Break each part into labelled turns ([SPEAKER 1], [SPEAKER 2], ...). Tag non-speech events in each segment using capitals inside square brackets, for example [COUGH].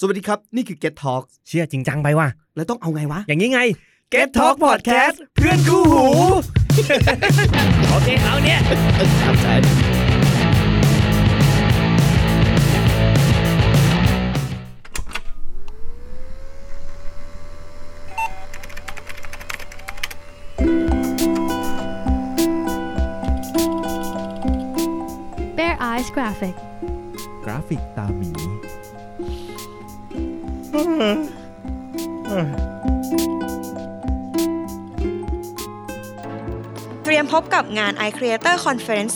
[SPEAKER 1] สวัสดีครับ นี่คือ Get Talk
[SPEAKER 2] เชื่อจริงจังไปว่ะ
[SPEAKER 1] แล้วต้องเอาไงวะ
[SPEAKER 2] อย่างนี้ไง
[SPEAKER 1] Get Talk Podcast เพื่อนคู่หู
[SPEAKER 2] โอเคเอาเนี่ย
[SPEAKER 3] Bare Eyes Graphic
[SPEAKER 4] กราฟิกตาหมี
[SPEAKER 5] เตรียมพบกับงาน iCreator Conference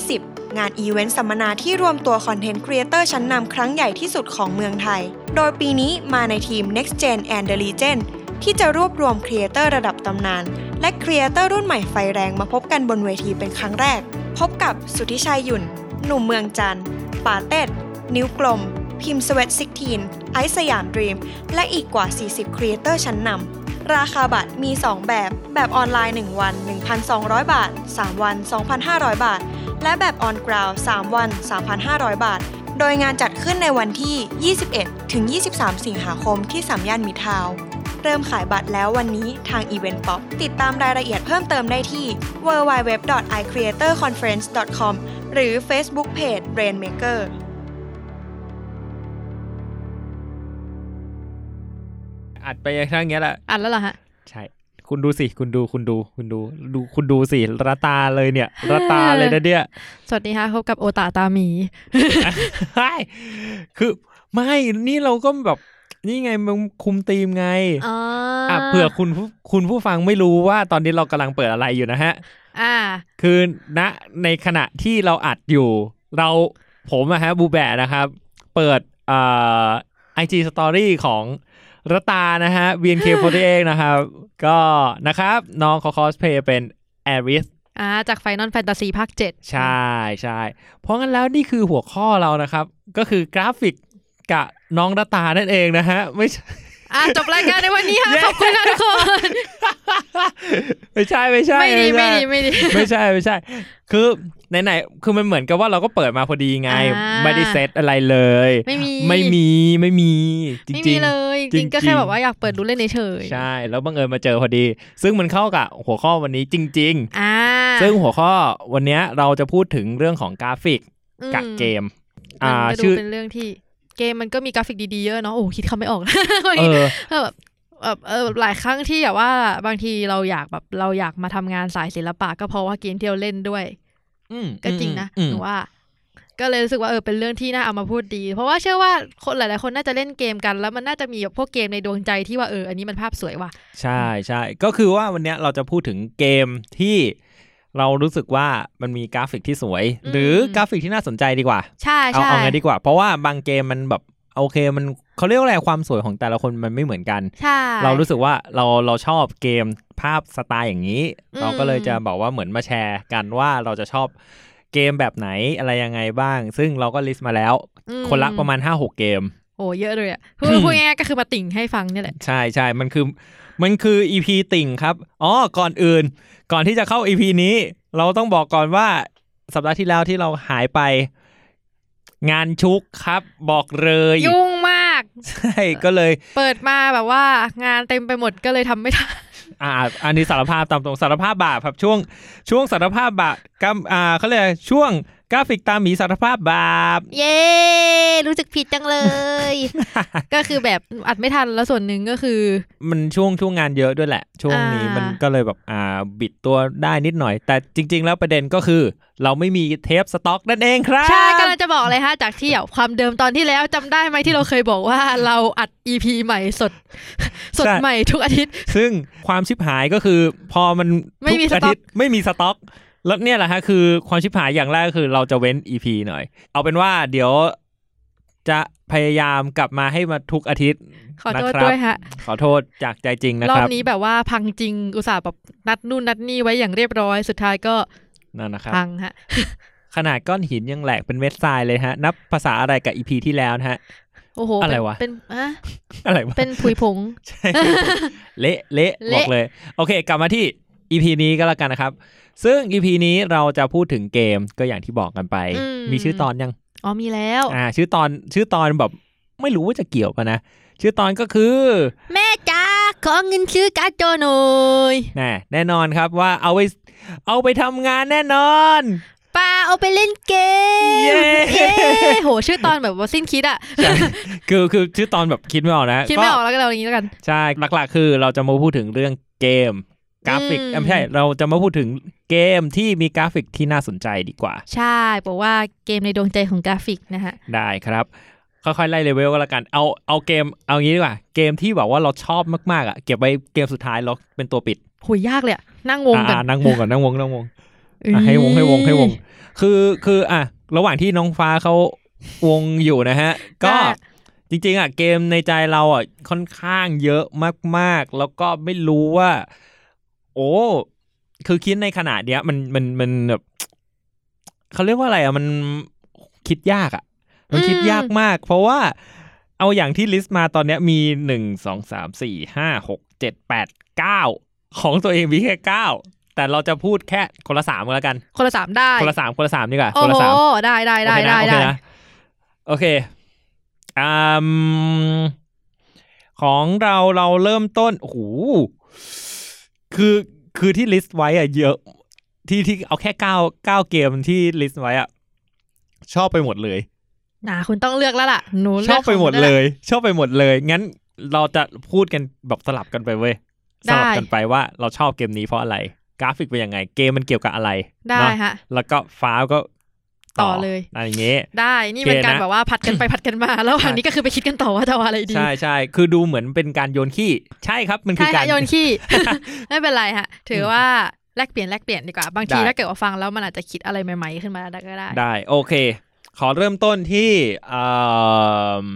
[SPEAKER 5] 2020 งานอีเวนต์สัมมนาที่รวมตัวคอนเทนต์ครีเอเตอร์ชั้นนำครั้งใหญ่ที่สุดของเมืองไทย โดยปีนี้มาในทีม Next Gen and the Legend ที่จะรวบรวมครีเอเตอร์ระดับตำนาน และครีเอเตอร์รุ่นใหม่ไฟแรงมาพบกันบนเวทีเป็นครั้งแรก พบกับสุทธิชัยหยุ่น หนุ่มเมืองจันทร์ป่าเต็ด นิ้วกลม พิมพ์สเวตซิกทีนไอซ์สยามดรีม และอีกกว่า 40 ครีเอเตอร์ชั้นนำ ราคาบัตรมี 2 แบบ แบบออนไลน์ 1 วัน 1,200 บาท 3 วัน 2,500 บาท และแบบออนกราว3วัน 3,500 บาท โดยงานจัดขึ้นในวันที่ 21 ถึง 23 สิงหาคมที่สามย่านมิตรทาวน์เริ่มขายบัตรแล้ววันนี้ทาง Event Pop ติดตามรายละเอียดเพิ่มเติมได้ที่ www.icreatorconference.com หรือ Facebook Page Brainmaker
[SPEAKER 6] อัดไปทั้งเงี้ยแหละ
[SPEAKER 3] อ่านแล้วเหรอฮะ
[SPEAKER 6] ใช่ คุณดูสิ คุณดู คุณดู คุณดู ดู คุณดูสิระตาเลย [LAUGHS] เนี่ยระตาเลยนะเนี่ย [LAUGHS]
[SPEAKER 3] สวัสดีค่ะพบกับโอตาตาหมี
[SPEAKER 6] ใช่คือไม่ นี่เราก็แบบ นี่ไงมันคุมธีมไง
[SPEAKER 3] อ๋อ
[SPEAKER 6] อ่ะ เผื่อคุณผู้คุณผู้ฟังไม่รู้ว่าตอนนี้เรากำลังเปิดอะไรอยู่นะฮะ
[SPEAKER 3] อ่า
[SPEAKER 6] คือณในขณะที่เราอัดอยู่ เราผมอะฮะบูแบะนะครับ เปิดเอ่อไอจีสตอรี่ของรตานะฮะ
[SPEAKER 3] [LAUGHS]
[SPEAKER 6] BNK48 นะครับ ก็นะครับ น้องเขาคอสเพลย์เป็น a อริส
[SPEAKER 3] อ่า จากไฟนอลแฟนตาซีภาคเจ็ด
[SPEAKER 6] ใช่ใช่เพราะงั้นแล้วนี่คือหัวข้อเรานะครับ ก็คือกราฟิกกะน้องรตานั่นเองนะฮะ ไม่ใช่ [LAUGHS]
[SPEAKER 3] อ่าจบรายการในวันนี้ค่ะ
[SPEAKER 6] เย้
[SPEAKER 3] ขอบคุณค่ะทุกคน
[SPEAKER 6] ไม่ใช่ไม่ใช่
[SPEAKER 3] ไม่ดี ไม่
[SPEAKER 6] ใช่
[SPEAKER 3] ดี ไม่ดี
[SPEAKER 6] [LAUGHS] ไม่ใช่ไม่ใช่ คือไหนๆ คือมันเหมือนกับว่าเราก็เปิดมาพอดีไง
[SPEAKER 3] อ่า
[SPEAKER 6] ไม่ได้เซตอะไรเลย
[SPEAKER 3] ไม่มี
[SPEAKER 6] ไม่มีไม่มีจ
[SPEAKER 3] ไม่
[SPEAKER 6] ริ
[SPEAKER 3] มี
[SPEAKER 6] ง
[SPEAKER 3] เลย จ
[SPEAKER 6] จริ
[SPEAKER 3] ริ
[SPEAKER 6] งๆ
[SPEAKER 3] งๆก็แค่แบบว่าอยากเปิดดูเล่นเฉย
[SPEAKER 6] ๆ
[SPEAKER 3] ๆ
[SPEAKER 6] ใช่ แล้วบังเอิญมาเจอพอดี ซึ่งมันเข้ากับหัวข้อวันนี้จริง
[SPEAKER 3] อ่า
[SPEAKER 6] ๆ ซึ่งหัวข้อวันเนี้ยเราจะพูดถึงเรื่องของกราฟิก
[SPEAKER 3] อืม
[SPEAKER 6] กับเกม
[SPEAKER 3] มั
[SPEAKER 6] อ่าน
[SPEAKER 3] จะดู
[SPEAKER 6] ชื่อ
[SPEAKER 3] เป็นเรื่องที่ เกมมันก็มีกราฟิกดีๆเยอะเนาะ โอ้คิดคำไม่ออก [LAUGHS] วัน
[SPEAKER 6] เอ
[SPEAKER 3] นี้
[SPEAKER 6] อ
[SPEAKER 3] แบบแบบเออหลายครั้งที่แบบว่าบางทีเราอยากแบบเราอยากมาทำงานสายศิลปะก็เพราะว่าเกมที่เราเล่นด้วย
[SPEAKER 6] อืม
[SPEAKER 3] ก็จริงนะ
[SPEAKER 6] อืม
[SPEAKER 3] หนูว่า ก็เลยรู้สึกว่าเออเป็นเรื่องที่น่าเอามาพูดดี เพราะว่าเชื่อว่าคนหลาย ๆ คนน่าจะเล่นเกมกัน แล้วมันน่าจะมีแบบพวกเกมในดวงใจที่ว่าเอออันนี้มันภาพสวยว่ะ
[SPEAKER 6] ใช่ใช่ก็คือว่าวันเนี้ยเราจะพูดถึงเกมที่เรารู้สึกว่ามันมีกราฟิกที่สวย
[SPEAKER 3] อืม
[SPEAKER 6] หรือกราฟิกที่น่าสนใจดีกว่า
[SPEAKER 3] ใช่
[SPEAKER 6] เอา
[SPEAKER 3] ใช่
[SPEAKER 6] เอาไงดีกว่า เพราะว่าบางเกมมันแบบโอเคมันเขาเรียกว่าอะไรความสวยของแต่ละคนมันไม่เหมือนกัน
[SPEAKER 3] ใช่
[SPEAKER 6] เรารู้สึกว่าเราเราชอบเกมภาพสไตล์อย่างนี้ เราก็เลยจะบอกว่าเหมือนมาแชร์กันว่าเราจะชอบเกมแบบไหนอะไรยังไงบ้าง ซึ่งเราก็ลิสต์มาแล้ว
[SPEAKER 3] อืม
[SPEAKER 6] คนละประมาณ 5-6 เกม
[SPEAKER 3] โอ้เยอะเลยอ่ะพูดพูดง่ายๆก็คือมาติ่งให้ฟังเนี่ยแหละ
[SPEAKER 6] ใช่ใช่มันคือมันคือ EP ติ่งครับอ๋อก่อนอื่น ก่อนที่จะเข้า EP นี้ เราต้องบอกก่อนว่าสัปดาห์ที่แล้วที่เราหายไป งานชุกครับ บอกเลย
[SPEAKER 3] ยุ่งมาก
[SPEAKER 6] ใช่ก็เลย
[SPEAKER 3] เปิดมาแบบว่างานเต็มไปหมดก็เลยทำไม่ได้
[SPEAKER 6] [LAUGHS] อ่า อันนี้สารภาพตามตรงสารภาพบาปครับช่วง ช่วงสารภาพบาปกำอ่าเขาเรียกอะไรช่วงกราฟิกตามหมีสารภาพบาป [LAUGHS]
[SPEAKER 3] เย้ รู้สึกผิดจังเลย [LAUGHS] ก็คือแบบอัดไม่ทันแล้วส่วนหนึ่งก็คือ
[SPEAKER 6] มันช่วงช่วงงานเยอะด้วยแหละ ช่วงนี้
[SPEAKER 3] อ่ามั
[SPEAKER 6] มันก็เลยแบบอ่าบิดตัวได้นิดหน่อย แต่จริง ๆ แล้วประเด็นก็คือ เราไม่มีเทปสต็อกนั่นเองครับ
[SPEAKER 3] ใช่กำลังจะบอกเลยฮะ จากที่อ่ะความเดิมตอนที่แล้วจำได้ไหมที่เราเคยบอกว่าเราอัด EP ใหม่สด [LAUGHS] สด
[SPEAKER 6] ใช่
[SPEAKER 3] ใหม่ทุกอาทิตย์
[SPEAKER 6] ซึ่งความชิบหายก็คือ พอมัน
[SPEAKER 3] ไม่มี
[SPEAKER 6] ทุก
[SPEAKER 3] สต็อ
[SPEAKER 6] า
[SPEAKER 3] ก
[SPEAKER 6] ทิย์ไม่มีสต็อก แล้วเนี่ยแหละฮะคือความชิบหายอย่างแรกก็คือเราจะเว้น EP หน่อย เอาเป็นว่าเดี๋ยวจะพยายามกลับมาให้มาทุกอาทิตย์
[SPEAKER 3] ขอโทษ
[SPEAKER 6] นะครับ
[SPEAKER 3] ด้วยฮะ
[SPEAKER 6] ขอโทษจากใจจริงนะ
[SPEAKER 3] รอ
[SPEAKER 6] ค
[SPEAKER 3] บ
[SPEAKER 6] รับ
[SPEAKER 3] นี้แบบว่าพังจริงอุตส่าห์แบบนัดนู่นนัดนี่ไว้อย่างเรียบร้อยสุดท้ายก็
[SPEAKER 6] นั่นนะครับ
[SPEAKER 3] พังฮะ
[SPEAKER 6] ขนาดก้อนหินยังแหลกเป็นเม็ดทรายเลยฮะ นับภาษาอะไรกับอีพีที่แล้วนะฮะ
[SPEAKER 3] โอ้โห
[SPEAKER 6] อะไร
[SPEAKER 3] เป็น
[SPEAKER 6] วะ
[SPEAKER 3] เป็นอะ
[SPEAKER 6] อะไรวะ
[SPEAKER 3] เป็นผุยผง
[SPEAKER 6] ใช่ [LAUGHS] เละเละ
[SPEAKER 3] เละ
[SPEAKER 6] บอกเลย โอเค กลับมาที่อีพีนี้ก็แล้วกันนะครับ ซึ่งอีพีนี้เราจะพูดถึงเกมก็อย่างที่บอกกันไป มีชื่อตอนยัง
[SPEAKER 3] อ๋อมีแล้ว
[SPEAKER 6] อ่า ชื่อตอนชื่อตอนแบบ ไม่รู้ว่าจะเกี่ยวกันนะ ชื่อตอนก็คือ
[SPEAKER 3] แม่จ้าขอเงินซื้อการ์ดโจหน่อย
[SPEAKER 6] แน่แน่นอนครับว่าเอาไปเอาไปทำงานแน่นอน
[SPEAKER 3] ป้าเอาไปเล่นเกม
[SPEAKER 6] เย้
[SPEAKER 3] โหชื่อตอนแบบว่าสิ้นคิดอะ
[SPEAKER 6] คือคือชื่อตอนแบบคิดไม่ออกนะ
[SPEAKER 3] คิดไม่ออกแล้วก็เราอย่างนี้แล้วกัน
[SPEAKER 6] ใช่หลักๆ คือเราจะมาพูดถึงเรื่องเกมกราฟิก
[SPEAKER 3] อืม
[SPEAKER 6] เอ้ยไม่ใช่เราจะมาพูดถึงเกมที่มีกราฟิกที่น่าสนใจดีกว่า
[SPEAKER 3] ใช่บอกว่าเกมในดวงใจของกราฟิกนะฮะ
[SPEAKER 6] ได้ครับ ค่อยๆไล่เลเวลก็แล้วกัน เอาเอาเกมเอางี้ดีกว่า เกมที่แบบว่าเราชอบมากๆอ่ะเก็บไว้เกมสุดท้ายเราเป็นตัวปิด
[SPEAKER 3] หุยยากเลยอะนั่งงงกัน
[SPEAKER 6] อ่านั่งวงก่อนนั่งวงนั่งวงอ่ะให้วงให้วงให้วง คือคืออ่ะระหว่างที่น้องฟ้าเขาวงอยู่นะฮะ ก็
[SPEAKER 3] อ่ะ
[SPEAKER 6] จริงๆอ่ะเกมในใจเราอ่ะค่อนข้างเยอะมากๆ แล้วก็ไม่รู้ว่า โอ้คือคิดในขณะเนี้ยมันมันมันแบบเขาเรียกว่าอะไรอ่ะมันคิดยากอ่ะ มันคิดยากมาก เพราะว่าเอาอย่างที่ลิสต์มาตอนเนี้ยมีหนึ่งสองสามสี่ห้าหกเจ็ดแปดเก้าของตัวเองมีแค่เก้าแต่เราจะพูดแค่คนละสามก็แล้วกัน
[SPEAKER 3] คนละสามได้
[SPEAKER 6] คนละสามคนละสามดีกว่า
[SPEAKER 3] โอ้
[SPEAKER 6] คนละ
[SPEAKER 3] โห
[SPEAKER 6] สาม
[SPEAKER 3] ได้ได้ได้ได้
[SPEAKER 6] โอเค
[SPEAKER 3] ได้
[SPEAKER 6] นะโอเคนะโอเคอืมของเราเราเริ่มต้นโอ้โหคือคือที่ลิสต์ไว้อะเยอะที่ที่เอาแค่เก้าเก้าเกมที่ลิสต์ไว้อะชอบไปหมดเลย
[SPEAKER 3] นะคุณต้องเลือกแล้วล่ะหนู
[SPEAKER 6] ช
[SPEAKER 3] เลื
[SPEAKER 6] อกบไปหมด
[SPEAKER 3] ของนู
[SPEAKER 6] เล
[SPEAKER 3] แวะ
[SPEAKER 6] ย ชอบไปหมดเลย งั้นเราจะพูดกันแบบสลับกันไปเว้ยส
[SPEAKER 3] ได้
[SPEAKER 6] ลับกันไปว่าเราชอบเกมนี้เพราะอะไร กราฟิกเป็นยังไง เกมมันเกี่ยวกับอะไร
[SPEAKER 3] ได้
[SPEAKER 6] เนอะ
[SPEAKER 3] ฮะ
[SPEAKER 6] แล้วก็ฟ้าก็
[SPEAKER 3] ต่อเลย
[SPEAKER 6] อะไรอย่างเงี้ย
[SPEAKER 3] ได้นี่เป็นการ
[SPEAKER 6] โอเคนะ
[SPEAKER 3] แบบว่าผัดกันไปผัดกันมาแล้วอันนี้ก็คือไปคิดกันต่อว่าจะเอาอะไรดี
[SPEAKER 6] ใช่ใช่คือดูเหมือนเป็นการโยนขี้ ใช่ครับ มันคือ
[SPEAKER 3] ใช่
[SPEAKER 6] การ
[SPEAKER 3] ค่ะโยน
[SPEAKER 6] [LAUGHS]
[SPEAKER 3] ขี้ ไม่เป็นไรฮะ ถือว่าแลกเปลี่ยนแลกเปลี่ยนดีกว่าบางที
[SPEAKER 6] ได้
[SPEAKER 3] ถ้าเกิดว่าฟังแล้วมันอาจจะคิดอะไรใหม่ ๆ ขึ้นมาได้ก็ได้
[SPEAKER 6] ได้ โอเค ขอเริ่มต้นที่เอิ่ม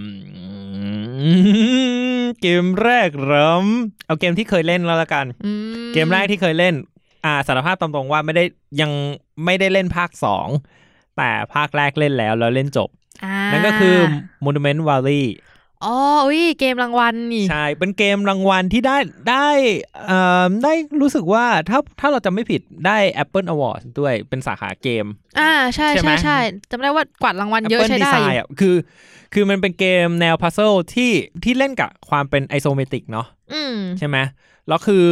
[SPEAKER 6] เกมแรกเริ่มเอาเกมที่เคยเล่นแล้วละกัน
[SPEAKER 3] อื
[SPEAKER 6] เกมแรกที่เคยเล่น อ่าสารภาพตามตรงว่าไม่ได้ยังไม่ได้เล่นภาคสองแต่ภาคแรกเล่นแล้วแล้วเล่นจบ
[SPEAKER 3] อ่า
[SPEAKER 6] นั่นก็คือ Monument Valley
[SPEAKER 3] อ๋ออุ้ยเกมรางวัลนี่
[SPEAKER 6] ใช่ เป็นเกมรางวัลที่ได้ได้เอ่อได้รู้สึกว่าถ้าถ้าเราจำไม่ผิดได้ Apple Award ด้วยเป็นสาขาเกม
[SPEAKER 3] อ่าใช่
[SPEAKER 6] ใช่ไหม
[SPEAKER 3] ใช่ใช่จำได้ว่ากวาดรางวัลเยอะ
[SPEAKER 6] Apple
[SPEAKER 3] ใช้ได้
[SPEAKER 6] Design อ่ะคือ คือมันเป็นเกมแนวพัซเซิลที่ที่เล่นกับความเป็นไอโซเมตริกเนาะ
[SPEAKER 3] อืม
[SPEAKER 6] ใช่ไหมแล้วคือ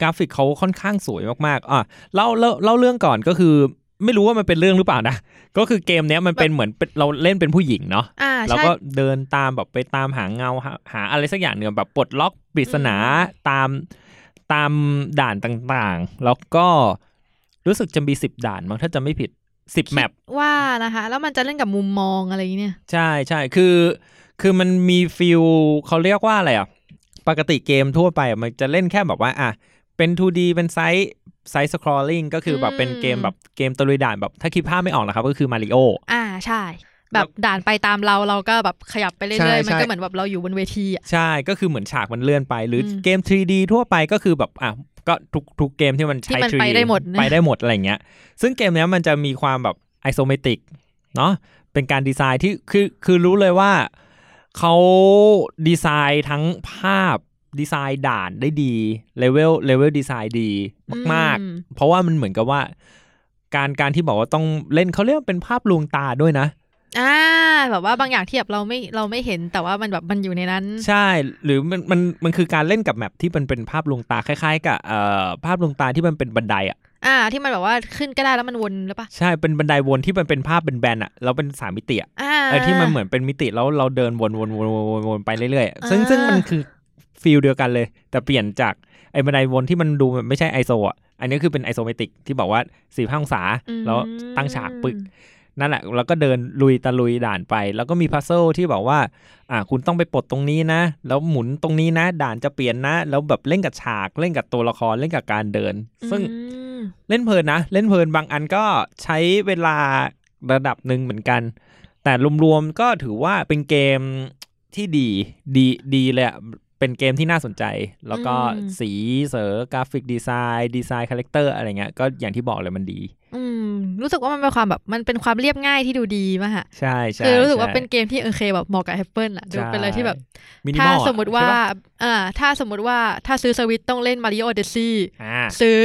[SPEAKER 6] กราฟิกเขาค่อนข้างสวยมากๆ อ่ะเล่าเล่าเล่าเรื่องก่อนก็คือ ไม่รู้ว่ามันเป็นเรื่องหรือเปล่านะ ก็คือเกมเนี้ยมันเป็นเหมือนเป็นเราเล่นเป็นผู้หญิงเนาะ
[SPEAKER 3] อ่า
[SPEAKER 6] แล้ว
[SPEAKER 3] ใช่
[SPEAKER 6] ก็เดินตามแบบไปตามหาเงาหาหาอะไรสักอย่างเนื้อแบบปลดล็อกปริศนาตามตามด่านต่างๆ แล้วก็รู้สึกจะมีสิบด่านมั้งถ้าจะไม่ผิดสิบแมป
[SPEAKER 3] ว่านะคะแล้วมันจะเล่นกับมุมมองอะไรอย่างเงี้ย
[SPEAKER 6] ใช่ใช่คือ คือมันมีฟิลเขาเรียกว่าอะไรอ่ะ ปกติเกมทั่วไปอะมันจะเล่นแค่แบบว่าอ่ะเป็น 2D เป็นไซส์ไซส์สครอลลิงก็คือแบบเป็นเกมแบบเกมตะลุยด่านแบบถ้าคิดภาพไม่ออกนะครับ ก็คือมาริโอ
[SPEAKER 3] อ่าใช่ แบบด่านไปตามเราเราก็แบบขยับไปเรื่
[SPEAKER 6] ใช่
[SPEAKER 3] อย
[SPEAKER 6] ใช่
[SPEAKER 3] ๆมันก็เหมือนแบบเราอยู่บนเวทีอ่ะ
[SPEAKER 6] ใช่ก็คือเหมือนฉากมันเลื่อนไป หรืออ
[SPEAKER 3] ม
[SPEAKER 6] เกม 3D ทั่วไปก็คือแบบอ่ะก็ทุกทุกเกมที่มัน
[SPEAKER 3] ที่
[SPEAKER 6] ใช้
[SPEAKER 3] มัน
[SPEAKER 6] 3D
[SPEAKER 3] ไปได้หมดนะ
[SPEAKER 6] ไปได้หมดอะไรอย่างเงี้ย ซึ่งเกมเนี้ยมันจะมีความแบบไอโซเมตริกเนาะเป็นการดีไซน์ที่คือคือรู้เลยว่าเขาดีไซน์ทั้งภาพดีไซน์ด่านได้ดีเลเวลเลเวลดีไซน์ดีมาก
[SPEAKER 3] อืม
[SPEAKER 6] ๆ เพราะว่ามันเหมือนกับว่า การการที่บอกว่าต้องเล่นเขาเรียกว่าเป็นภาพลวงตาด้วยนะ
[SPEAKER 3] อ่าแบบว่าบางอย่างที่แบบเราไม่เราไม่เห็นแต่ว่ามันแบบมันอยู่ในนั้น
[SPEAKER 6] ใช่ หรือมันมันมันคือการเล่นกับแมปที่มันเป็นภาพลวงตาคล้ายๆกับเอ่อภาพลวงตาที่มันเป็นบันไดอ่ะ
[SPEAKER 3] อ่า ที่มันแบบว่าขึ้นก็ได้แล้วมันวนหรือปะ
[SPEAKER 6] ใช่เป็นบันไดวนที่มันเป็นภาพเป็นแบนๆอ่ะแล้วเป็นสามมิติอ่ะ
[SPEAKER 3] อ่า
[SPEAKER 6] ไอ้ที่มันเหมือนเป็นมิติแล้วเราเดินวนวนวนวนวนวนไปเรื่อยๆอะซึ่ง
[SPEAKER 3] อ่า
[SPEAKER 6] ซึ่งมันคือฟิลเดียวกันเลย แต่เปลี่ยนจากไอ้บันไดวนที่มันดูมันไม่ใช่ไอโซอ่ะอันนี้คือเป็นไอโซเมตริกที่บอกว่าสี่ห้าองศา
[SPEAKER 3] อืม
[SPEAKER 6] แล้วตั้งฉากปึก นั่นแหละแล้วก็เดินลุยตะลุยด่านไป แล้วก็มีพัซเซิลที่บอกว่า อ่า คุณต้องไปปลดตรงนี้นะ แล้วหมุนตรงนี้นะ ด่านจะเปลี่ยนนะ แล้วแบบเล่นกับฉากเล่นกับตัวละครเล่นกับการเดิน ซึ่ง
[SPEAKER 3] อืม
[SPEAKER 6] เล่นเพลินนะ เล่นเพลินบางอันก็ใช้เวลาระดับหนึ่งเหมือนกัน แต่รวมๆก็ถือว่าเป็นเกมที่ดีดีดีเลยอะเป็นเกมที่น่าสนใจ แล้วก็สีเสอกราฟิกดีไซน์ดีไซน์คาแรคเตอร์อะไรเงี้ยก็อย่างที่บอกเลยมันดี
[SPEAKER 3] อืมรู้สึกว่ามันเป็นความแบบมันเป็นความเรียบง่ายที่ดูดีมากฮะ
[SPEAKER 6] ใช่ใช่
[SPEAKER 3] คือรู้สึกว่า
[SPEAKER 6] ใช่
[SPEAKER 3] เป็นเกมที่โอเคแบบเหมาะกับแอปเปิลอะดูเป็นอะไรที่แบบ
[SPEAKER 6] มินิ
[SPEAKER 3] ถ้า
[SPEAKER 6] อลอะ
[SPEAKER 3] สมมติว่า
[SPEAKER 6] ใช่ปะ
[SPEAKER 3] อ่าถ้าสมมติว่าถ้าซื้อสวิตต้องเล่นมาริโอเดซี่
[SPEAKER 6] อ่า
[SPEAKER 3] ซื้อ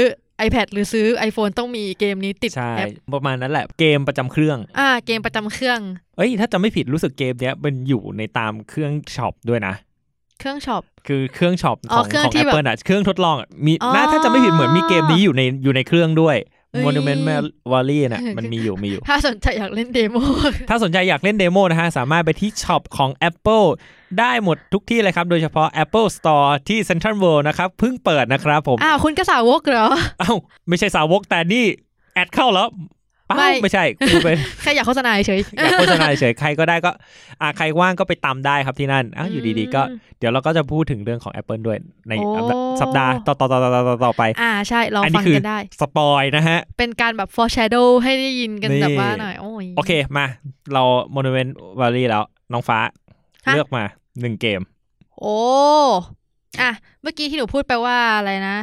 [SPEAKER 3] iPad หรือซื้อ iPhone ต้องมีเกมนี้ติด
[SPEAKER 6] ใช่
[SPEAKER 3] แอป
[SPEAKER 6] ประมาณนั้นแหละเกมประจำเครื่อง
[SPEAKER 3] อ่าเกมประจำเครื่อง
[SPEAKER 6] เอ้ยถ้าจะไม่ผิดรู้สึกเกมเนี้ยมันอยู่ในตามเครื่องช็อปด้วยนะ
[SPEAKER 3] เครื่องช็อป
[SPEAKER 6] คือเครื่องช็อปข
[SPEAKER 3] อ๋อ
[SPEAKER 6] อง
[SPEAKER 3] เครื่อ
[SPEAKER 6] ข
[SPEAKER 3] ง
[SPEAKER 6] อง
[SPEAKER 3] ที่แบบ
[SPEAKER 6] Apple น่ะเครื่องทดลองอะมี
[SPEAKER 3] อ๋อ
[SPEAKER 6] น่าถ้าจะไม่ผิดเหมือนมีเกมนี้อยู่ในอยู่ในเครื่องด้วย
[SPEAKER 3] เอ้ย
[SPEAKER 6] Monument Valley น่ะมันมีอยู่มีอยู่
[SPEAKER 3] ถ้าสนใจอยากเล่นเดโม
[SPEAKER 6] ถ้าสนใจอยากเล่นเดโมนะฮะ สามารถไปที่ช็อปของ Apple ได้หมดทุกที่เลยครับ โดยเฉพาะ Apple Store ที่ Central World นะครับ เพิ่งเปิดนะครับผม
[SPEAKER 3] อ้าวคุณก็สาวกเหรอ
[SPEAKER 6] เอ้า ไม่ใช่สาวกแต่นี่ แอดเข้าแล้วเปล่า
[SPEAKER 3] ไม่
[SPEAKER 6] ไม่ใช่กูไป
[SPEAKER 3] แค่อยากโฆษณาเฉย
[SPEAKER 6] อยากโฆษณาเฉยๆใครก็ได้ก็อ่ะใครว่างก็ไปตามได้ครับที่นั่นอ้าวอยู่ดีๆก็
[SPEAKER 3] อืม
[SPEAKER 6] เดี๋ยวเราก็จะพูดถึงเรื่องของ Apple ด้วยใน
[SPEAKER 3] โอ้
[SPEAKER 6] สัปดาห์ต่อต่อต่อต่อต่อต่อต่อไป
[SPEAKER 3] อ่าใช่รอ
[SPEAKER 6] อัน
[SPEAKER 3] ฟั
[SPEAKER 6] นี้
[SPEAKER 3] ง
[SPEAKER 6] คือ
[SPEAKER 3] กันได้
[SPEAKER 6] สปอยนะฮะ
[SPEAKER 3] เป็นการแบบ foreshadow ให้ได้ยินกัน
[SPEAKER 6] นี่
[SPEAKER 3] แบบว่าหน่อย โอ้ย
[SPEAKER 6] โอเคมา เรา Monument Valley แล้ว น้องฟ้า
[SPEAKER 3] ฮะ
[SPEAKER 6] เลือกมาหนึ่งเกม
[SPEAKER 3] โอ้อะเมื่อกี้ที่หนูพูดไปว่าอะไรนะ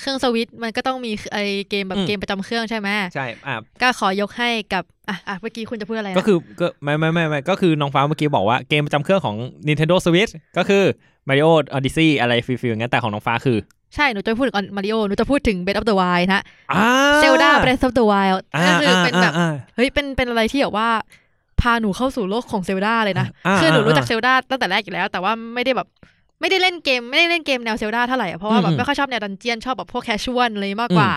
[SPEAKER 3] เครื่องสวิตช์มันก็ต้องมีไอเกมแบ
[SPEAKER 6] อื
[SPEAKER 3] บ
[SPEAKER 6] ม
[SPEAKER 3] เกมประจำเครื่องใช่ไหม
[SPEAKER 6] ใช่อ่ะ
[SPEAKER 3] ก็ขอยกให้กับอ่ะอ่ะเมื่อกี้คุณจะพูดอะไรนะ
[SPEAKER 6] ก็คือก็ไม่ไม่ไม่ไม่ก็คือน้องฟ้าเมื่อกี้บอกว่าเกมประจำเครื่องของ Nintendo Switch ก็คือ Mario Odyssey อะไรฟิลฟิลงั้นแต่ของน้องฟ้าคือ
[SPEAKER 3] ใช่หนูจะพูดถึงมาริโอหนูจะพูดถึง Breath of the Wild นะ
[SPEAKER 6] อ่า
[SPEAKER 3] Zelda Breath of the Wild ก็คือเป็นแบบ
[SPEAKER 6] า
[SPEAKER 3] เฮ้ยเป็นเป็นอะไรที่แบบว่า พาหนูเข้าสู่โลกของเซลดาเลยนะ
[SPEAKER 6] อ่า
[SPEAKER 3] คือหนูรู้จัก
[SPEAKER 6] อ่า
[SPEAKER 3] เซลดาตั้งแต่แรกอยู่แล้ว แต่ว่าไม่ได้แบบ ไม่ได้เล่นเกม ไม่ได้เล่นเกมแนวเซลดาเท่าไหร่อะเพราะว่าแบ
[SPEAKER 6] อื
[SPEAKER 3] บ
[SPEAKER 6] ม
[SPEAKER 3] ไม่ค่อยชอบแนวดันเจียนชอบแบบพวกแคชชวลอะไรมากกว่า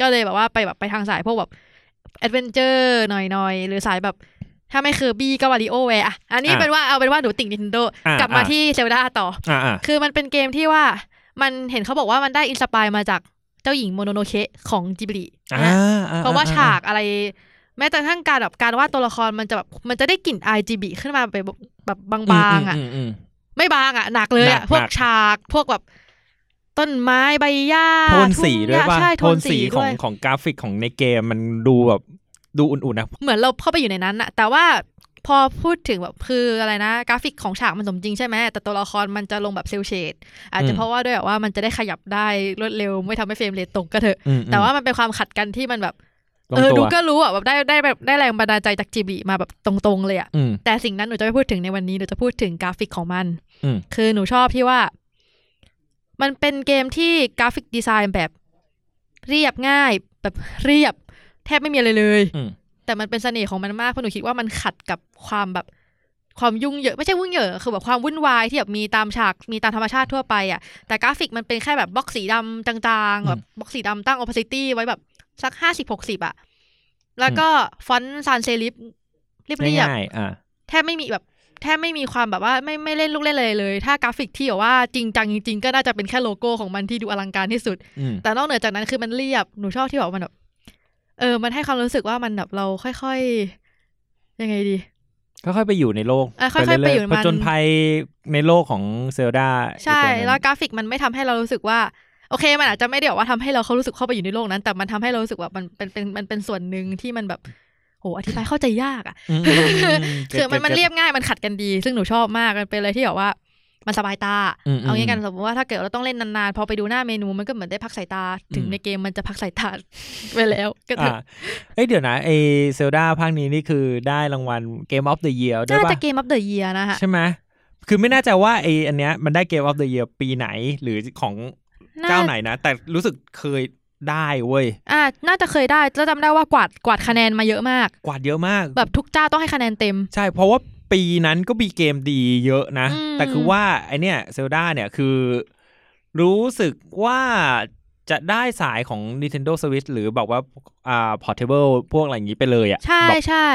[SPEAKER 3] ก็เลยแบบว่าไปแบบไปทางสายพวกแบบแอดเวนเจอร์หน่อยๆ หรือสายแบบ ถ้าไม่เคอร์บี้ก็วาริโอแวร์อะอันนี้
[SPEAKER 6] อ่า
[SPEAKER 3] เป็นว่าเอาเป็นว่าหนูติ่ง Nintendo
[SPEAKER 6] อ่าก
[SPEAKER 3] ลับมา
[SPEAKER 6] อ่า
[SPEAKER 3] ที่เซลดาต่อ
[SPEAKER 6] อ่าอ่า
[SPEAKER 3] คือมันเป็นเกมที่ว่ามันเห็นเขาบอกว่ามันได้อินสปายมาจากเจ้าหญิงโมโนโนเคของจิบลิ
[SPEAKER 6] อ่าอ่
[SPEAKER 3] เพราะว่าฉากอะไร แม้แต่ทั้งการแบบการวาดตัวละครมันจะแบบมันจะได้กลิ่น RGB ขึ้นมาแบบแบบบางๆอ่ะ
[SPEAKER 6] มมม
[SPEAKER 3] ไม่บางอ่ะหนักเลย
[SPEAKER 6] ห
[SPEAKER 3] อ่ะ
[SPEAKER 6] นัก
[SPEAKER 3] พวก
[SPEAKER 6] หนัก
[SPEAKER 3] ฉากพวกแบบต้นไม้ใบหญ้า
[SPEAKER 6] โทนสีด้ว
[SPEAKER 3] ทุ่งห
[SPEAKER 6] ยป่ะ
[SPEAKER 3] ใช่
[SPEAKER 6] โทนสี
[SPEAKER 3] ด้
[SPEAKER 6] ของ
[SPEAKER 3] วย
[SPEAKER 6] ของกราฟิกของในเกมมันดูแบบดูอุ่นๆนะ
[SPEAKER 3] เหมือนเราเข้าไปอยู่ในนั้นอ่ะ แต่ว่าพอพูดถึงแบบคืออะไรนะ กราฟิกของฉากมันสมจริงใช่ไหมแต่ตัวละครมันจะลงแบบเซลเชดอาจจะเพราะว่าด้วยแบบว่ามันจะได้ขยับได้รวดเร็วไม่ทำให้เฟรมเรทตกก็เถอะ
[SPEAKER 6] อืมอืม
[SPEAKER 3] แต่ว่ามันเป็นความขัดกันที่มันแบบ
[SPEAKER 6] ลง
[SPEAKER 3] เออ
[SPEAKER 6] ตัว
[SPEAKER 3] หนูก็รู้อ่ะแบบได้ได้แบบได้แรงบันดาลใจจากจิบีมาแบบตรงๆเลยอ่ะ
[SPEAKER 6] อืม
[SPEAKER 3] แต่สิ่งนั้นหนูจะไม่พูดถึงในวันนี้หนูจะพูดถึงกราฟิกของมัน
[SPEAKER 6] อืม
[SPEAKER 3] คือหนูชอบที่ว่า มันเป็นเกมที่กราฟิกดีไซน์แบบเรียบง่าย แบบเรียบ แทบไม่มีอะไรเลย
[SPEAKER 6] อืม
[SPEAKER 3] แต่มันเป็นเสน่ห์ของมันมากเพราะหนูคิดว่ามันขัดกับความแบบความยุ่งเหยิงไม่ใช่วุ่นเหยิงคือแบบความวุ่นวายที่แบบมีตามฉากมีตามธรรมชาติทั่วไปอ่ะแต่กราฟิกมันเป็นแค่แบบบล็อกสีดำจาง
[SPEAKER 6] อืม
[SPEAKER 3] ๆแบบบล็อกสีดำตั้ง opacity ไว้แบบสักห้าสิบหกสิบอ่ะแล้วก็ฟอนต์ซานเซริฟเรียบเรียบ
[SPEAKER 6] ง่ายๆอ่า
[SPEAKER 3] แทบไม่มีแบบแทบไม่มีความแบบว่าไม่ไม่เล่นลูกเล่นเลยเลย ถ้ากราฟิกที่แบบว่าจริงจังจริงๆก็น่าจะเป็นแค่โลโก้ของมันที่ดูอลังการที่สุด
[SPEAKER 6] อืม
[SPEAKER 3] แต่นอกเหนือจากนั้นคือมันเรียบหนูชอบที่แบบมันแบบเออ มันให้ความรู้สึกว่ามันแบบเราค่อยๆ ยังไงดี
[SPEAKER 6] ค่อยๆไปอยู่ในโลก
[SPEAKER 3] เออค่อยๆไปอยู่ใน
[SPEAKER 6] ผ
[SPEAKER 3] มัน
[SPEAKER 6] จญภัยในโลกของเซลดา
[SPEAKER 3] ใช่แล้วกราฟิกมันไม่ทำให้เรารู้สึกว่า โอเค มันอาจจะไม่ได้แบบว่าทำให้เราเขารู้สึกเข้าไปอยู่ในโลกนั้น แต่มันทำให้เรารู้สึกว่ามันเป็นเป็นมันเป็นส่วนหนึ่งที่มันแบบโหอธิบายเข้าใจยากอะ คือมันมันเรียบง่ายมันขัดกันดี ซึ่งหนูชอบมากมันเป็นอะไรที่แบบว่ามันสบายตา เอางี้กันสมมติว่าถ้าเกิดเราต้องเล่นนานๆ พอไปดูหน้าเมนูมันก็เหมือนได้พักสายตา ถึงในเกมมันจะพักสายต [LAUGHS] า ไปแล้วก็เถ
[SPEAKER 6] อ่า
[SPEAKER 3] อะ
[SPEAKER 6] เอ้ยเดี๋ยวนะไอเซลดาภาคนี้นี่คือได้รางวัลเกมออฟเดอะเยียร์ด้วย
[SPEAKER 3] น่า
[SPEAKER 6] ป่ะ
[SPEAKER 3] จะเกมอัปเดตเยียนะคะ
[SPEAKER 6] ใช่ไหมคือไม่แน่ใจว่าไออันเนี้ยมันได้เกมออฟเดอะเยียร์ปีไหนหรือของเจ้าไหนนะ แต่รู้สึกเคยได้เว้ย
[SPEAKER 3] อ่าน่าจะเคยได้แล้วจำได้ว่ากวาดกวาดคะแนนมาเยอะมาก
[SPEAKER 6] กวาดเยอะมาก
[SPEAKER 3] แบบทุกเจ้าต้องให้คะแนนเต็ม
[SPEAKER 6] ใช่ เพราะว่าปีนั้นก็มีเกมดีเยอะนะ
[SPEAKER 3] อืม
[SPEAKER 6] แต่คือว่าไอเนี่ยเซลดาเนี่ยคือรู้สึกว่าจะได้สายของ Nintendo Switch หรือแบบว่าอ่า portable พวกอะไรอย่างนี้ไปเลยอะ
[SPEAKER 3] ใช่
[SPEAKER 6] แบบ
[SPEAKER 3] ใช่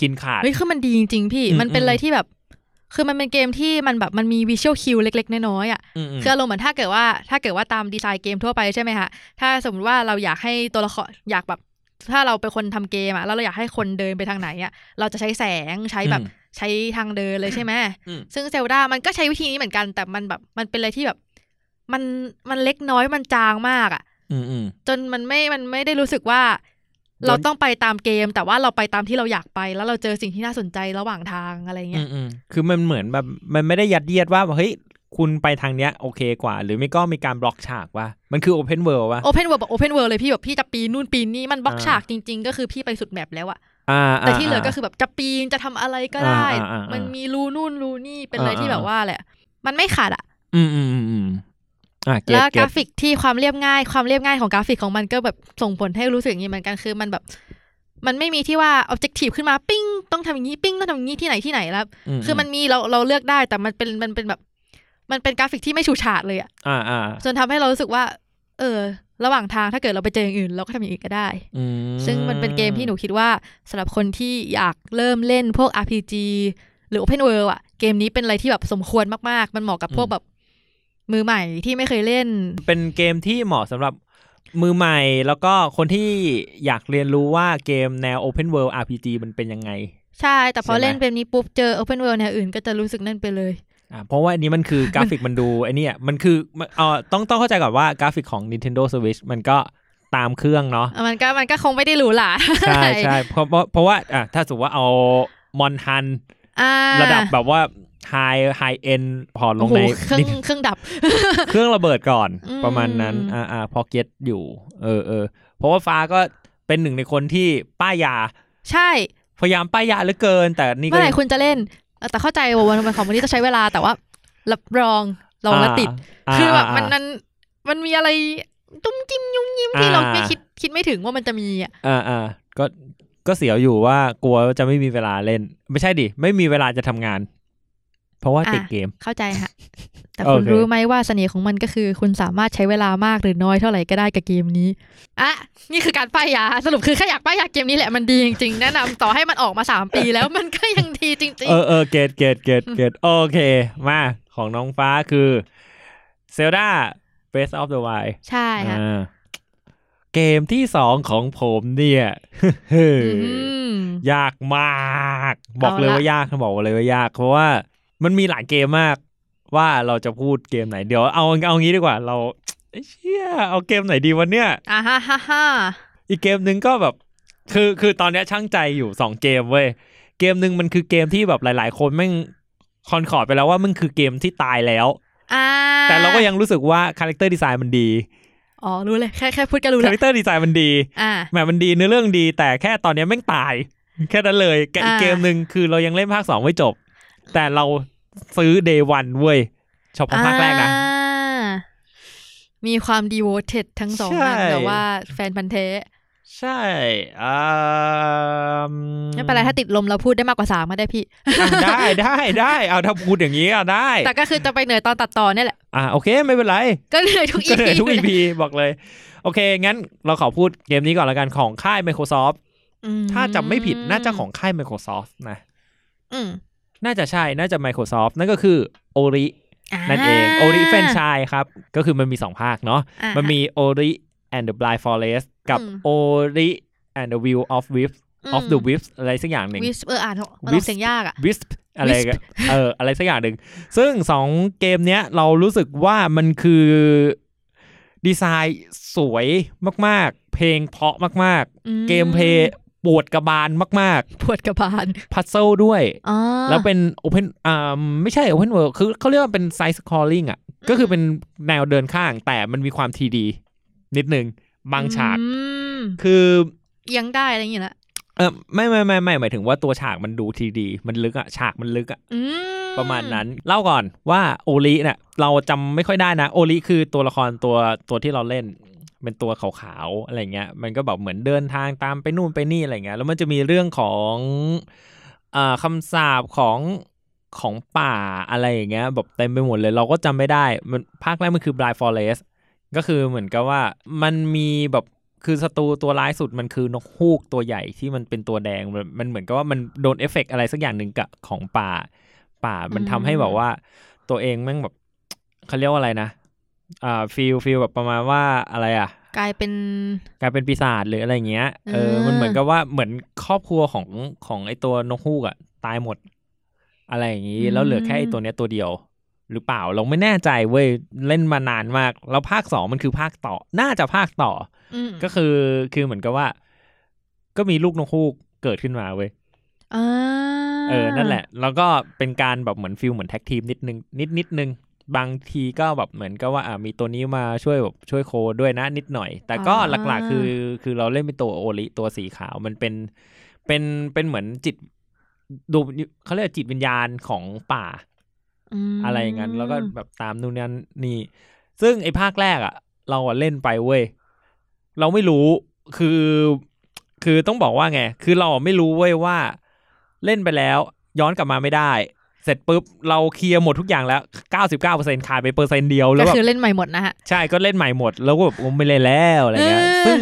[SPEAKER 6] กินขาด
[SPEAKER 3] เฮ้ยคือมันดีจริงๆพี่
[SPEAKER 6] อืม
[SPEAKER 3] มันเป็น
[SPEAKER 6] อืม
[SPEAKER 3] อะไรที่แบบ คือมันเป็นเกมที่มันแบบมันมีวิชวลคิวเล็กๆน้อยๆอ่ะ
[SPEAKER 6] มๆ
[SPEAKER 3] คืออารมณ์เหมือนถ้าเกิดว่าถ้าเกิดว่าตามดีไซน์เกมทั่วไปใช่ไหมคะถ้าสมมติว่าเราอยากให้ตัวละครอยากแบบ ถ้าเราเป็นคนทำเกมอะแล้วเราอยากให้คนเดินไปทางไหนอะเราจะใช้แสงใช้แบบ
[SPEAKER 6] อืม
[SPEAKER 3] ใช้ทางเดินเลยใช่ไหม
[SPEAKER 6] อืม
[SPEAKER 3] ซึ่งเซลดามันก็ใช้วิธีนี้เหมือนกัน แต่มันแบบมันเป็นอะไรที่แบบ มันมันเล็กน้อยมันจางมากอะ
[SPEAKER 6] อืม
[SPEAKER 3] จนมันไม่มันไม่ได้รู้สึกว่า เราต้องไปตามเกม แต่ว่าเราไปตามที่เราอยากไป แล้วเราเจอสิ่งที่น่าสนใจระหว่างทางอะไร
[SPEAKER 6] อื
[SPEAKER 3] เงี้ย
[SPEAKER 6] มอืมคือมันเหมือนแบบมันไม่ได้ยัดเยียดว่าเฮ้ยคุณไปทางเนี้ยโอเคกว่า หรือไม่ก็มีการบล็อกฉากว่า มันคือโอเพนเวิ d ว่า
[SPEAKER 3] โอเพนเวิร์แบบโอเพนเวิร์เลยพี่แบบพี่จะปีนนู่นปีนนี่มันบล็อก
[SPEAKER 6] อ่า
[SPEAKER 3] ฉากจริง ๆ ก็คือพี่ไปสุดแมปแล้วอะ
[SPEAKER 6] อ่า
[SPEAKER 3] แต่ที่เหลือก็
[SPEAKER 6] า
[SPEAKER 3] คือแบบจะปีนจะทำอะไรก็ได้
[SPEAKER 6] อ่าอ่าอ่ามั
[SPEAKER 3] มันมีรูนู่นรูนี่เป็นอะไร
[SPEAKER 6] อ่า
[SPEAKER 3] ที่
[SPEAKER 6] อ่า
[SPEAKER 3] แบบว่าแหละ มันไม่ขาดอ่ะ
[SPEAKER 6] อืมอืมอืมอืม อ่ะเกต
[SPEAKER 3] แล้ว
[SPEAKER 6] เก
[SPEAKER 3] กรา
[SPEAKER 6] ต
[SPEAKER 3] ฟิกที่ความเรียบง่าย ความเรียบง่ายของกราฟิกของมันก็แบบส่งผลให้รู้สึกอย่างนี้เหมือนกันคือมันแบบ มันไม่มีที่ว่า objective ขึ้นมาปิ้งต้องทำอย่างนี้ปิ้งต้องทำอย่างนี้ที่ไหนที่ไหนแล้ว คือมันมีเราเราเลือกได้แต่มันเป็นมันเป็นแบบ มันเป็นกราฟิกที่ไม่ฉูดฉาดเลยอะ
[SPEAKER 6] อ่าอ่า
[SPEAKER 3] จนทำให้เรารู้สึกว่า เออ ระหว่างทางถ้าเกิดเราไปเจออย่างอื่น เราก็ทำอย่างอื่นก็ได้
[SPEAKER 6] อืม
[SPEAKER 3] ซึ่งมันเป็นเกมที่หนูคิดว่าสำหรับคนที่อยากเริ่มเล่นพวก RPG หรือ Open World อ่ะ เกมนี้เป็นอะไรที่แบบสมควรมากๆ มันเหมาะกับพวกแบบ มือใหม่ที่ไม่เคยเล่น
[SPEAKER 6] เป็นเกมที่เหมาะสำหรับมือใหม่ แล้วก็คนที่อยากเรียนรู้ว่าเกมแนว Open World RPG มันเป็นยังไง
[SPEAKER 3] ใช่ แต่พอ
[SPEAKER 6] ใช่ไหม
[SPEAKER 3] เล่นเป็นนี้ปุ๊บ เจอ Open World แนวอื่นก็จะรู้สึกนั่นไปเลย
[SPEAKER 6] อ่าเพราะว่าอันนี้มันคือกรา [LAUGHS] ฟิกมันดูไอ้เนี่ยมันคือมันเอ่อต้องต้องเข้าใจก่อนว่ากราฟิกของ Nintendo Switch มันก็ตามเครื่องเนาะ
[SPEAKER 3] มันก็มันก็คงไม่ได้หรูหรา
[SPEAKER 6] ใช่
[SPEAKER 3] [LAUGHS]
[SPEAKER 6] ใช่เพราะเพราะเพราะว่าอ่ะถ้าสมมติว่าเอามอนทัน
[SPEAKER 3] อ่า
[SPEAKER 6] ระดับแบบว่าไฮไฮเอ็นพอล
[SPEAKER 3] โอ้
[SPEAKER 6] ง
[SPEAKER 3] โห
[SPEAKER 6] ใน
[SPEAKER 3] เครื่อง
[SPEAKER 6] นิด
[SPEAKER 3] เครื่องดับ
[SPEAKER 6] [LAUGHS] เครื่องระเบิดก่อน
[SPEAKER 3] อืม
[SPEAKER 6] ประมาณนั้นอ่าอ่าพอเก็ตอยู่ เออเออเพราะว่าฟ้าก็เป็นหนึ่งในคนที่ป้ายยา
[SPEAKER 3] ใช่
[SPEAKER 6] พยายามป้ายยาเหลือเกิน แต่นี่ก็
[SPEAKER 3] เมื่อไหร่คุณจะเล่น แต่เข้าใจว่าวันวันของวันนี้จะใช้เวลาแต่ว่ารับรองลองแล้วติด
[SPEAKER 6] า
[SPEAKER 3] คือแบบ
[SPEAKER 6] า
[SPEAKER 3] มันนั้นมันมีอะไรตุ้มจิ้มยุ่มยิ้มที่เราไม่คิดคิดไม่ถึงว่ามันจะมีอ่ะ
[SPEAKER 6] อ่าอ่าก็ก็เสียวอยู่ว่ากลัวจะไม่มีเวลาเล่น ไม่ใช่ดิ ไม่มีเวลาจะทำงาน เพราะว่าติดเกม
[SPEAKER 3] เข้าใจฮะ แต่คุณ
[SPEAKER 6] โอเค
[SPEAKER 3] รู้ไหมว่าเสน่ห์ของมันก็คือคุณสามารถใช้เวลามากหรือน้อยเท่าไหร่ก็ได้กับเกมนี้อ่ะนี่คือการป้ายยาสรุปคือแค่อยากป้ายยาเกมนี้แหละมันดีจริงๆแนะนำต่อให้มันออกมา 3 ปีแล้วมันก็ยังดีจริง
[SPEAKER 6] เออเออเกตเกตเก
[SPEAKER 3] [LAUGHS]
[SPEAKER 6] ตเกตโอเค มาของน้องฟ้าคือเซลดา Face of the Wild
[SPEAKER 3] ๆ ใช่ฮะ
[SPEAKER 6] อ่าเกมที่สองของผมเนี่ย
[SPEAKER 3] ม
[SPEAKER 6] ยากมาก บอกเลย
[SPEAKER 3] เอาละ
[SPEAKER 6] ว่ายากบอกเลยว่ายาก เพราะว่ามันมีหลายเกมมาก ว่าเราจะพูดเกมไหนเดี๋ยวเอาเอางี้ดีกว่า เราเอ้ยเชี่ยเอาเกมไหนดีวันเนี้ย
[SPEAKER 3] อ่ะฮ่าฮ่าฮ่า
[SPEAKER 6] อีกเกมหนึ่งก็แบบ คือคือตอนเนี้ยช่างใจอยู่สองเกมเว้ยเกมหนึ่งมันคือเกมที่แบบหลาย ๆ คนแม่งคอนคอร์ดไปแล้วว่ามันคือเกมที่ตายแล้ว
[SPEAKER 3] อ่า
[SPEAKER 6] แต่เราก็ยังรู้สึกว่าคาแรคเตอร์ดีไซน์มันดี
[SPEAKER 3] อ๋อรู้เลยแค่แค่พูดก็รู้
[SPEAKER 6] คา
[SPEAKER 3] แล้ว
[SPEAKER 6] แรคเตอร์ดีไซน์มันดี
[SPEAKER 3] อ่า
[SPEAKER 6] แหมมันดีเนื้อเรื่องดี แต่แค่ตอนเนี้ยแม่งตาย แค่นั้นเลยกับอีก
[SPEAKER 3] อ่า
[SPEAKER 6] เกมหนึ่งคือเรายังเล่นภาคสองไม่จบ แต่เราซื้อ day one เว้ยเฉพาะภาคแรกนะ
[SPEAKER 3] อ่ามีความดีโวเท d ทั้งสองอัน
[SPEAKER 6] ใช่
[SPEAKER 3] แต่ว่าแฟนพันธุ์แท้
[SPEAKER 6] ใช่อ่า
[SPEAKER 3] ไม่เป็นไรถ้าติดลมเราพูดได้มากกว่าสามก็ได้พี่
[SPEAKER 6] อ่ะได้ได้ได้เอาถ้าพูดอย่างนี้อ่ะได้
[SPEAKER 3] แต่ก็คือจะไปเหนื่อยตอนตัดต่อเนี่ยแหละ
[SPEAKER 6] อ่ะโอเคไม่เป็นไร
[SPEAKER 3] ก็เหนื่อยทุกอี
[SPEAKER 6] ก็เลยทุก
[SPEAKER 3] พี
[SPEAKER 6] EP บอกเลย โอเค งั้นเราขอพูดเกมนี้ก่อนละกันของค่าย Microsoft ถ้าจำไม่ผิดน่าจะของค่าย Microsoft นะ
[SPEAKER 3] อืม
[SPEAKER 6] น่าจะใช่น่าจะ Microsoft นั่นก็คือโอริ นั่นเองโอริแฟนชายครับ ก็คือมันมี 2 ภาคเนาะ
[SPEAKER 3] อ่า
[SPEAKER 6] มันมีโอริ and the blind forest กับ
[SPEAKER 3] อืม
[SPEAKER 6] โอริ and the view of wisp of the wisp อะไรสักอย่างหนึ่ง
[SPEAKER 3] วิสเอออ่านออกมันออก
[SPEAKER 6] Wisp
[SPEAKER 3] เสียงยากอ่ะ
[SPEAKER 6] wisp อะไรก็เอออะไรสักอย่างหนึ่ง ซึ่ง 2 เกมเนี้ยเรารู้สึกว่ามันคือดีไซน์สวยมากๆ เพลงเพราะมาก
[SPEAKER 3] อื
[SPEAKER 6] ๆ เกมเพลย์ปวดกระบาลมาก
[SPEAKER 3] ปวดกระบาล
[SPEAKER 6] ๆ พัซเซิลด้วย
[SPEAKER 3] อ๋อ
[SPEAKER 6] แล้วเป็น Open อ่าไม่ใช่ Open World คือเขาเรียกว่าเป็น Side Scrolling อ่ะ ก็คือเป็นแนวเดินข้างแต่มันมีความ 3D นิดนึง บางฉาก
[SPEAKER 3] อืม
[SPEAKER 6] คือ
[SPEAKER 3] เอียังได้อะไรอย่างเงี้ยละ
[SPEAKER 6] เออไม่ไม่ไม่ไม่หมายถึงว่าตัวฉากมันดู 3D มันลึกอ่ะ ฉากมันลึกอ่ะ
[SPEAKER 3] อืม
[SPEAKER 6] ประมาณนั้น เล่าก่อนว่าโอลิเนี่ยเราจำไม่ค่อยได้นะ โอลิคือตัวละครตัวตัวที่เราเล่น เป็นตัวขาวๆอะไรเงี้ย มันก็แบบเหมือนเดินทางตามไปนู่นไปนี่อะไรเงี้ย แล้วมันจะมีเรื่องของอ่าคำสาปของของป่าอะไรอย่างเงี้ยแบบเต็มไปหมดเลย เราก็จำไม่ได้ มันภาคแรกมันคือ Blind Forest ก็คือเหมือนกับว่ามันมีแบบคือศัตรูตัวร้ายสุดมันคือนกฮูกตัวใหญ่ที่มันเป็นตัวแดงมันมันเหมือนกับว่ามันโดนเอฟเฟกต์อะไรสักอย่างหนึ่งกับของป่า ป่ามันทำให้แบบว่า ตัวเองแม่งแบบเขาเรียกว่าอะไรนะอ่าฟีลฟีลแบบประมาณว่าอะไรอ่ะ
[SPEAKER 3] กลายเป็น
[SPEAKER 6] กลายเป็นปีศาจหรืออะไรเงี้ย เออ
[SPEAKER 3] อ่ามั
[SPEAKER 6] มันเหมือนกับว่าเหมือนครอบครัวของของไอตัวนกฮูกอะตายหมด อะไรอย่างนี้ แล้วเหลือแค่ไอตัวเนี้ยตัวเดียว หรือเปล่าเราไม่แน่ใจเว้ย เล่นมานานมาก แล้วภาคสองมันคือภาคต่อ น่าจะภาคต่อ
[SPEAKER 3] อืม
[SPEAKER 6] ก็คือคือเหมือนกับว่า ก็มีลูกนกฮูกเกิดขึ้นมาเว้ย
[SPEAKER 3] อ่า
[SPEAKER 6] เออ นั่นแหละ แล้วก็เป็นการแบบเหมือนฟิลเหมือนแท็กทีมนิดนึง นิดนิดนึง บางทีก็แบบเหมือนก็ว่าอ่ะมีตัวนี้มาช่วยแบบช่วยโคด้วยนะนิดหน่อย แต่ก็
[SPEAKER 3] อ่า
[SPEAKER 6] หลักๆ คือคือเราเล่นเป็นตัวโอริตัวสีขาวมันเป็นเป็นเป็นเหมือนจิตดูเขาเรียกว่าจิตวิญญาณของป่า
[SPEAKER 3] ม
[SPEAKER 6] อะไรอย่างนั้น แล้วก็แบบตามนู่นนั่นนี่ ซึ่งไอ้ภาคแรกอะเราอะเล่นไปเว้ย เราไม่รู้คือ คือต้องบอกว่าไง คือเราอะไม่รู้เว้ยว่า เล่นไปแล้ว ย้อนกลับมาไม่ได้ เสร็จปุ๊บ เราเคลียร์หมดทุกอย่างแล้ว 99%ขาดไปเปอร์เซ็นต์เดียวแล้ว
[SPEAKER 3] ก็
[SPEAKER 6] แบบ
[SPEAKER 3] คือเล่นใหม่หมดนะฮะ
[SPEAKER 6] ใช่ก็เล่นใหม่หมด แล้วก็แบบโอ้ไม่เล่นแล้วอะไรเงี้ย
[SPEAKER 3] เออ
[SPEAKER 6] ซึ่ง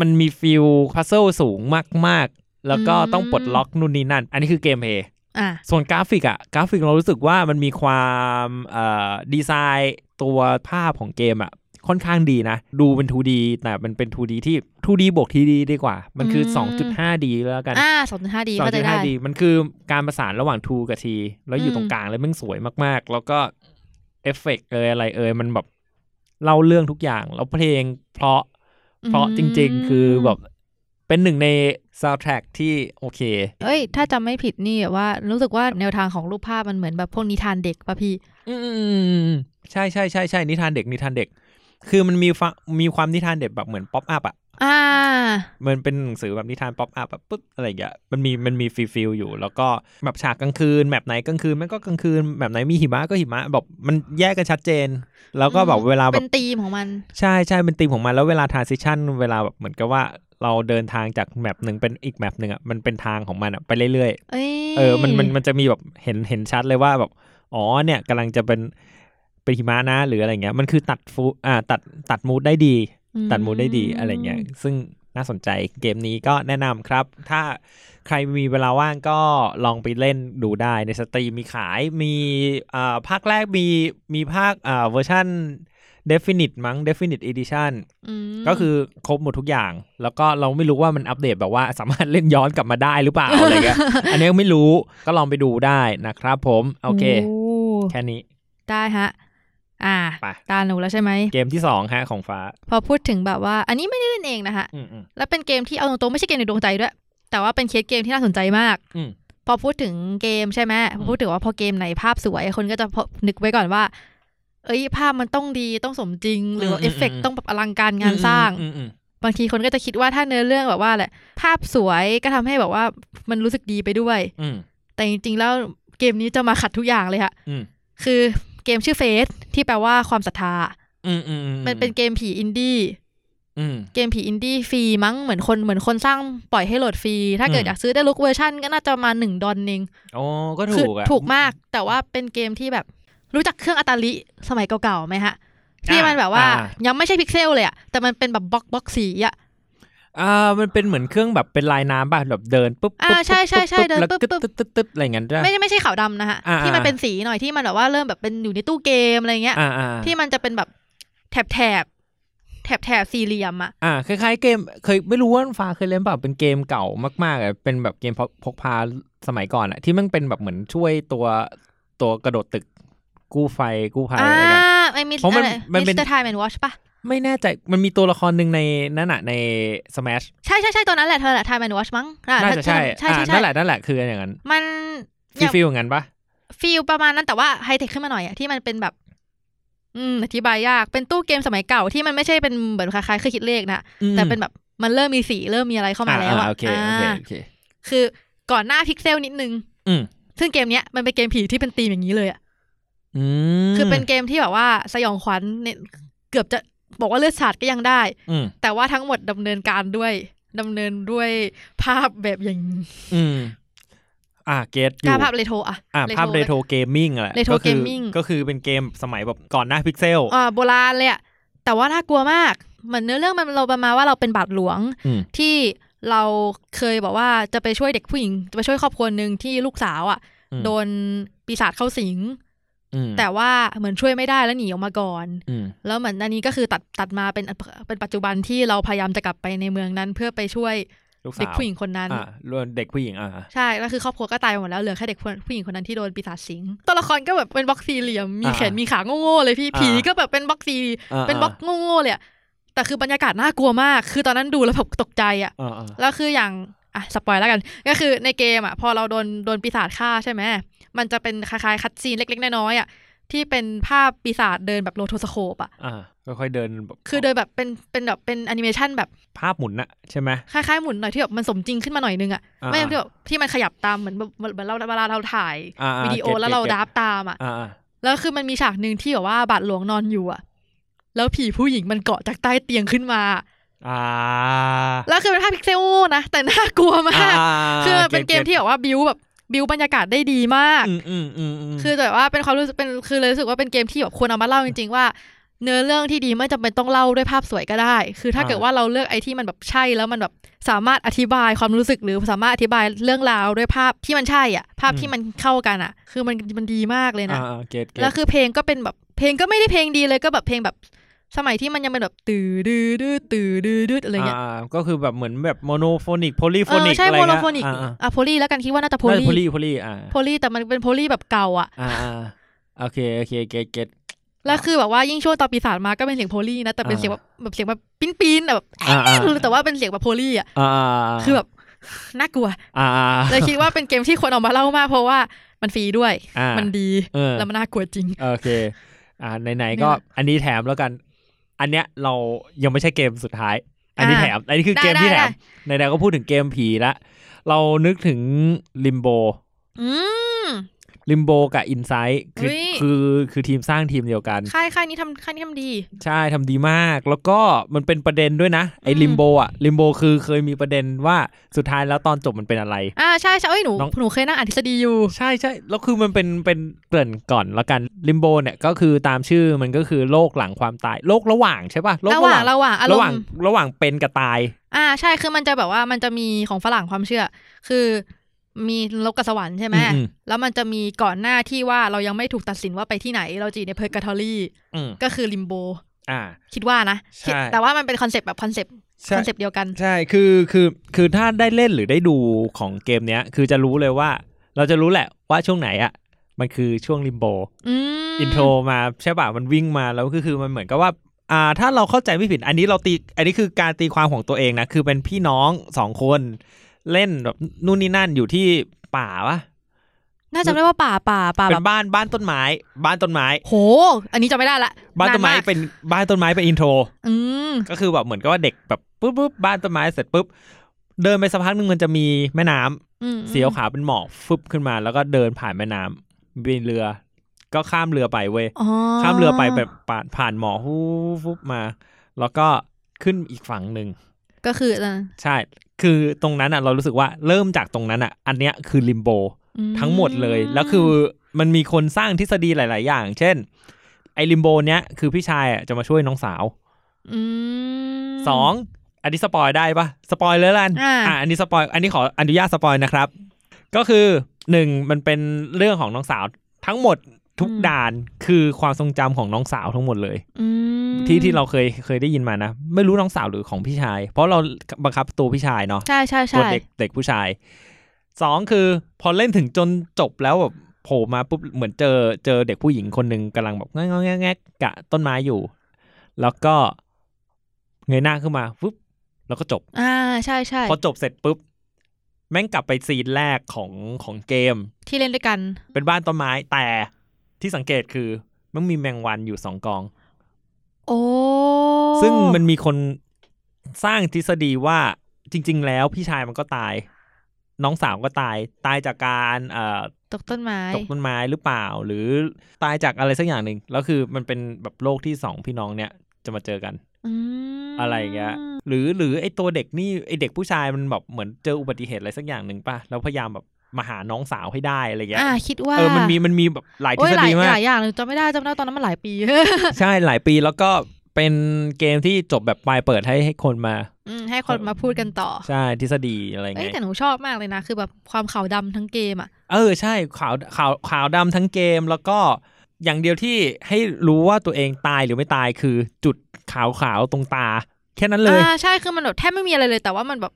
[SPEAKER 6] มันมีฟิลพัซเซิลสูงมาก ๆ แล้วก็
[SPEAKER 3] อืม
[SPEAKER 6] ต้องปลดล็อกนู่นนี่นั่น อันนี้คือเกมเพลย์
[SPEAKER 3] อ่า
[SPEAKER 6] ส่วนกราฟิกอะกราฟิกเรารู้สึกว่ามันมีความเอ่อดีไซน์ตัวภาพของเกมอะค่อนข้างดีนะ ดูเป็น 2D แต่มันเป็น 2D ที่ 2D บวก 3D ดีกว่า มันคือ
[SPEAKER 3] อืม
[SPEAKER 6] 2.5D แล้วกัน
[SPEAKER 3] อ่าสองจุดห้าดี
[SPEAKER 6] สอง
[SPEAKER 3] เข้าใจ
[SPEAKER 6] จุด
[SPEAKER 3] ได้
[SPEAKER 6] ห้าดีมันคือการประสานระหว่างทูกับทีแล้วอ
[SPEAKER 3] อื
[SPEAKER 6] ยู่
[SPEAKER 3] ม
[SPEAKER 6] ตรงกลางเลยมันสวยมากๆ แล้วก็เอฟเฟกต์เอยอะไรเอยมันแบบเล่าเรื่องทุกอย่าง แล้วเพลงเพราะเพราะจริง ๆ คือแบบเป็นหนึ่งในซาวด์แทร็กที่โอเค
[SPEAKER 3] เอ้ย ถ้าจำไม่ผิดนี่แบบว่า รู้สึกว่าแนวทางของรูปภาพมันเหมือนแบบพวกนิทานเด็กป่ะพี่
[SPEAKER 6] อืมใช่ใช่ใช่ใช่นิทานเด็กนิทานเด็ก คือมันมีฟังมีความนิทานเด็กแบบเหมือนป๊อปอัพอ่ะ
[SPEAKER 3] อ่า
[SPEAKER 6] มันเป็นหนังสือแบบนิทานป๊อปอัพแบบปุ๊บอะไรอย่างเงี้ยมันมีมันมีฟีลฟิลอยู่ แล้วก็แบบฉากกลางคืนแบบไหนกลางคืนมันก็กลางคืนแบบไหนมีหิมะก็หิมะแบบมันแยกกันชัดเจน แล้วก็แบบเวลาแบ
[SPEAKER 3] เป็
[SPEAKER 6] บ
[SPEAKER 3] นธีมของมัน
[SPEAKER 6] ใช่ใช่เป็นธีมของมันแล้วเวลาทรานซิชันเวลาแบบเหมือนกับว่าเราเดินทางจากแมปหนึ่งเป็นอีกแมปหนึ่งอ่ะมันเป็นทางของมันอ่ะไปเรื่อย
[SPEAKER 3] เอ้ย
[SPEAKER 6] ๆเออมันมันมันจะมีแบบเห็นเห็นชัดเลยว่าแบบอ๋อเนี่ยกำลังจะเป็นเป็นหิมะนะหรืออะไรเงี้ยมันคือตัดฟูอ่าตัดตัดมูดได้ดี
[SPEAKER 3] อื
[SPEAKER 6] ตัดมูดได้ดีอะไรเงี้ย ซึ่งน่าสนใจเกมนี้ก็แนะนำครับ ถ้าใครมีเวลาว่างก็ลองไปเล่นดูได้ในสตรีมมีขาย มีอ่าภาคแรกมีมีภาคอ่าเวอร์ชัน Definite มั้ง Definite Edition
[SPEAKER 3] อืม
[SPEAKER 6] ก็คือครบหมดทุกอย่าง แล้วก็เราไม่รู้ว่ามันอัปเดตแบบว่าสามารถเล่นย้อนกลับมาได้หรือเปล่า [LAUGHS] อะไรเงี้ย อันนี้ไม่รู้ก็ลองไปดูได้นะครับผม โอเค แค่นี้
[SPEAKER 3] ได้ฮะ อ่า
[SPEAKER 6] ไป
[SPEAKER 3] ตาหนูแล้วใช่ไหม
[SPEAKER 6] เกมที่สองฮะของฟ้า
[SPEAKER 3] พอพูดถึงแบบว่า อันนี้ไม่ได้เล่นเองนะฮะ
[SPEAKER 6] อืมอืม
[SPEAKER 3] แล้วเป็นเกมที่เอาตรงๆไม่ใช่เกมในดวงใจด้วย แต่ว่าเป็นเคสเกมที่น่าสนใจมาก
[SPEAKER 6] อืม
[SPEAKER 3] พอพูดถึงเกมใช่ไหมพอพูดถึงว่าพอเกมไหนภาพสวยคนก็จะพอนึกไว้ก่อนว่า เอ้ยภาพมันต้องดีต้องสมจริง หรือว่า
[SPEAKER 6] อืม
[SPEAKER 3] เอฟเฟก
[SPEAKER 6] อืม
[SPEAKER 3] ต้องแบบอลังการงานสร้าง
[SPEAKER 6] อืมอืม
[SPEAKER 3] บางทีคนก็จะคิดว่าถ้าเนื้อเรื่องแบบว่าแหละภาพสวยก็ทำให้แบบว่ามันรู้สึกดีไปด้วย
[SPEAKER 6] อืม
[SPEAKER 3] แต่จริงๆแล้วเกมนี้จะมาขัดทุกอย่างเลยค่ะ
[SPEAKER 6] อืม
[SPEAKER 3] คือเกมชื่อเฟสที่แปลว่าความศรัทธา
[SPEAKER 6] อืมอืมอื
[SPEAKER 3] มันเป็นเกมผีอินดี้
[SPEAKER 6] อืม
[SPEAKER 3] เกมผีอินดี้ฟรีมั้งเหมือนคนเหมือนคนสร้างปล่อยให้โหลดฟรี ถ้าเกิด
[SPEAKER 6] อืม
[SPEAKER 3] อยากซื้อได้ลุกเวอร์ชันก็น่าจะประมาหนึ่งดอลเอง
[SPEAKER 6] โอ้ก็
[SPEAKER 3] คื
[SPEAKER 6] ถูกอะ
[SPEAKER 3] ถูกมากแต่ว่าเป็นเกมที่แบบรู้จักเครื่องอาตาลิสมัยเก่าๆไหมฮะ ที่มันแบบว่า
[SPEAKER 6] อ่า
[SPEAKER 3] ยังไม่ใช่พิกเซลเลยอะแต่มันเป็นแบบบล็อกบล็อกสีอะ
[SPEAKER 6] อ่ามันเป็นเหมือนเครื่องแบบเป็นลายน้ำป่ะแบบเดินปุ๊บ
[SPEAKER 3] อ่า
[SPEAKER 6] ปุ๊บ
[SPEAKER 3] ใช่ใช่ใช่
[SPEAKER 6] ปุ๊บ
[SPEAKER 3] เดิน
[SPEAKER 6] แล้ว
[SPEAKER 3] ปึ๊บ
[SPEAKER 6] กึ๊บ
[SPEAKER 3] ปึ๊บ
[SPEAKER 6] ตึ๊บตึ๊บตึ๊บอะไรอย่างเงี้ยด้วย
[SPEAKER 3] ไม่ใช่ไม่ใช่ขาวดำนะฮะ
[SPEAKER 6] อ่า
[SPEAKER 3] ที่มัน
[SPEAKER 6] อ่า
[SPEAKER 3] เป็นสีหน่อยที่มันแบบว่าเริ่มแบบเป็นอยู่ในตู้เกมอะไรเงี้ย
[SPEAKER 6] อ่าอ่า
[SPEAKER 3] ที่มันจะเป็นแบบแถบแถบแถบแถบสี่เหลี่ยมอะ
[SPEAKER 6] อ่าคล้ายๆเกมเคยไม่รู้ว่าฟ้าเคยเล่นเปล่าเป็นเกมเก่ามากๆอะเป็นแบบเกมพกพกพาสมัยก่อนอะที่มันเป็นแบบเหมือนช่วยตัวตัวกระโดดตึกกู้ไฟกู้ภัย
[SPEAKER 3] อ่า
[SPEAKER 6] อะไรกัน
[SPEAKER 3] ไอ้มิส
[SPEAKER 6] เพราะมัน
[SPEAKER 3] อะไร
[SPEAKER 6] มัน
[SPEAKER 3] มิ
[SPEAKER 6] เป็
[SPEAKER 3] ส
[SPEAKER 6] น
[SPEAKER 3] เตอร์ไทม์แอนด์วอชปะ
[SPEAKER 6] ไม่แน่ใจมันมีตัวละครหนึ่งในนั่นอะใน smash
[SPEAKER 3] ใช่ใช่ใช่ตัวนั้นแหละเธอแหละ Time and Watch มั้งอ่
[SPEAKER 6] น่าจะใช่
[SPEAKER 3] ใช่
[SPEAKER 6] อ่า
[SPEAKER 3] ใช่ใช่
[SPEAKER 6] นั่นแหละนั่นแหละคืออย่างนั้น
[SPEAKER 3] มัน
[SPEAKER 6] ฟีลฟีลอย่างนั้นปะ
[SPEAKER 3] ฟีลประมาณนั้นแต่ว่าไฮเทคขึ้นมาหน่อยอะที่มันเป็นแบบ อืมอธิบายยากเป็นตู้เกมสมัยเก่าที่มันไม่ใช่เป็นเหมือนคล้ายๆเครื่องคิดเลขนะ
[SPEAKER 6] อืม
[SPEAKER 3] แต่เป็นแบบมันเริ่มมีสีเริ่มมีอะไรเข้ามาแล้ว
[SPEAKER 6] อ่
[SPEAKER 3] อะ
[SPEAKER 6] โอเคโอเค
[SPEAKER 3] อ่า
[SPEAKER 6] โอเค
[SPEAKER 3] คือก่อนหน้าพิกเซลนิดนึง
[SPEAKER 6] อืม
[SPEAKER 3] ซึ่งเกมเนี้ยมันเป็นเกมผีที่เป็นธีมอย่างนี้เลยอะ
[SPEAKER 6] อืม
[SPEAKER 3] คือเป็นเกมที่แบบว่าสยองขวัญเนี่ยเกือบจะบอกว่าเลือดสาดก็ยังได้
[SPEAKER 6] อืม
[SPEAKER 3] แต่ว่าทั้งหมดดำเนินการด้วยดำเนินด้วยภาพแบบอย่าง
[SPEAKER 6] อืม อ่าเกตอยู่
[SPEAKER 3] กาภาพเรโทรอะ
[SPEAKER 6] อ่าภาพเร
[SPEAKER 3] ลย
[SPEAKER 6] โทรเกมมิ่งแหละ
[SPEAKER 3] retro
[SPEAKER 6] ก็คือ
[SPEAKER 3] gaming
[SPEAKER 6] ก็คือเป็นเกมสมัยแบบก่อนหน้าพิกเซล
[SPEAKER 3] อ่าโบราณเลยอะแต่ว่าน่ากลัวมาก เหมือนเนื้อเรื่องมันเราประมาณว่าเราเป็นบาทหลวง
[SPEAKER 6] อืม
[SPEAKER 3] ที่เราเคยบอกว่าจะไปช่วยเด็กผู้หญิง จะไปช่วยครอบครัวหนึ่งที่ลูกสาวอะ่ะ
[SPEAKER 6] อืม
[SPEAKER 3] โดนปีศาจเข้าสิง
[SPEAKER 6] อืม
[SPEAKER 3] แต่ว่าเหมือนช่วยไม่ได้แล้วหนีออกมาก่อน
[SPEAKER 6] อืม
[SPEAKER 3] แล้วเหมือนอันนี้ก็คือตัดตัดมาเป็นเป็นปัจจุบันที่เราพยายามจะกลับไปในเมืองนั้น เพื่อไปช่วย
[SPEAKER 6] ลูกสาว
[SPEAKER 3] เด็กผู้หญิงคนนั้น
[SPEAKER 6] อ่ารวมเด็กผู้หญิงอ่า
[SPEAKER 3] ใช่แล้วคือครอบครัวก็ตายหมดแล้วเหลือแค่เด็กผู้หญิงคนนั้นที่โดนปีศาจสิงตัวละครก็แบบเป็นบล็อกสี่เหลี่ยมมีแขนมีขาโง่ๆเลยพี่ผีก็แบบเป็นบล็อกสี่
[SPEAKER 6] า
[SPEAKER 3] เป็นบล็อกโง่ๆเลยอะแต่คือบรรยากาศน่ากลัวมาก คือตอนนั้นดูแล้วแบบตกใจอะ
[SPEAKER 6] อ่าอ่า
[SPEAKER 3] แล้วคืออย่าง อ่ะ สปอยแล้วกัน ก็คือในเกมอะพอเราโดนโดนปีศาจฆ่าใช่ไหม มันจะเป็นคล้ายๆคัดซีนเล็กๆ น้อยๆอะที่เป็นภาพปีศาจเดินแบบโรโทสโคปอะ
[SPEAKER 6] อ่าค่อยๆเดินแบบ
[SPEAKER 3] คือเดินแบบเป็นเป็นแบบเป็นแอนิเมชันแบบ
[SPEAKER 6] ภาพหมุนนะใช่ไหม
[SPEAKER 3] คล้ายๆหมุนหน่อยที่แบบมันสมจริงขึ้นมาหน่อยนึงอะ
[SPEAKER 6] อ่า
[SPEAKER 3] ไม่ใช่ที่แบบที่มันขยับตามเหมือนแบบเหมือนเราเวลาเราถ่าย
[SPEAKER 6] อ่าอ่า
[SPEAKER 3] วิดีโอ
[SPEAKER 6] ก็ต
[SPEAKER 3] แล้วเรา
[SPEAKER 6] ก็ต
[SPEAKER 3] ดับตามอะ
[SPEAKER 6] อ่าอ่า
[SPEAKER 3] แล้วคือมันมีฉากหนึ่งที่แบบว่าบาดหลวงนอนอยู่อะ แล้วผีผู้หญิงมันเกาะจากใต้เตียงขึ้นมา
[SPEAKER 6] อ่า
[SPEAKER 3] แล้วคือเป็นภาพพิกเซลนะแต่น่ากลัวมาก [LAUGHS] คือมันเป็นเกมที่แบบว่าบิวแบบบิวบรรยากาศได้ดีมาก
[SPEAKER 6] อืมอืมอืมม
[SPEAKER 3] คือแบบว่าเป็นความรู้สึกเป็นคือเลยรู้สึกว่าเป็นเกมที่แบบควรเอามาเล่าจริงๆว่า เนื้อเรื่องที่ดีไม่จำเป็นต้องเล่าด้วยภาพสวยก็ได้ คือถ้าเกิดว่าเราเลือกไอ้ที่มันแบบใช่แล้วมันแบบสามารถอธิบายความรู้สึกหรือสามารถอธิบายเรื่องราวด้วยภาพที่มันใช่อ่ะ ภาพที่มันเข้ากันอ่ะ คือมันมันดีมากเลยนะ
[SPEAKER 6] อ่าอ่าเกตเกต
[SPEAKER 3] แล้วคือเพลงก็เป็นแบบเพลงก็ไม่ได้เพลงดีเลยก็แบบเพลงแบบสมัยที่มันยังเป็นแบบตื่อดื้อดื้อตื่อดื้อดื้ออะไรเงี้ย
[SPEAKER 6] าาก็คือแบบเหมือนแบบโมโนโฟนิกโพลีโฟ
[SPEAKER 3] เออ
[SPEAKER 6] นิก
[SPEAKER 3] ใช่
[SPEAKER 6] อะไร
[SPEAKER 3] โม
[SPEAKER 6] เงี้ย
[SPEAKER 3] โนโฟนิก
[SPEAKER 6] อ่าอ่า
[SPEAKER 3] อ่ะโพลีแล้วกันคิดว่าน่าจะโพลี
[SPEAKER 6] โพลีโพลีอ่า
[SPEAKER 3] โพลีแต่มันเป็นโพลีแบบเก่าอ่ะ
[SPEAKER 6] อ่าอ่าโอเคโอเคเกตเกต
[SPEAKER 3] แล้วคือแบบว่ายิ่งช่วงตอนปีศาจมาก็เป็นเสียงโพลี่นะแต่เป็น
[SPEAKER 6] อ่า
[SPEAKER 3] เสียงแบบแบบเสียงแบบปิ้นปิ้นๆอะแบบ
[SPEAKER 6] อ่าอ่า
[SPEAKER 3] แต่ว่าเป็นเสียงแบบโพลี่อ่ะ
[SPEAKER 6] อ่า
[SPEAKER 3] คือแบบน่ากลัว
[SPEAKER 6] อ่าอ่า
[SPEAKER 3] เลยคิดว่าเป็นเกมที่ควรเอามาเล่ามากเพราะว่ามันฟรีด้วย
[SPEAKER 6] อ่ามั
[SPEAKER 3] มันดี
[SPEAKER 6] เออ
[SPEAKER 3] แล้วมันน่ากลัวจริง
[SPEAKER 6] โอเค อ่า ไหน
[SPEAKER 3] นี่
[SPEAKER 6] ๆ ก็
[SPEAKER 3] แหละ
[SPEAKER 6] อันนี้แถมแล้วกัน อันเนี้ยเรายังไม่ใช่เกมสุดท้าย อันนี้
[SPEAKER 3] อ่า
[SPEAKER 6] แถม อันนี้คือเกม
[SPEAKER 3] ได้
[SPEAKER 6] ที่แถ
[SPEAKER 3] ได้
[SPEAKER 6] ม ไหนๆ ก็พูดถึงเกมผีละ เรานึกถึงลิมโบ
[SPEAKER 3] อืม
[SPEAKER 6] ลิมโบกับอินไซต์คือ
[SPEAKER 3] เฮ้ย
[SPEAKER 6] คือคือทีมสร้างทีมเดียวกัน
[SPEAKER 3] ค่ายค่ายนี้ทำค่ายนี้ทำดี
[SPEAKER 6] ใช่ทำดีมาก แล้วก็มันเป็นประเด็นด้วยนะ ไอ้
[SPEAKER 3] อืม
[SPEAKER 6] ลิมโบอะลิมโบคือเคยมีประเด็นว่าสุดท้ายแล้วตอนจบมันเป็นอะไร
[SPEAKER 3] อ่าใช่ใช่เอ้ยหนู
[SPEAKER 6] น้อง
[SPEAKER 3] หนูเคยนั่งอ่านทฤษฎีอยู่
[SPEAKER 6] ใช่ใช่แล้วคือมันเป็นเป็นเกริ่นก่อนแล้วกันลิมโบเนี่ยก็คือตามชื่อมันก็คือโลกหลังความตายโลกระหว่างใช่ป่ะโลก
[SPEAKER 3] ระ
[SPEAKER 6] ระ
[SPEAKER 3] ห
[SPEAKER 6] ห
[SPEAKER 3] ว่า
[SPEAKER 6] ว่าง ง
[SPEAKER 3] ระหว่างอาร
[SPEAKER 6] ระ
[SPEAKER 3] ม
[SPEAKER 6] หว่าง
[SPEAKER 3] ณ์
[SPEAKER 6] ระหว่างเป็นกับตาย
[SPEAKER 3] อ่าใช่คือมันจะแบบว่ามันจะมีของฝรั่งความเชื่อ คือมีโลกกับสวรรค์ใช่ไหม
[SPEAKER 6] อืมอืม
[SPEAKER 3] แล้วมันจะมีก่อนหน้าที่ว่าเรายังไม่ถูกตัดสินว่าไปที่ไหนเราจะอยู่ในเพอร์กาทอรี่
[SPEAKER 6] อืม
[SPEAKER 3] ก็คือลิมโบ
[SPEAKER 6] อ่า
[SPEAKER 3] คิดว่านะ
[SPEAKER 6] ใช่
[SPEAKER 3] คิดแต่ว่ามันเป็นคอนเซปต์แบบคอนเซปต์
[SPEAKER 6] ใช่
[SPEAKER 3] คอนเซปต์เดียวกัน
[SPEAKER 6] ใช่คือคือคือถ้าได้เล่นหรือได้ดูของเกมเนี้ย คือจะรู้เลยว่า เราจะรู้แหละว่าช่วงไหนอ่ะ มันคือช่วงลิมโบ
[SPEAKER 3] อืม
[SPEAKER 6] อินโทรมาใช่ป่ะมันวิ่งมาแล้วก็คือมันเหมือนกับว่าอ่าถ้าเราเข้าใจไม่ผิดอันนี้เราตีอันนี้คือการตีความของตัวเองนะ คือเป็นพี่น้องสองคน เล่นแบบนู่นนี่นั่นอยู่ที่ป่าวะ
[SPEAKER 3] น่าจำได้ว่าป่าป่าป่า
[SPEAKER 6] เป็
[SPEAKER 3] แบบ
[SPEAKER 6] นบ้านบ้านต้นไม้ บ้านต้นไม้
[SPEAKER 3] โห อันนี้จำไม่ได้ละ
[SPEAKER 6] บ้านต้นไม้
[SPEAKER 3] ก
[SPEAKER 6] เป็นบ้านต้นไม้เป็นอินโทร
[SPEAKER 3] อืม
[SPEAKER 6] ก็คือแบบเหมือนกับว่าเด็กแบบปุ๊บปุ๊บบ้านต้นไม้เสร็จปุ๊บ เดินไปสักพักหนึ่งมันจะมีแม่น้ำ
[SPEAKER 3] อืมอืม
[SPEAKER 6] เสียวขาวเป็นหมอกฟึบขึ้นมา แล้วก็เดินผ่านแม่น้ำบินเรือ ก็ข้ามเรือไปเว้ย
[SPEAKER 3] อ๋อ
[SPEAKER 6] ข้ามเรือไปแบบผ่านผ่านหมอกฮู้ฟุบมา แล้วก็ขึ้นอีกฝั่งหนึ่ง
[SPEAKER 3] ก็คืออ่ะ
[SPEAKER 6] ใช่ คือตรงนั้นอ่ะเรารู้สึกว่าเริ่มจากตรงนั้นอ่ะ อันเนี้ยคือลิมโบ
[SPEAKER 3] อื
[SPEAKER 6] ทั้งหมดเลย แล้วคือมันมีคนสร้างทฤษฎีหลาย ๆ อย่าง เช่น ไอ้ลิมโบเนี้ยคือพี่ชายอ่ะจะมาช่วยน้องสาว
[SPEAKER 3] อืม
[SPEAKER 6] สองอันนี้สปอยได้ปะสปอยเลยละกัน
[SPEAKER 3] อ่า
[SPEAKER 6] ะอันนี้สปอย อันนี้ขออนุญาตสปอยนะครับ ก็คือหนึ่งมันเป็นเรื่องของน้องสาวทั้งหมดทุกด่านคือความทรงจำของน้องสาวทั้งหมดเลย
[SPEAKER 3] อืม
[SPEAKER 6] ที่ที่เราเคยเคยได้ยินมานะ ไม่รู้น้องสาวหรือของพี่ชาย เพราะเราบังคับตัวพี่ชายเนาะ
[SPEAKER 3] ใช่ใช่
[SPEAKER 6] ตัว
[SPEAKER 3] ใช่
[SPEAKER 6] เด็กเด็กผู้ชายสองคือพอเล่นถึงจนจบแล้วแบบโผล่มาปุ๊บเหมือนเจอเจอเด็กผู้หญิงคนหนึ่งกำลังแบบแงะแงะแงะกะต้นไม้อยู่ แล้วก็เงยหน้าขึ้นมาปุ๊บแล้วก็จบ
[SPEAKER 3] อ่าใช่ใช่
[SPEAKER 6] พอจบเสร็จปุ๊บ แม่งกลับไปซีนแรกของของเกม
[SPEAKER 3] ที่เล่นด้วยกัน
[SPEAKER 6] เป็นบ้านต้นไม้แต่ที่สังเกตคือมันมีแมงวันอยู่สองกอง
[SPEAKER 3] โอ้
[SPEAKER 6] ซึ่งมันมีคนสร้างทฤษฎีว่าจริง ๆ แล้วพี่ชายมันก็ตาย น้องสาวก็ตาย ตายจากการเอ่อ
[SPEAKER 3] ตกต้นไม้
[SPEAKER 6] ตกต้นไม้หรือเปล่า หรือตายจากอะไรสักอย่างหนึ่งแล้วคือมันเป็นแบบโลกที่สองพี่น้องเนี่ยจะมาเจอกัน
[SPEAKER 3] อืม
[SPEAKER 6] อะไรอย่างเงี้ย หรือหรือไอตัวเด็กนี่ไอเด็กผู้ชายมันแบบเหมือนเจออุบัติเหตุอะไรสักอย่างหนึ่งป่ะแล้วพยายามแบบมาหาน้องสาวให้ได้อะไรเงี้ย
[SPEAKER 3] อ่าคิดว่า
[SPEAKER 6] เออมันมีมันมีแบบหลายท
[SPEAKER 3] โอ้
[SPEAKER 6] ฤ
[SPEAKER 3] ย
[SPEAKER 6] ษ
[SPEAKER 3] หลาย
[SPEAKER 6] ฎีมา
[SPEAKER 3] ห
[SPEAKER 6] ก
[SPEAKER 3] ลายอย่างเลยจำไม่ได้จำได้ตอนนั้นมันหลายปี [LAUGHS]
[SPEAKER 6] ใช่หลายปีแล้วก็เป็นเกมที่จบแบบปลายเปิดให้ให้คนมา
[SPEAKER 3] อืมให้คนมาพูดกันต่อ
[SPEAKER 6] ใช่ทฤษฎีอะไร
[SPEAKER 3] เอ้
[SPEAKER 6] เงี้
[SPEAKER 3] ย
[SPEAKER 6] ย
[SPEAKER 3] แต่หนูชอบมากเลยนะ คือแบบความขาวดำทั้งเกมอ่ะ
[SPEAKER 6] เออใช่ขาวขาวขาวดำทั้งเกมแล้วก็อย่างเดียวที่ให้รู้ว่าตัวเองตายหรือไม่ตายคือจุดขาวขาวๆตรงตา แค่นั้นเลย
[SPEAKER 3] อ่าใช่คือมันแบบแทบไม่มีอะไรเลย แต่ว่ามันแบบ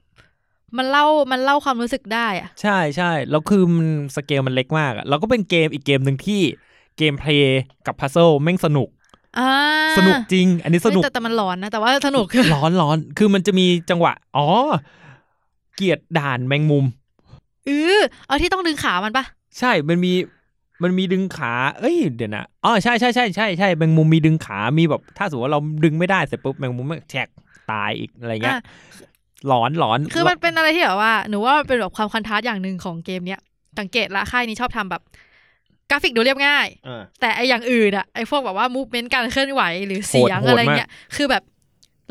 [SPEAKER 3] มันเล่ามันเล่าความรู้สึกได้อ่ะ
[SPEAKER 6] ใช่ใช่แล้วคือมันสเกลมันเล็กมากอะแล้วก็เป็นเกมอีกเกมหนึ่งที่เกมเพลย์กับพัซเซิลแม่งสนุก
[SPEAKER 3] อ่า
[SPEAKER 6] สนุกจริง อันนี้สนุก
[SPEAKER 3] เฮ้ยแต่แต่มันหลอนนะ แต่ว่าสนุก [LAUGHS]
[SPEAKER 6] ร้อนร้อนคือมันจะมีจังหวะ อ๋อ เกียดด่านแมงมุม
[SPEAKER 3] เออเอาที่ต้องดึงขามันปะ
[SPEAKER 6] ใช่ มันมี มันมีดึงขา เอ้ย เดี๋ยวนะ อ๋อ ใช่ใช่ใช่ใช่ใช่แมงมุมมีดึงขา มีแบบ ถ้าสมมติว่าเราดึงไม่ได้เสร็จปุ๊บแมงมุมมันแฉกตายอีกอะไรเงี้ย
[SPEAKER 3] อ่ะ
[SPEAKER 6] หลอนหลอน
[SPEAKER 3] คือมันเป็นอะไรที่แบบว่า หนูว่ามันเป็นแบบความคอนทราสต์อย่างหนึ่งของเกมเนี้ยสังเกตละค่ายนี้ชอบทำแบบ กราฟิกดูเรียบง่าย
[SPEAKER 6] อ่า
[SPEAKER 3] แต่ไออย่างอื่นอะไอพวกแบบว่ามูฟเมนต์การเคลื่อนไหวหรือเสียง
[SPEAKER 6] โหด
[SPEAKER 3] อะไรเงี้ยคือแบบ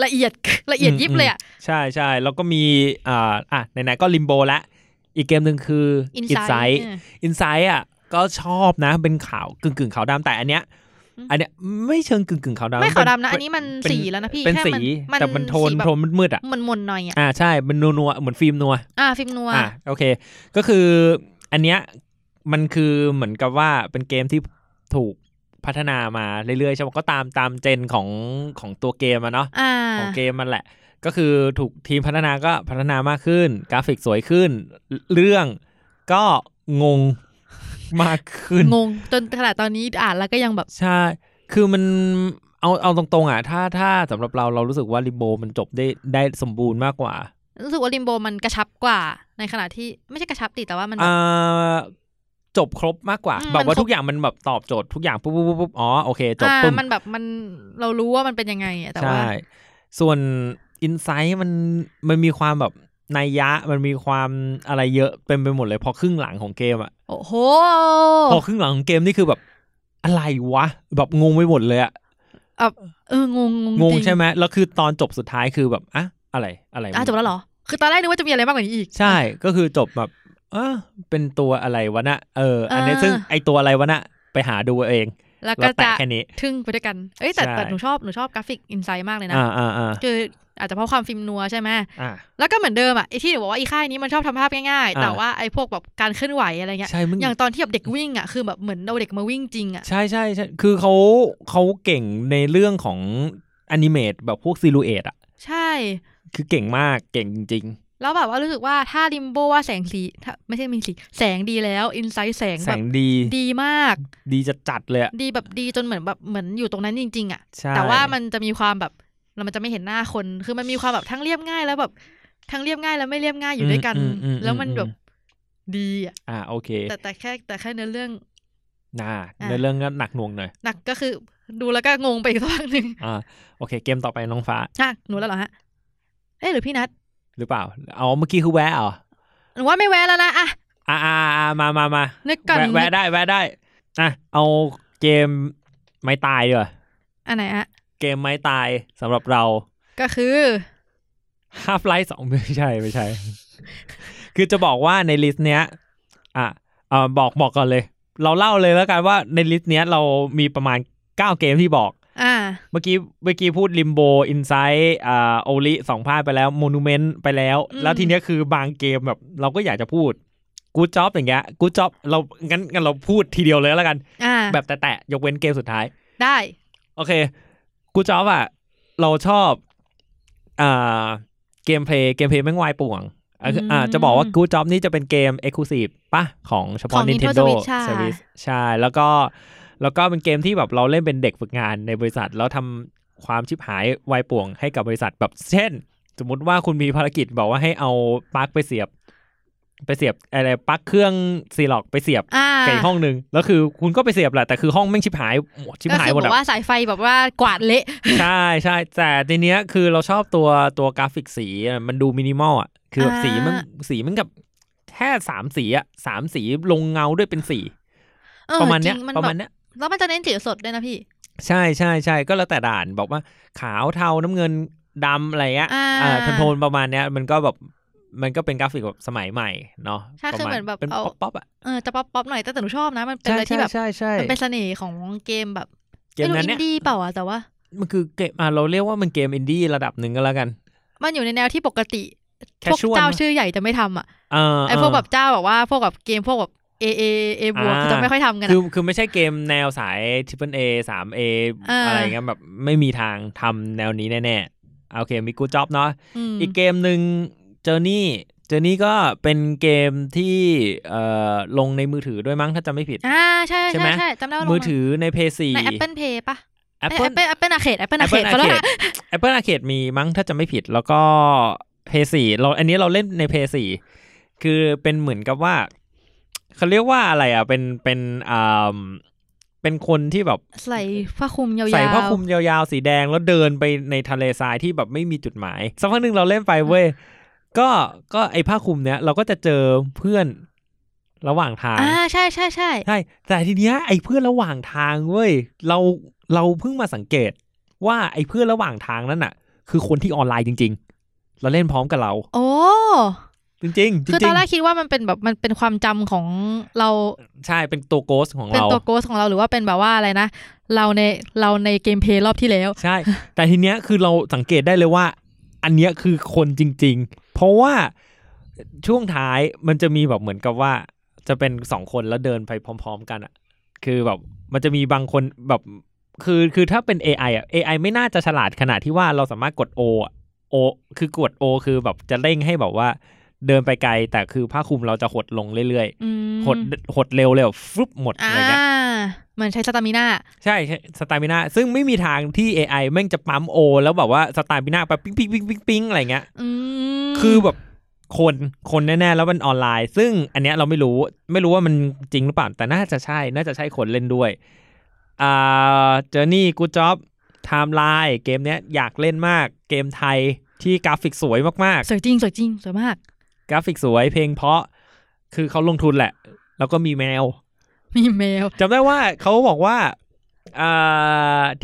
[SPEAKER 3] ละเอียด ละเอียด
[SPEAKER 6] อืม
[SPEAKER 3] ยิบเลยอะ
[SPEAKER 6] ใช่ใช่แล้วก็มีอ่าอ่ะไหนๆก็ลิมโบละอีกเกมหนึ่งคือ
[SPEAKER 3] Inside เออ
[SPEAKER 6] อินไซด์อ่ะก็ชอบนะเป็นขาวกึ่งกึ่งๆขาวดำแต่อันเนี้ย
[SPEAKER 3] อืม
[SPEAKER 6] อันเนี้ยไม่เชิงกึ่งกึ่งๆขาวดำ
[SPEAKER 3] ไม่ขาวดำนะ
[SPEAKER 6] เป็
[SPEAKER 3] อันนี้มัน
[SPEAKER 6] เป็
[SPEAKER 3] สีแล้วนะพี่
[SPEAKER 6] เป็น
[SPEAKER 3] แค่
[SPEAKER 6] สี
[SPEAKER 3] มั
[SPEAKER 6] แต่มันโทน
[SPEAKER 3] สีแบบ
[SPEAKER 6] โทนมืดๆอ่ะ
[SPEAKER 3] มันมนๆหน่อยอะ
[SPEAKER 6] อ่าใช่มันนัวๆเหมือนฟิล์มนัว
[SPEAKER 3] อ่ะฟิล์มนัว
[SPEAKER 6] อ่ะโอเค ก็คืออันเนี้ยมันคือเหมือนกับว่าเป็นเกมที่ถูกพัฒนามาเรื่อยๆใช่ไหมก็ตามตามเจนของของตัวเกมอะเนาะ
[SPEAKER 3] อ่า
[SPEAKER 6] ของเกมมันแหละ ก็คือถูกทีมพัฒนาก็พัฒนามากขึ้น กราฟิกสวยขึ้น เรื่องก็งงมากขึ้น
[SPEAKER 3] งงจนขนาดตอนนี้อ่านแล้วก็ยังแบบ
[SPEAKER 6] ใช่ คือมันเอาเอาตรงๆอ่ะ ถ้าถ้าสำหรับเราเรารู้สึกว่าริโบมันจบได้ได้สมบูรณ์มากกว่า
[SPEAKER 3] รู้สึกว่าลิมโบมันกระชับกว่า ในขณะที่ไม่ใช่กระชับติแต่ว่ามันแบบ
[SPEAKER 6] อ่าจบครบมากกว่า
[SPEAKER 3] อืม
[SPEAKER 6] แบบ
[SPEAKER 3] มั
[SPEAKER 6] ว่าน
[SPEAKER 3] ครบ
[SPEAKER 6] ทุกอย่างมันแบบตอบโจทย์ทุกอย่างปุ๊บปุ๊บปุ๊บปุ๊บอ๋อโอเคจบ
[SPEAKER 3] อ่า
[SPEAKER 6] ปุ๊บ
[SPEAKER 3] มันแบบมันเรารู้ว่ามันเป็นยังไงอะแต่ว่า
[SPEAKER 6] ใช่ ส่วนอินไซ h ์มันมันมีความแบบนัยยะมันมีความอะไรเยอะเป็นไปหมดเลย พอครึ่งหลังของเกมอะ
[SPEAKER 3] โอ้โห
[SPEAKER 6] พอครึ่งหลังของเกมนี่คือแบบอะไรวะ แบบงงไปหมดเลยอะ
[SPEAKER 3] เอองงง
[SPEAKER 6] งง
[SPEAKER 3] จริ
[SPEAKER 6] ใช่ไหมแล้วคือตอนจบสุดท้ายคือแบบอะอะไรอะไร
[SPEAKER 3] อ่ะจบแล้วเหรอ คือตอนแรกนึกว่าจะมีอะไรมากกว่านี้อีก
[SPEAKER 6] ใช่ก็คือจบแบบเออเป็นตัวอะไรวะนะเออ อันนี้
[SPEAKER 3] เออ
[SPEAKER 6] ซึ่งไอตัวอะไรวะนะไปหาดูเอาเอง
[SPEAKER 3] แล้ว
[SPEAKER 6] แล้
[SPEAKER 3] ก็
[SPEAKER 6] วแต่
[SPEAKER 3] จะ
[SPEAKER 6] แค่นี้
[SPEAKER 3] ทึ่งไปด้วยกัน เอ้ยแต่
[SPEAKER 6] ใช่
[SPEAKER 3] แต่หนูชอบหนูชอบกราฟิกอินไซด์มากเลยนะ
[SPEAKER 6] อ่าอ่าอ่า
[SPEAKER 3] คืออาจจะเพราะความฟิล์มนัวใช่ไหม
[SPEAKER 6] อ่า
[SPEAKER 3] แล้วก็เหมือนเดิมอ่ะไอที่หนูบอกว่าไอค่ายนี้มันชอบทำภาพง่ายๆ แต่
[SPEAKER 6] อ่า
[SPEAKER 3] ว่าไอพวกแบบการเคลื่อนไหวอะไรเงี้ย
[SPEAKER 6] ใช่มึง
[SPEAKER 3] อย่างตอนที่แบบเด็กวิ่งอ่ะคือแบบเหมือนเราเด็กมาวิ่งจริงอ่ะ
[SPEAKER 6] ใช่ใช่ใช่คือเขาเขาเก่งในเรื่องของอนิเมตแบบพวกซิลูเอตอ่ะ
[SPEAKER 3] ใช่
[SPEAKER 6] คือเก่งมากเก่งจริง
[SPEAKER 3] แล้วแบบว่ารู้สึกว่าถ้าริมโบว่าแสงสีถ้าไม่ใช่มีสีแสงดีแล้วอินไซต์แสง
[SPEAKER 6] ๆ แส
[SPEAKER 3] แบบ
[SPEAKER 6] งดี
[SPEAKER 3] ดีมาก
[SPEAKER 6] ดีจะจัดๆเลยอะ
[SPEAKER 3] ดีแบบดีจนเหมือนแบบเหมือนอยู่ตรงนั้นจริง ๆ อ่ะ
[SPEAKER 6] ใช่
[SPEAKER 3] แต่ว่ามันจะมีความแบบเรามันจะไม่เห็นหน้าคน คือมันมีความแบบทั้งเรียบง่ายแล้วแบบทั้งเรียบง่ายแล้วไม่เรียบง่ายอยู่ด้วยกัน
[SPEAKER 6] มอือื
[SPEAKER 3] แล้วมันแบบดีอ่ะ
[SPEAKER 6] อ่าโอเค
[SPEAKER 3] แต่แต่แค่แต่แค่เนื้อเรื่อง
[SPEAKER 6] น่า
[SPEAKER 3] อ่ะ
[SPEAKER 6] ในเรื่องก็หนักหน่วงหน่อย
[SPEAKER 3] หนักก็คือดูแล้วก็งงไปอีกสักพักหนึ่ง
[SPEAKER 6] อ่าโอเค เกมต่อไปน้องฟ้า
[SPEAKER 3] อ่ะหนูแล้วเหรอฮะเอ๊ะหรือพี่นัท
[SPEAKER 6] หรือเปล่าเอาเมื่อกี้คือแวะเหรอ
[SPEAKER 3] หนูว่าไม่แวะแล้วนะอ่ะ
[SPEAKER 6] อ่าอ่าอ่ามามามา
[SPEAKER 3] นึกก่อน
[SPEAKER 6] แวะแวะได้แวะได้อ่ะเอาเกมไม่ตายดีกว่า
[SPEAKER 3] อันไหนอะ
[SPEAKER 6] เกมไม่ตายสำหรับเรา
[SPEAKER 3] ก็คือ
[SPEAKER 6] ฮาฟไลท์สอง [LAUGHS] ไม่ใช่ไม่ใช่ คือจะบอกว่าในลิสต์เนี้ย อ่ะเอ่อบอกบอกก่อนเลย เราเล่าเลยแล้วกันว่าในลิสต์เนี้ยเรามีประมาณ 9 เกมที่บอก
[SPEAKER 3] อ่า
[SPEAKER 6] เมื่อกี้เมื่อกี้พูดลิมโบอินไซต์อ่าโอลิสองพาดไปแล้วโมนูเมนต์ไปแล้ว
[SPEAKER 3] อืม
[SPEAKER 6] แล้วทีเนี้ยคือบางเกมแบบ เราก็อยากจะพูดกูจ็อบอย่างเงี้ยกูจ็อบเรางั้นงั้นเราพูดทีเดียวเลยแล้วกัน
[SPEAKER 3] อ่า
[SPEAKER 6] แบบแตะๆยกเว้นเกมสุดท้าย
[SPEAKER 3] ได้
[SPEAKER 6] โอเค กูจอบอ่ะ เราชอบ อ่า เกมเพลย์ เกมเพลย์แม่งวายป่วงอ่ะคืออ่า
[SPEAKER 3] อืม
[SPEAKER 6] จะบอกว่ากูจอบนี่จะเป็นเกม e x c l u s i v e ป่ะ ของเฉพาะ
[SPEAKER 3] ของ
[SPEAKER 6] Nintendo
[SPEAKER 3] Nintendo Switch ค่ะ
[SPEAKER 6] Service ใช่ แล้วก็ แล้วก็เป็นเกมที่แบบเราเล่นเป็นเด็กฝึกงานในบริษัท แล้วทำความชิบหายวายป่วงให้กับบริษัทแบบ เช่น สมมุติว่าคุณมีภารกิจบอกว่าให้เอาปลั๊กไปเสียบ ไปเสียบอะไรปลั๊กเครื่องซีล็อกไปเสียบ
[SPEAKER 3] อ่า
[SPEAKER 6] ไก่ห้องหนึ่งแล้วคือคุณก็ไปเสียบแหละแต่คือห้องแม่งชิบหายหมดชิบ
[SPEAKER 3] ก็
[SPEAKER 6] หาย
[SPEAKER 3] คือ
[SPEAKER 6] หมด
[SPEAKER 3] บ
[SPEAKER 6] อะ
[SPEAKER 3] อกว่าสายไฟแบบว่ากวาดเละ
[SPEAKER 6] ใช่ใช่แต่ทีเนี้ยคือเราชอบตัวตัวกราฟิกสีอ่ะมันดูมินิมอลอ่ะคือแบบ
[SPEAKER 3] อ่า
[SPEAKER 6] สีมันสีมันกับแค่สามสีอ่ะสามสีลงเงาด้วยเป็นสี
[SPEAKER 3] เออ
[SPEAKER 6] ประมาณเนี้ย
[SPEAKER 3] จงน
[SPEAKER 6] ประมาณ
[SPEAKER 3] แบบ
[SPEAKER 6] เนี้ย
[SPEAKER 3] แล้วมันจะเน้นสีสดด้วยนะพี่
[SPEAKER 6] ใช่ใช่ใช่ก็แล้วแต่ด่านบอกว่าขาวเทาน้ำเงินดำอะไรเงี้ย
[SPEAKER 3] อ่า
[SPEAKER 6] เออโทนๆประมาณเนี้ยมันก็แบบมันก็เป็นกราฟิกแบบสมัยใหม่เนาะ
[SPEAKER 3] ใช่คือเหมือนแบบ
[SPEAKER 6] เป็น
[SPEAKER 3] เอา
[SPEAKER 6] ป๊อปป๊อปอ่ะ
[SPEAKER 3] เออจะป๊อปป๊อปหน่อยแต่แต่หนูชอบนะ มันเป็น
[SPEAKER 6] ใช่
[SPEAKER 3] อะไรที่
[SPEAKER 6] ใช่
[SPEAKER 3] แบบ
[SPEAKER 6] ใช่ใช่
[SPEAKER 3] มันเป็นเสน่ห์ของเกมแบบ
[SPEAKER 6] เกม
[SPEAKER 3] ไม่รู้
[SPEAKER 6] นั้น
[SPEAKER 3] อิ
[SPEAKER 6] เนี้
[SPEAKER 3] น
[SPEAKER 6] ย
[SPEAKER 3] ดี้เปล่าอะแต่ว่า
[SPEAKER 6] มันคือเกมอ่ะเราเรียกว่ามันเกมอินดี้ระดับหนึ่งก็แล้วกัน
[SPEAKER 3] มันอยู่ในแนวที่ปกติ
[SPEAKER 6] แค
[SPEAKER 3] พวก
[SPEAKER 6] ชวล
[SPEAKER 3] เจ้า
[SPEAKER 6] นะ
[SPEAKER 3] ชื่อใหญ่จะไม่ทำอ่ะ
[SPEAKER 6] เ
[SPEAKER 3] ไอพวกแบบเจ้าแบบว่าพวกแบบเกมพวกแบบเอเอเอบวก
[SPEAKER 6] อ่า
[SPEAKER 3] คือจะไม่ค่อยทำกัน
[SPEAKER 6] คือ
[SPEAKER 3] อะ
[SPEAKER 6] คือไม่ใช่เกมแนวสาย Triple A 3A
[SPEAKER 3] อ่า
[SPEAKER 6] อะไรเงี้ยแบบไม่มีทางทำแนวนี้แน่ๆ โอเคมีกูจ็อบเนาะ
[SPEAKER 3] ม
[SPEAKER 6] อีกเกมหนึ่งเจอร์นี่เจอร์นี่ก็เป็นเกมที่เอ่อลงในมือถือด้วยมั้งถ้าจำไม่ผิด
[SPEAKER 3] อ่าใช่
[SPEAKER 6] ใช่
[SPEAKER 3] ใช่
[SPEAKER 6] ไหม
[SPEAKER 3] ใช่จำได้ว่าลง
[SPEAKER 6] มือถือใน p พ4
[SPEAKER 3] ใน Apple Pay ปะ
[SPEAKER 6] Apple
[SPEAKER 3] เอ้ย Apple Apple Arcade Apple
[SPEAKER 6] Apple
[SPEAKER 3] Arcade ขอโทษนะ
[SPEAKER 6] Arcade Apple Arcade มีมั้งถ้าจะไม่ผิดแล้วก็ p พ4เราอันนี้เราเล่นใน p พ4คือเป็นเหมือนกับว่าเขาเรียกว่าอะไรอ่ะเป็นเป็นอ่าเป็นคนที่แบบ
[SPEAKER 3] ใส่ผ้าคลุมยาวๆ
[SPEAKER 6] ใส่ผ้าคลุมยาวๆ สีแดงแล้วเดินไปในทะเลทรายที่แบบไม่มีจุดหมาย สักพักหนึ่งเราเล่นไปเว้ย ก็ก็ไอผ้าคลุมเนี้ยเราก็จะเจอเพื่อน ระหว่างทาง
[SPEAKER 3] อ่าใช่ใช่ใช่
[SPEAKER 6] ใช่ แต่ทีเนี้ยไอ้เพื่อนระหว่างทางเว้ย เราเราเพิ่งมาสังเกตว่าไอ้เพื่อนระหว่างทางนั้นน่ะ คือคนที่ออนไลน์จริง ๆ เราเล่นพร้อมกับเรา
[SPEAKER 3] โอ้
[SPEAKER 6] จริงๆจริง
[SPEAKER 3] คือ
[SPEAKER 6] ๆ
[SPEAKER 3] ตอนแรกคิดว่ามันเป็นแบบมันเป็นความจำของเรา
[SPEAKER 6] ใช่เป็นตัวโกสของ
[SPEAKER 3] เป็น
[SPEAKER 6] เรา
[SPEAKER 3] ตัวโกสของเราหรือว่าเป็นแบบว่าอะไรนะ เราในเราในเกมเพลย์รอบที่แล้ว
[SPEAKER 6] ใช่ แต่ทีเนี้ยคือเราสังเกตได้เลยว่า อันเนี้ยคือคนจริง ๆ เพราะว่าช่วงท้ายมันจะมีแบบเหมือนกับว่า จะเป็นสองคนแล้วเดินไปพร้อม ๆ กันอะคือแบบมันจะมีบางคนแบบคือคือถ้าเป็น AI อ่ะ AI ไม่น่าจะฉลาดขนาดที่ว่าเราสามารถกด O อะ O คือกด O คือแบบจะเร่งให้แบบว่าเดินไปไกล แต่คือผ้าคลุมเราจะหดลงเรื่อย
[SPEAKER 3] อืม
[SPEAKER 6] ๆหดหดเร็วเลยแบบฟลุปหมด
[SPEAKER 3] อ่า
[SPEAKER 6] อะไรเงี้ย
[SPEAKER 3] เหมือนใช้สตามิน่า
[SPEAKER 6] ใช่ใช่สตามินาซึ่งไม่มีทางที่ AI แม่งจะปั๊มโอ แล้วแบบว่าสตามินาไปปิ๊งปิ๊งปิ๊งปิ๊งปิ๊งอะไรเงี้ย
[SPEAKER 3] อืม
[SPEAKER 6] คือแบบคนคนแน่ๆ แล้วมันออนไลน์ ซึ่งอันเนี้ยเราไม่รู้ไม่รู้ว่ามันจริงหรือเปล่า แต่น่าจะใช่ น่าจะใช่คนเล่นด้วยอ่าเจอร์นี่กูจ็อบไทม์ไลน์เกมเนี้ยอยากเล่นมากเกมไทยที่กราฟิกสวยมาก
[SPEAKER 3] สวยจริงสวยจริงสวยมาก
[SPEAKER 6] ๆ กราฟิกสวยเพลงเพราะคือเขาลงทุนแหละ แล้วก็มีแมว
[SPEAKER 3] มีแมว
[SPEAKER 6] จำได้ว่าเขาบอกว่าอ่า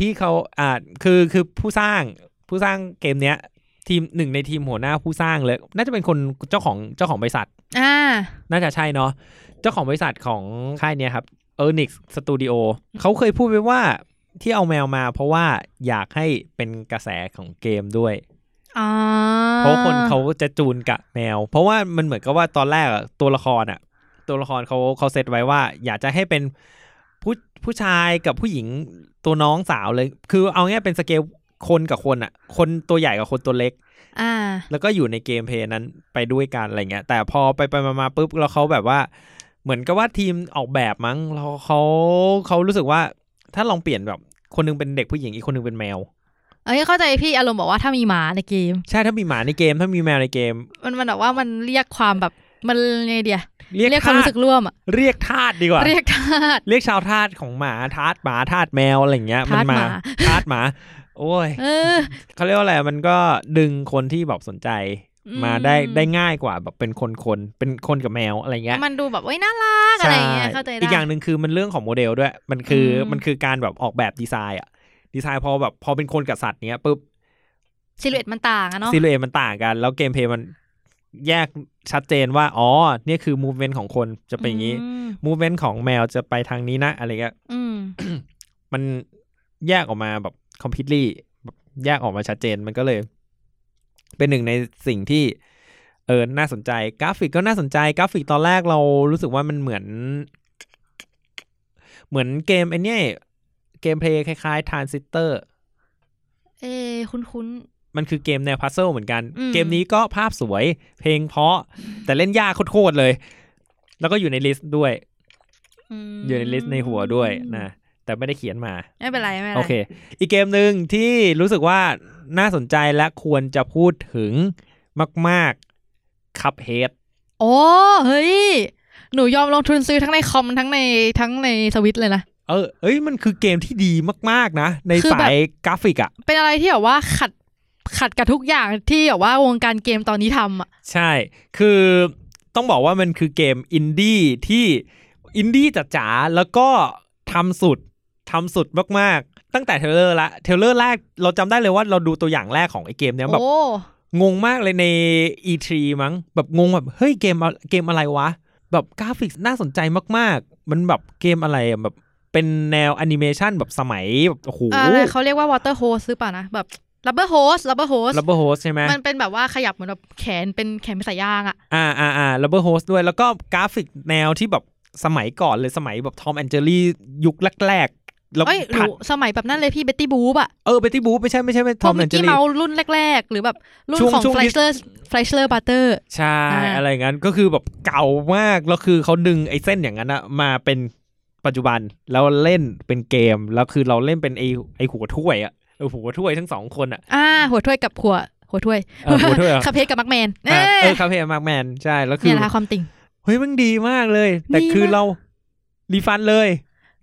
[SPEAKER 6] ที่เขาอ่าคือคือผู้สร้างผู้สร้างเกมเนี้ย ทีมหนึ่งในทีมหัวหน้าผู้สร้างเลย น่าจะเป็นคนเจ้าของเจ้าของบริษัท
[SPEAKER 3] อ่า
[SPEAKER 6] น่าจะใช่เนาะเจ้าของบริษัทของค่ายเนี้ยครับ e r n i x Studio เขาเคยพูดไปว่าที่เอาแมวมาเพราะว่าอยากให้เป็นกระแสของเกมด้วย
[SPEAKER 3] อ่า
[SPEAKER 6] เพราะคนเขาจะจูนกับแมว เพราะว่ามันเหมือนกับว่าตอนแรกอะตัวละครอ่ะ ตัวละครเขาเขาเซตไว้ว่า อยากจะให้เป็นผู้ผู้ชายกับผู้หญิงตัวน้องสาวเลย คือเอาง่ายๆเป็นสเกลคนกับคนอ่ะ คนตัวใหญ่กับคนตัวเล็ก
[SPEAKER 3] อ่า
[SPEAKER 6] แล้วก็อยู่ในเกมเพลย์นั้นไปด้วยกันอะไรเงี้ย แต่พอไปไปมามาปุ๊บแล้วเขาแบบว่า เหมือนกับว่าทีมออกแบบมั้งเราเขาเขารู้สึกว่าถ้าลองเปลี่ยนแบบคนหนึงเป็นเด็กผู้หญิงอีกคนหนึงเป็นแมว
[SPEAKER 3] เอ้ยเข้าใจพี่อารมณ์บอกว่าถ้ามีหมาในเกม
[SPEAKER 6] ใช่ถ้ามีหมาในเกม ถ้ามีแมวในเกม
[SPEAKER 3] มันมันแบบว่ามันเรียกความแบบมันไงเดีย
[SPEAKER 6] เรียก
[SPEAKER 3] ความ
[SPEAKER 6] ทาส
[SPEAKER 3] รู้สึกร่วมอะ
[SPEAKER 6] เรียกทาสดีกว่า
[SPEAKER 3] เรียกทาส
[SPEAKER 6] เรียกชาวทาสของหมาทาสหมาทาสแมวอะไรอย่างเงี้ยมั
[SPEAKER 3] ทาส
[SPEAKER 6] มา
[SPEAKER 3] หมา
[SPEAKER 6] ทาสหมา โอ้ย
[SPEAKER 3] เออ
[SPEAKER 6] เขาเรียกว่าอะไรมันก็ดึงคนที่แบบสนใจ
[SPEAKER 3] อืม
[SPEAKER 6] มาได้ได้ง่ายกว่าแบบเป็นคนคนๆเป็นคนกับแมวอะไรเงี้ย
[SPEAKER 3] มันดูแบบเอ้ยน่ารักอะไรอย่างเงี้ยเข้าใจได้
[SPEAKER 6] อีกอย่างหนึ่งคือมันเรื่องของโมเดลด้วย มันคืออ
[SPEAKER 3] ม
[SPEAKER 6] มันคือการแบบออกแบบดีไซน์อะดีไซน์พอแบบพอเป็นคนกับสัตว์เนี้ยปุ๊บ
[SPEAKER 3] ซิลูเอตมันต่างอะเนาะ
[SPEAKER 6] ซีเรมันต่างกัน แล้วเกมเพลย์มันแยกชัดเจนว่าอ๋อเนี่ยคือมูฟเมนต์ของคนจะเป็นอย่างนี้
[SPEAKER 3] ม
[SPEAKER 6] มูฟเมนต์ของแมวจะไปทางนี้นะอะไรเงี้ย
[SPEAKER 3] อืม
[SPEAKER 6] มันแยกออกมาแบบ completely แบบแยกออกมาชัดเจนมันก็เลย เป็นหนึ่งในสิ่งที่ เออน่าสนใจกราฟิกก็น่าสนใจกราฟิกตอนแรกเรารู้สึกว่ามันเหมือน เหมือนเกมไอเนี้ยเกมเพลย์คล้ายๆ Transistor
[SPEAKER 3] เออคุ้น
[SPEAKER 6] มันคือเกมแนวพัซเซิลเหมือนกัน
[SPEAKER 3] อืม
[SPEAKER 6] เกมนี้ก็ภาพสวย เพลงเพราะ แต่เล่นยากโคตรๆเลย แล้วก็อยู่ในลิสต์ด้วย
[SPEAKER 3] ๆอืม
[SPEAKER 6] อยู่ในลิสต์ในหัวด้วยนะแต่ไม่ได้เขียนมา
[SPEAKER 3] ไม่เป็นไรไม่เป็นไร
[SPEAKER 6] โอเค อีกเกมหนึ่งที่รู้สึกว่าน่าสนใจและควรจะพูดถึงมากๆ คับเฮด
[SPEAKER 3] โอ้เฮ้ย หนูยอมลงทุนซื้อทั้งในคอมทั้งในทั้งในสวิตช์เลยนะ
[SPEAKER 6] เออ เอ้ย มันคือเกมที่ดีมากๆนะ ใน
[SPEAKER 3] คือแบ
[SPEAKER 6] สา
[SPEAKER 3] บ
[SPEAKER 6] ยกราฟิกอะ่ะ
[SPEAKER 3] เป็นอะไรที่แบบว่าขัดขัดกับทุกอย่างที่แบบว่าวงการเกมตอนนี้ทำอ่ะ
[SPEAKER 6] ใช่ คือต้องบอกว่ามันคือเกมอินดี้ที่อินดี้จ๋าๆแล้วก็ทำสุดทำสุดมากๆ ตั้งแต่เทรลเลอร์ละ เทรลเลอร์แรกเราจำได้เลยว่าเราดูตัวอย่างแรกของไอเกมเนี้ยแบบ
[SPEAKER 3] โอ้
[SPEAKER 6] งงมากเลยใน E3 มั้ง แบบงงแบบ เฮ้ยเกมอะเกมอะไรวะ แบบกราฟิกน่าสนใจมากๆ มันแบบเกมอะไรอะแบบเป็นแนวแอนิเมชันแบบสมัยแบบโอ้โห
[SPEAKER 3] อะไรเขาเรียกว่าวอเตอร์โฮสหรือเปล่านะ แบบ rubber hose rubber hose
[SPEAKER 6] ลับเบอร์โฮสใช่ไหม
[SPEAKER 3] มันเป็นแบบว่าขยับเหมือนแบบแขนเป็นแขนเป็นสายยางอ่ะ
[SPEAKER 6] อ่าอ่าอ่าลับเบอร์โฮสด้วย แล้วก็กราฟิกแนวที่แบบสมัยก่อนเลยสมัยแบบทอมแอนเจอรี่ยุคแรกๆ แล้ว
[SPEAKER 3] เอ้ยห
[SPEAKER 6] ผั
[SPEAKER 3] นู
[SPEAKER 6] ด
[SPEAKER 3] สมัยแบบนั้นเลยพี่เบตตี้บู๊อ่ะ
[SPEAKER 6] เออเบตตี้บูไม่ใช่ไม่ใช่ไม่
[SPEAKER 3] พ
[SPEAKER 6] ท
[SPEAKER 3] ว
[SPEAKER 6] อก ม
[SPEAKER 3] มิ
[SPEAKER 6] แอก นเจอ
[SPEAKER 3] กี้
[SPEAKER 6] รี่
[SPEAKER 3] เมาส์รุ่นแรก ๆ หรือแบบรุ่น
[SPEAKER 6] ช่วง
[SPEAKER 3] ของ
[SPEAKER 6] ช่วง
[SPEAKER 3] ไฟ
[SPEAKER 6] ที่
[SPEAKER 3] เชอร์ไฟเชอร์บัตเตอร์
[SPEAKER 6] ใช่
[SPEAKER 3] อ่า
[SPEAKER 6] อะไรอย่างนั้นก็คือแบบเก่ามาก แล้วคือเขาดึงไอ้เส้นอย่างนั้นอะมาเป็นปัจจุบันแล้วเล่นเป็นเกม แล้วคือเราเล่นเป็นไอ้ไอ้หัวถ้วยอะเออหัวถ้วยทั้งสองคนอะ
[SPEAKER 3] อ่า หัวถ้วยกับหัวหัวถ้วย
[SPEAKER 6] เออหัวถ้วยอะ
[SPEAKER 3] คาเพสกับมักแมนเ
[SPEAKER 6] อ่าเอ
[SPEAKER 3] อ้
[SPEAKER 6] อย คาเฟ่มากแมนใช่แล้วคื
[SPEAKER 3] เนี่ย
[SPEAKER 6] อ
[SPEAKER 3] แหละความติ่ง
[SPEAKER 6] เฮ้ยมันดีมากเลย แต่
[SPEAKER 3] ดีมาก
[SPEAKER 6] คือเรารีฟันเลย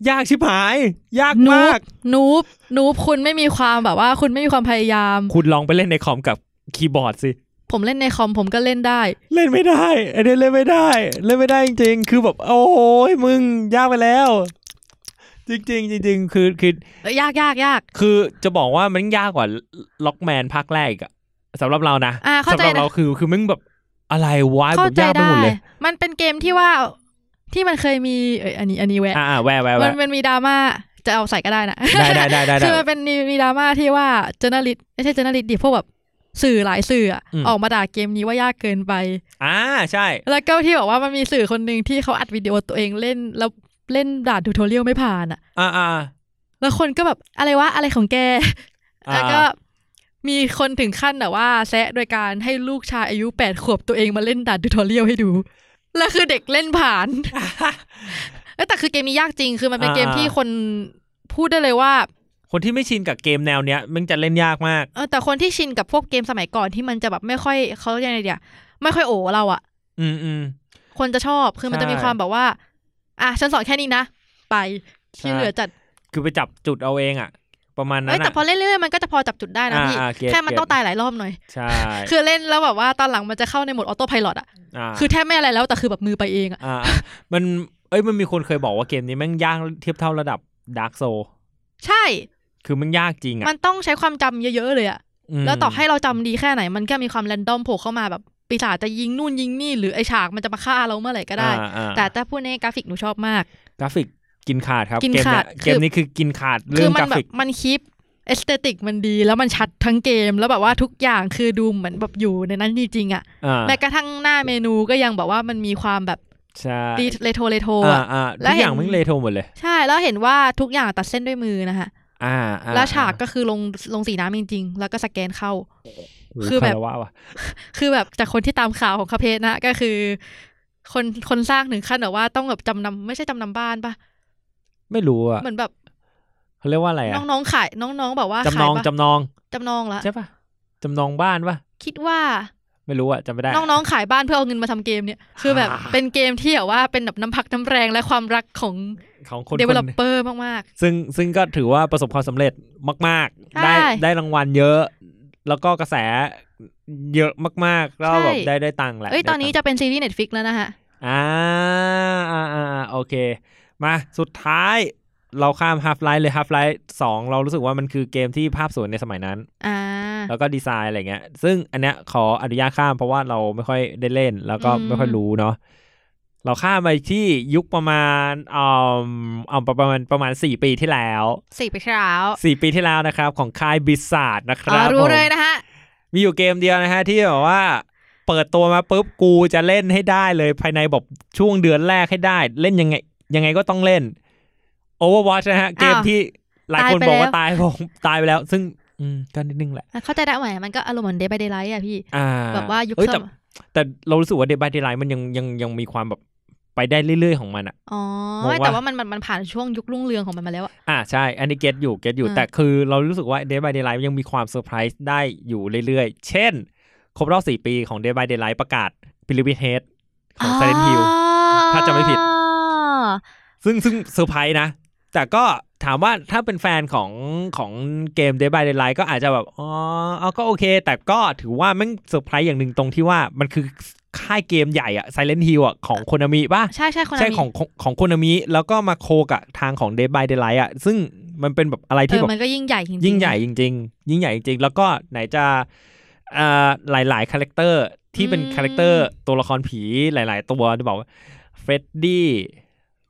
[SPEAKER 6] ยากชิบหาย ยาก
[SPEAKER 3] นู
[SPEAKER 6] มาก
[SPEAKER 3] บนูบนูบคุณไม่มีความแบบว่าคุณไม่มีความพยายาม
[SPEAKER 6] คุณลองไปเล่นในคอมกับคีย์บอร์ดสิ
[SPEAKER 3] ผมเล่นในคอมผมก็เล่นได้
[SPEAKER 6] เล่นไม่ได้ไอเดนเล่นไม่ได้ เล่นไม่ได้จริงๆ คือแบบโอ้ยมึงยากไปแล้ว จริงๆจริงๆคือคือ
[SPEAKER 3] เอ้ยยากยากยาก
[SPEAKER 6] คือจะบอกว่ามันยากกว่าล็อกแมนภาคแรกอีกอะสำหรับเรานะ
[SPEAKER 3] อ่าเข้า
[SPEAKER 6] สำ
[SPEAKER 3] ใจ
[SPEAKER 6] หรับ
[SPEAKER 3] นะ
[SPEAKER 6] เราคือคือมึงแบบอะไรวะแบ
[SPEAKER 3] เข้า
[SPEAKER 6] บ
[SPEAKER 3] ใจ
[SPEAKER 6] ยากไป
[SPEAKER 3] ได้
[SPEAKER 6] หมดเลย
[SPEAKER 3] มันเป็นเกมที่ว่าที่มันเคยมีเอ้ยอันนี้อันนี้แวะ
[SPEAKER 6] อ่าอ่าแวะแวะ
[SPEAKER 3] มั
[SPEAKER 6] แวะ
[SPEAKER 3] นมันมีดราม่าจะเอาใส่ก็ได้นะ
[SPEAKER 6] ได้ได้ได้ได้ได้
[SPEAKER 3] คือมันเป็นมีมีดราม่าที่ว่าเจเนริตไม่ใช่เจเนริตดิพวกแบบสื่อหลายสื่ออะ
[SPEAKER 6] อืม
[SPEAKER 3] ออกมาด่าเกมนี้ว่ายากเกินไป
[SPEAKER 6] อ่าใช่
[SPEAKER 3] แล้วก็ที่บอกว่ามันมีสื่อคนหนึ่งที่เขาอัดวิดีโอตัวเองเล่นแล้วเล่นด่านทูทอเรียลไม่ผ่านอ่ะ
[SPEAKER 6] อ่าอ่า
[SPEAKER 3] แล้วคนก็แบบอะไรวะอะไรของแก
[SPEAKER 6] อ่า
[SPEAKER 3] แล้วก็มีคนถึงขั้นแบบว่าแซะโดยการให้ลูกชายอายุแปดขวบตัวเองมาเล่นด่านทูทอเรียลให้ดู แล้วคือเด็กเล่น
[SPEAKER 6] [LAUGHS]
[SPEAKER 3] ผ่าน เอ้ยแต่คือเกมนี้ยากจริง คือมันเป็นเกมที่คนพูดได้เลยว่า
[SPEAKER 6] คนที่ไม่ชินกับเกมแนวเนี้ยมึงจะเล่นยากมาก
[SPEAKER 3] เออแต่คนที่ชินกับพวกเกมสมัยก่อนที่มันจะแบบไม่ค่อยเขาเรียกไงเดียไม่ค่อยโอเราอะ
[SPEAKER 6] อืมอืม
[SPEAKER 3] คนจะชอบคือมันจะมี
[SPEAKER 6] ใช่
[SPEAKER 3] ความแบบว่า อ่ะฉันสอนแค่นี้นะ ไปที่เหลือจัด
[SPEAKER 6] คือไปจับจุดเอาเองอะประมาณนั้
[SPEAKER 3] เอ้ย
[SPEAKER 6] น
[SPEAKER 3] แต่
[SPEAKER 6] อะ
[SPEAKER 3] พอเล่นเรื่อยๆมันก็จะพอจับจุดได้นะ
[SPEAKER 6] อ่า
[SPEAKER 3] พี่
[SPEAKER 6] อ่าเก็ต
[SPEAKER 3] แค่มัน
[SPEAKER 6] เก็ต
[SPEAKER 3] ต้องตายหลายรอบหน่อย
[SPEAKER 6] ใช่
[SPEAKER 3] คือเล่นแล้วแบบว่าตอนหลังมันจะเข้าในโหมดออโต้พายโลอะ
[SPEAKER 6] า
[SPEAKER 3] คือแทบไม่อะไรแล้วแต่คือแบบมือไปเองอะ
[SPEAKER 6] อ่าอ่ะมันเอ้ยมันมีคนเคยบอกว่าเกมนี้แม่งยากเทียบเท่าระดับดาร์กโซ
[SPEAKER 3] ใช่
[SPEAKER 6] คือมันยากจริงอ่ะ
[SPEAKER 3] มันต้องใช้ความจำเยอะๆเลยอะ
[SPEAKER 6] ม
[SPEAKER 3] แล้วต่อให้เราจำดีแค่ไหน มันก็มีความแรนดอมโผล่เข้ามาแบบปีศาจจะยิงนู่นยิงนี่หรือไอฉากมันจะมาฆ่าเราเมื่อไหร่ก็ได้
[SPEAKER 6] อ่าอ่า
[SPEAKER 3] แต่ถ้าพูดในกราฟิกหนูชอบมาก
[SPEAKER 6] กราฟิกกินขาดครับ
[SPEAKER 3] กิน
[SPEAKER 6] เกม
[SPEAKER 3] ขา
[SPEAKER 6] เนี้ย
[SPEAKER 3] ดคือ
[SPEAKER 6] เกมนี้คือกินขาด
[SPEAKER 3] คื
[SPEAKER 6] เรื่
[SPEAKER 3] อ
[SPEAKER 6] อง
[SPEAKER 3] มั
[SPEAKER 6] ก
[SPEAKER 3] น
[SPEAKER 6] รา
[SPEAKER 3] แบบ
[SPEAKER 6] ฟิก
[SPEAKER 3] มันคลิปเอสเตติกมันดีแล้วมันชัดทั้งเกม แล้วแบบว่าทุกอย่างคือดูเหมือนแบบอยู่ในนั้นจริงๆอะ
[SPEAKER 6] อ่า
[SPEAKER 3] แม้กระทั่งหน้าเมนูก็ยังแบบว่ามันมีความแบบ
[SPEAKER 6] ใช่
[SPEAKER 3] ดีเรโทรเรโท
[SPEAKER 6] อ่า
[SPEAKER 3] อะ
[SPEAKER 6] อ่า
[SPEAKER 3] แล้
[SPEAKER 6] ทุ
[SPEAKER 3] ว
[SPEAKER 6] ก
[SPEAKER 3] เห็น
[SPEAKER 6] อย่างแม่งเลโทหมดเลย
[SPEAKER 3] ใช่แล้วเห็นว่าทุกอย่างตัดเส้นด้วยมือนะคะ
[SPEAKER 6] อ่าอ่
[SPEAKER 3] แล้วฉากก็คือลงลงสีน้ำจริง ๆ แล้วก็สแกนเข้า
[SPEAKER 6] โโห
[SPEAKER 3] คือแบบ
[SPEAKER 6] คารวะว่ะ
[SPEAKER 3] คือแบบจากคนที่ตามข่าวของคาเพชรนะก็คือ คนคนสร้างถึงขั้นแบบว่าต้องแบบจำนำไม่ใช่จำนำบ้านปะ
[SPEAKER 6] ไม่รู้อ่ะ
[SPEAKER 3] เหมือนแบบ
[SPEAKER 6] เขาเรียกว่าอะไรอ่ะ
[SPEAKER 3] น้องๆขายน้องๆแบบว่า
[SPEAKER 6] จำ
[SPEAKER 3] ขาน ย
[SPEAKER 6] อง
[SPEAKER 3] ปะ
[SPEAKER 6] จำนอง
[SPEAKER 3] จำนองละ
[SPEAKER 6] ใช่ปะจำนองบ้านปะ
[SPEAKER 3] คิดว่า
[SPEAKER 6] ไม่รู้อ่ะจำไม่ได้
[SPEAKER 3] น้องๆขายบ้านเพื่อเอาเงินมาทำเกมเนี่ย คือแบบเป็นเกมที่แบบว่าเป็นแบบน้ำพักน้ำแรงและความรักของ
[SPEAKER 6] ของคน
[SPEAKER 3] developer มาก
[SPEAKER 6] ซึ่งซึ่งก็ถือว่าประสบความสำเร็จมาก ๆ ได้
[SPEAKER 3] ใช่
[SPEAKER 6] ได้รางวัลเยอะ แล้วก็กระแสเยอะมากๆ แล้ว
[SPEAKER 3] ใช่
[SPEAKER 6] แบบได้ได้ตังค์แห
[SPEAKER 3] ๆ
[SPEAKER 6] ละ
[SPEAKER 3] เอ้ยตอนนี้
[SPEAKER 6] ได้
[SPEAKER 3] จะเป็นซีรีส์ Netflix แล้วนะฮะ
[SPEAKER 6] ค์อ่าอ่าอ่าอ่าโอเค มาสุดท้ายเราข้าม Half Life เลย Half Life 2 เรารู้สึกว่ามันคือเกมที่ภาพสวยในสมัยนั้น
[SPEAKER 3] อ่า
[SPEAKER 6] แล้วก็ดีไซน์อะไรเงี้ย ซึ่งอันเนี้ยขออนุญาตข้ามเพราะว่าเราไม่ค่อยได้เล่น แล้วก็
[SPEAKER 3] อืม
[SPEAKER 6] ไม่ค่อยรู้เนาะ เราข้ามไปที่ยุคประมาณอ่าอ่าประมาณประมาณสี่ปีที่แล้ว
[SPEAKER 3] สี่ปีที่แล้ว
[SPEAKER 6] สี่ปีที่แล้วนะครับ ของค่ายบิสซาดนะค
[SPEAKER 3] อ๋
[SPEAKER 6] รั
[SPEAKER 3] อบรู้
[SPEAKER 6] ผม
[SPEAKER 3] เลยนะฮะ
[SPEAKER 6] มีอยู่เกมเดียวนะฮะที่แบบว่า เปิดตัวมาปุ๊บกูจะเล่นให้ได้เลยภายในแบบช่วงเดือนแรกให้ได้ เล่นยังไง ยังไงก็ต้องเล่น Overwatch นะฮะ เกม
[SPEAKER 3] อ้าว
[SPEAKER 6] ที่หลายคน
[SPEAKER 3] ตา
[SPEAKER 6] บอก
[SPEAKER 3] ยไป
[SPEAKER 6] ว่า
[SPEAKER 3] แล้ว
[SPEAKER 6] ตายผมตายไปแล้ว [LAUGHS] ซึ่งอืมก็นิดนึงแหละ
[SPEAKER 3] เข้าใจได้ไหมมันก็อารมณ์เหมือน Day by Daylight อะพี่
[SPEAKER 6] อ่า
[SPEAKER 3] แบบว่ายุค
[SPEAKER 6] เอ้
[SPEAKER 3] ส
[SPEAKER 6] แต่
[SPEAKER 3] ม
[SPEAKER 6] แต่เรารู้สึกว่าเดบ y เด y ไล h ์มันยังยังยังมีความแบบไปได้เรื่อยๆของมันอะ
[SPEAKER 3] อ๋อ
[SPEAKER 6] งงวะ
[SPEAKER 3] แต่ว่ามันมันมันผ่านช่วงยุครุ่งเรืองของมันมาแล้วอะ
[SPEAKER 6] อ่าใช่ อันนี้เก็ตอยู่เก็ตอยู่
[SPEAKER 3] อ่า
[SPEAKER 6] แต่คือเรารู้สึกว่า Day by Daylight ยังมีความเซอร์ไพรส์ได้อยู่เรื่อยๆ เช่น ครบรอบ 4 ปีของ Day by Daylight ประกาศ p y r a m i d Head ของ Silent Hill
[SPEAKER 3] อ๋อ
[SPEAKER 6] ถ้าจำไม่ผิด ซึ่งซึ่งเซอร์ไพรส์นะ แต่ก็ถามว่าถ้าเป็นแฟนของของเกม Day by Daylight ก็อาจจะแบบ อ๋อเอาก็โอเค แต่ก็ถือว่าแมันเซอร์ไพรส์อย่างหนึ่งตรงที่ว่ามันคือค่ายเกมใหญ่อะ Silent Hill อะของโคนามิป่ะ
[SPEAKER 3] ใช่ใช่คน
[SPEAKER 6] ใช่
[SPEAKER 3] นั้น
[SPEAKER 6] ของของของโคนามิแล้วก็มาโคกับทางของ Day by Daylight อะซึ่งมันเป็นแบบอะไร
[SPEAKER 3] เอ
[SPEAKER 6] ที่
[SPEAKER 3] อ
[SPEAKER 6] แบบ
[SPEAKER 3] มันก็ยิ่งใหญ่จริงๆ
[SPEAKER 6] ยิ่งใหญ่จริง ๆ ยิ่งใหญ่จริง ๆ แล้วก็ไหนจะเอ่อหลายๆคาแรคเตอร์ที่เป็นคาแรคเตอร์ตัวละครผีหลาย ๆ ตัวจะบอกว่าเฟรดดี้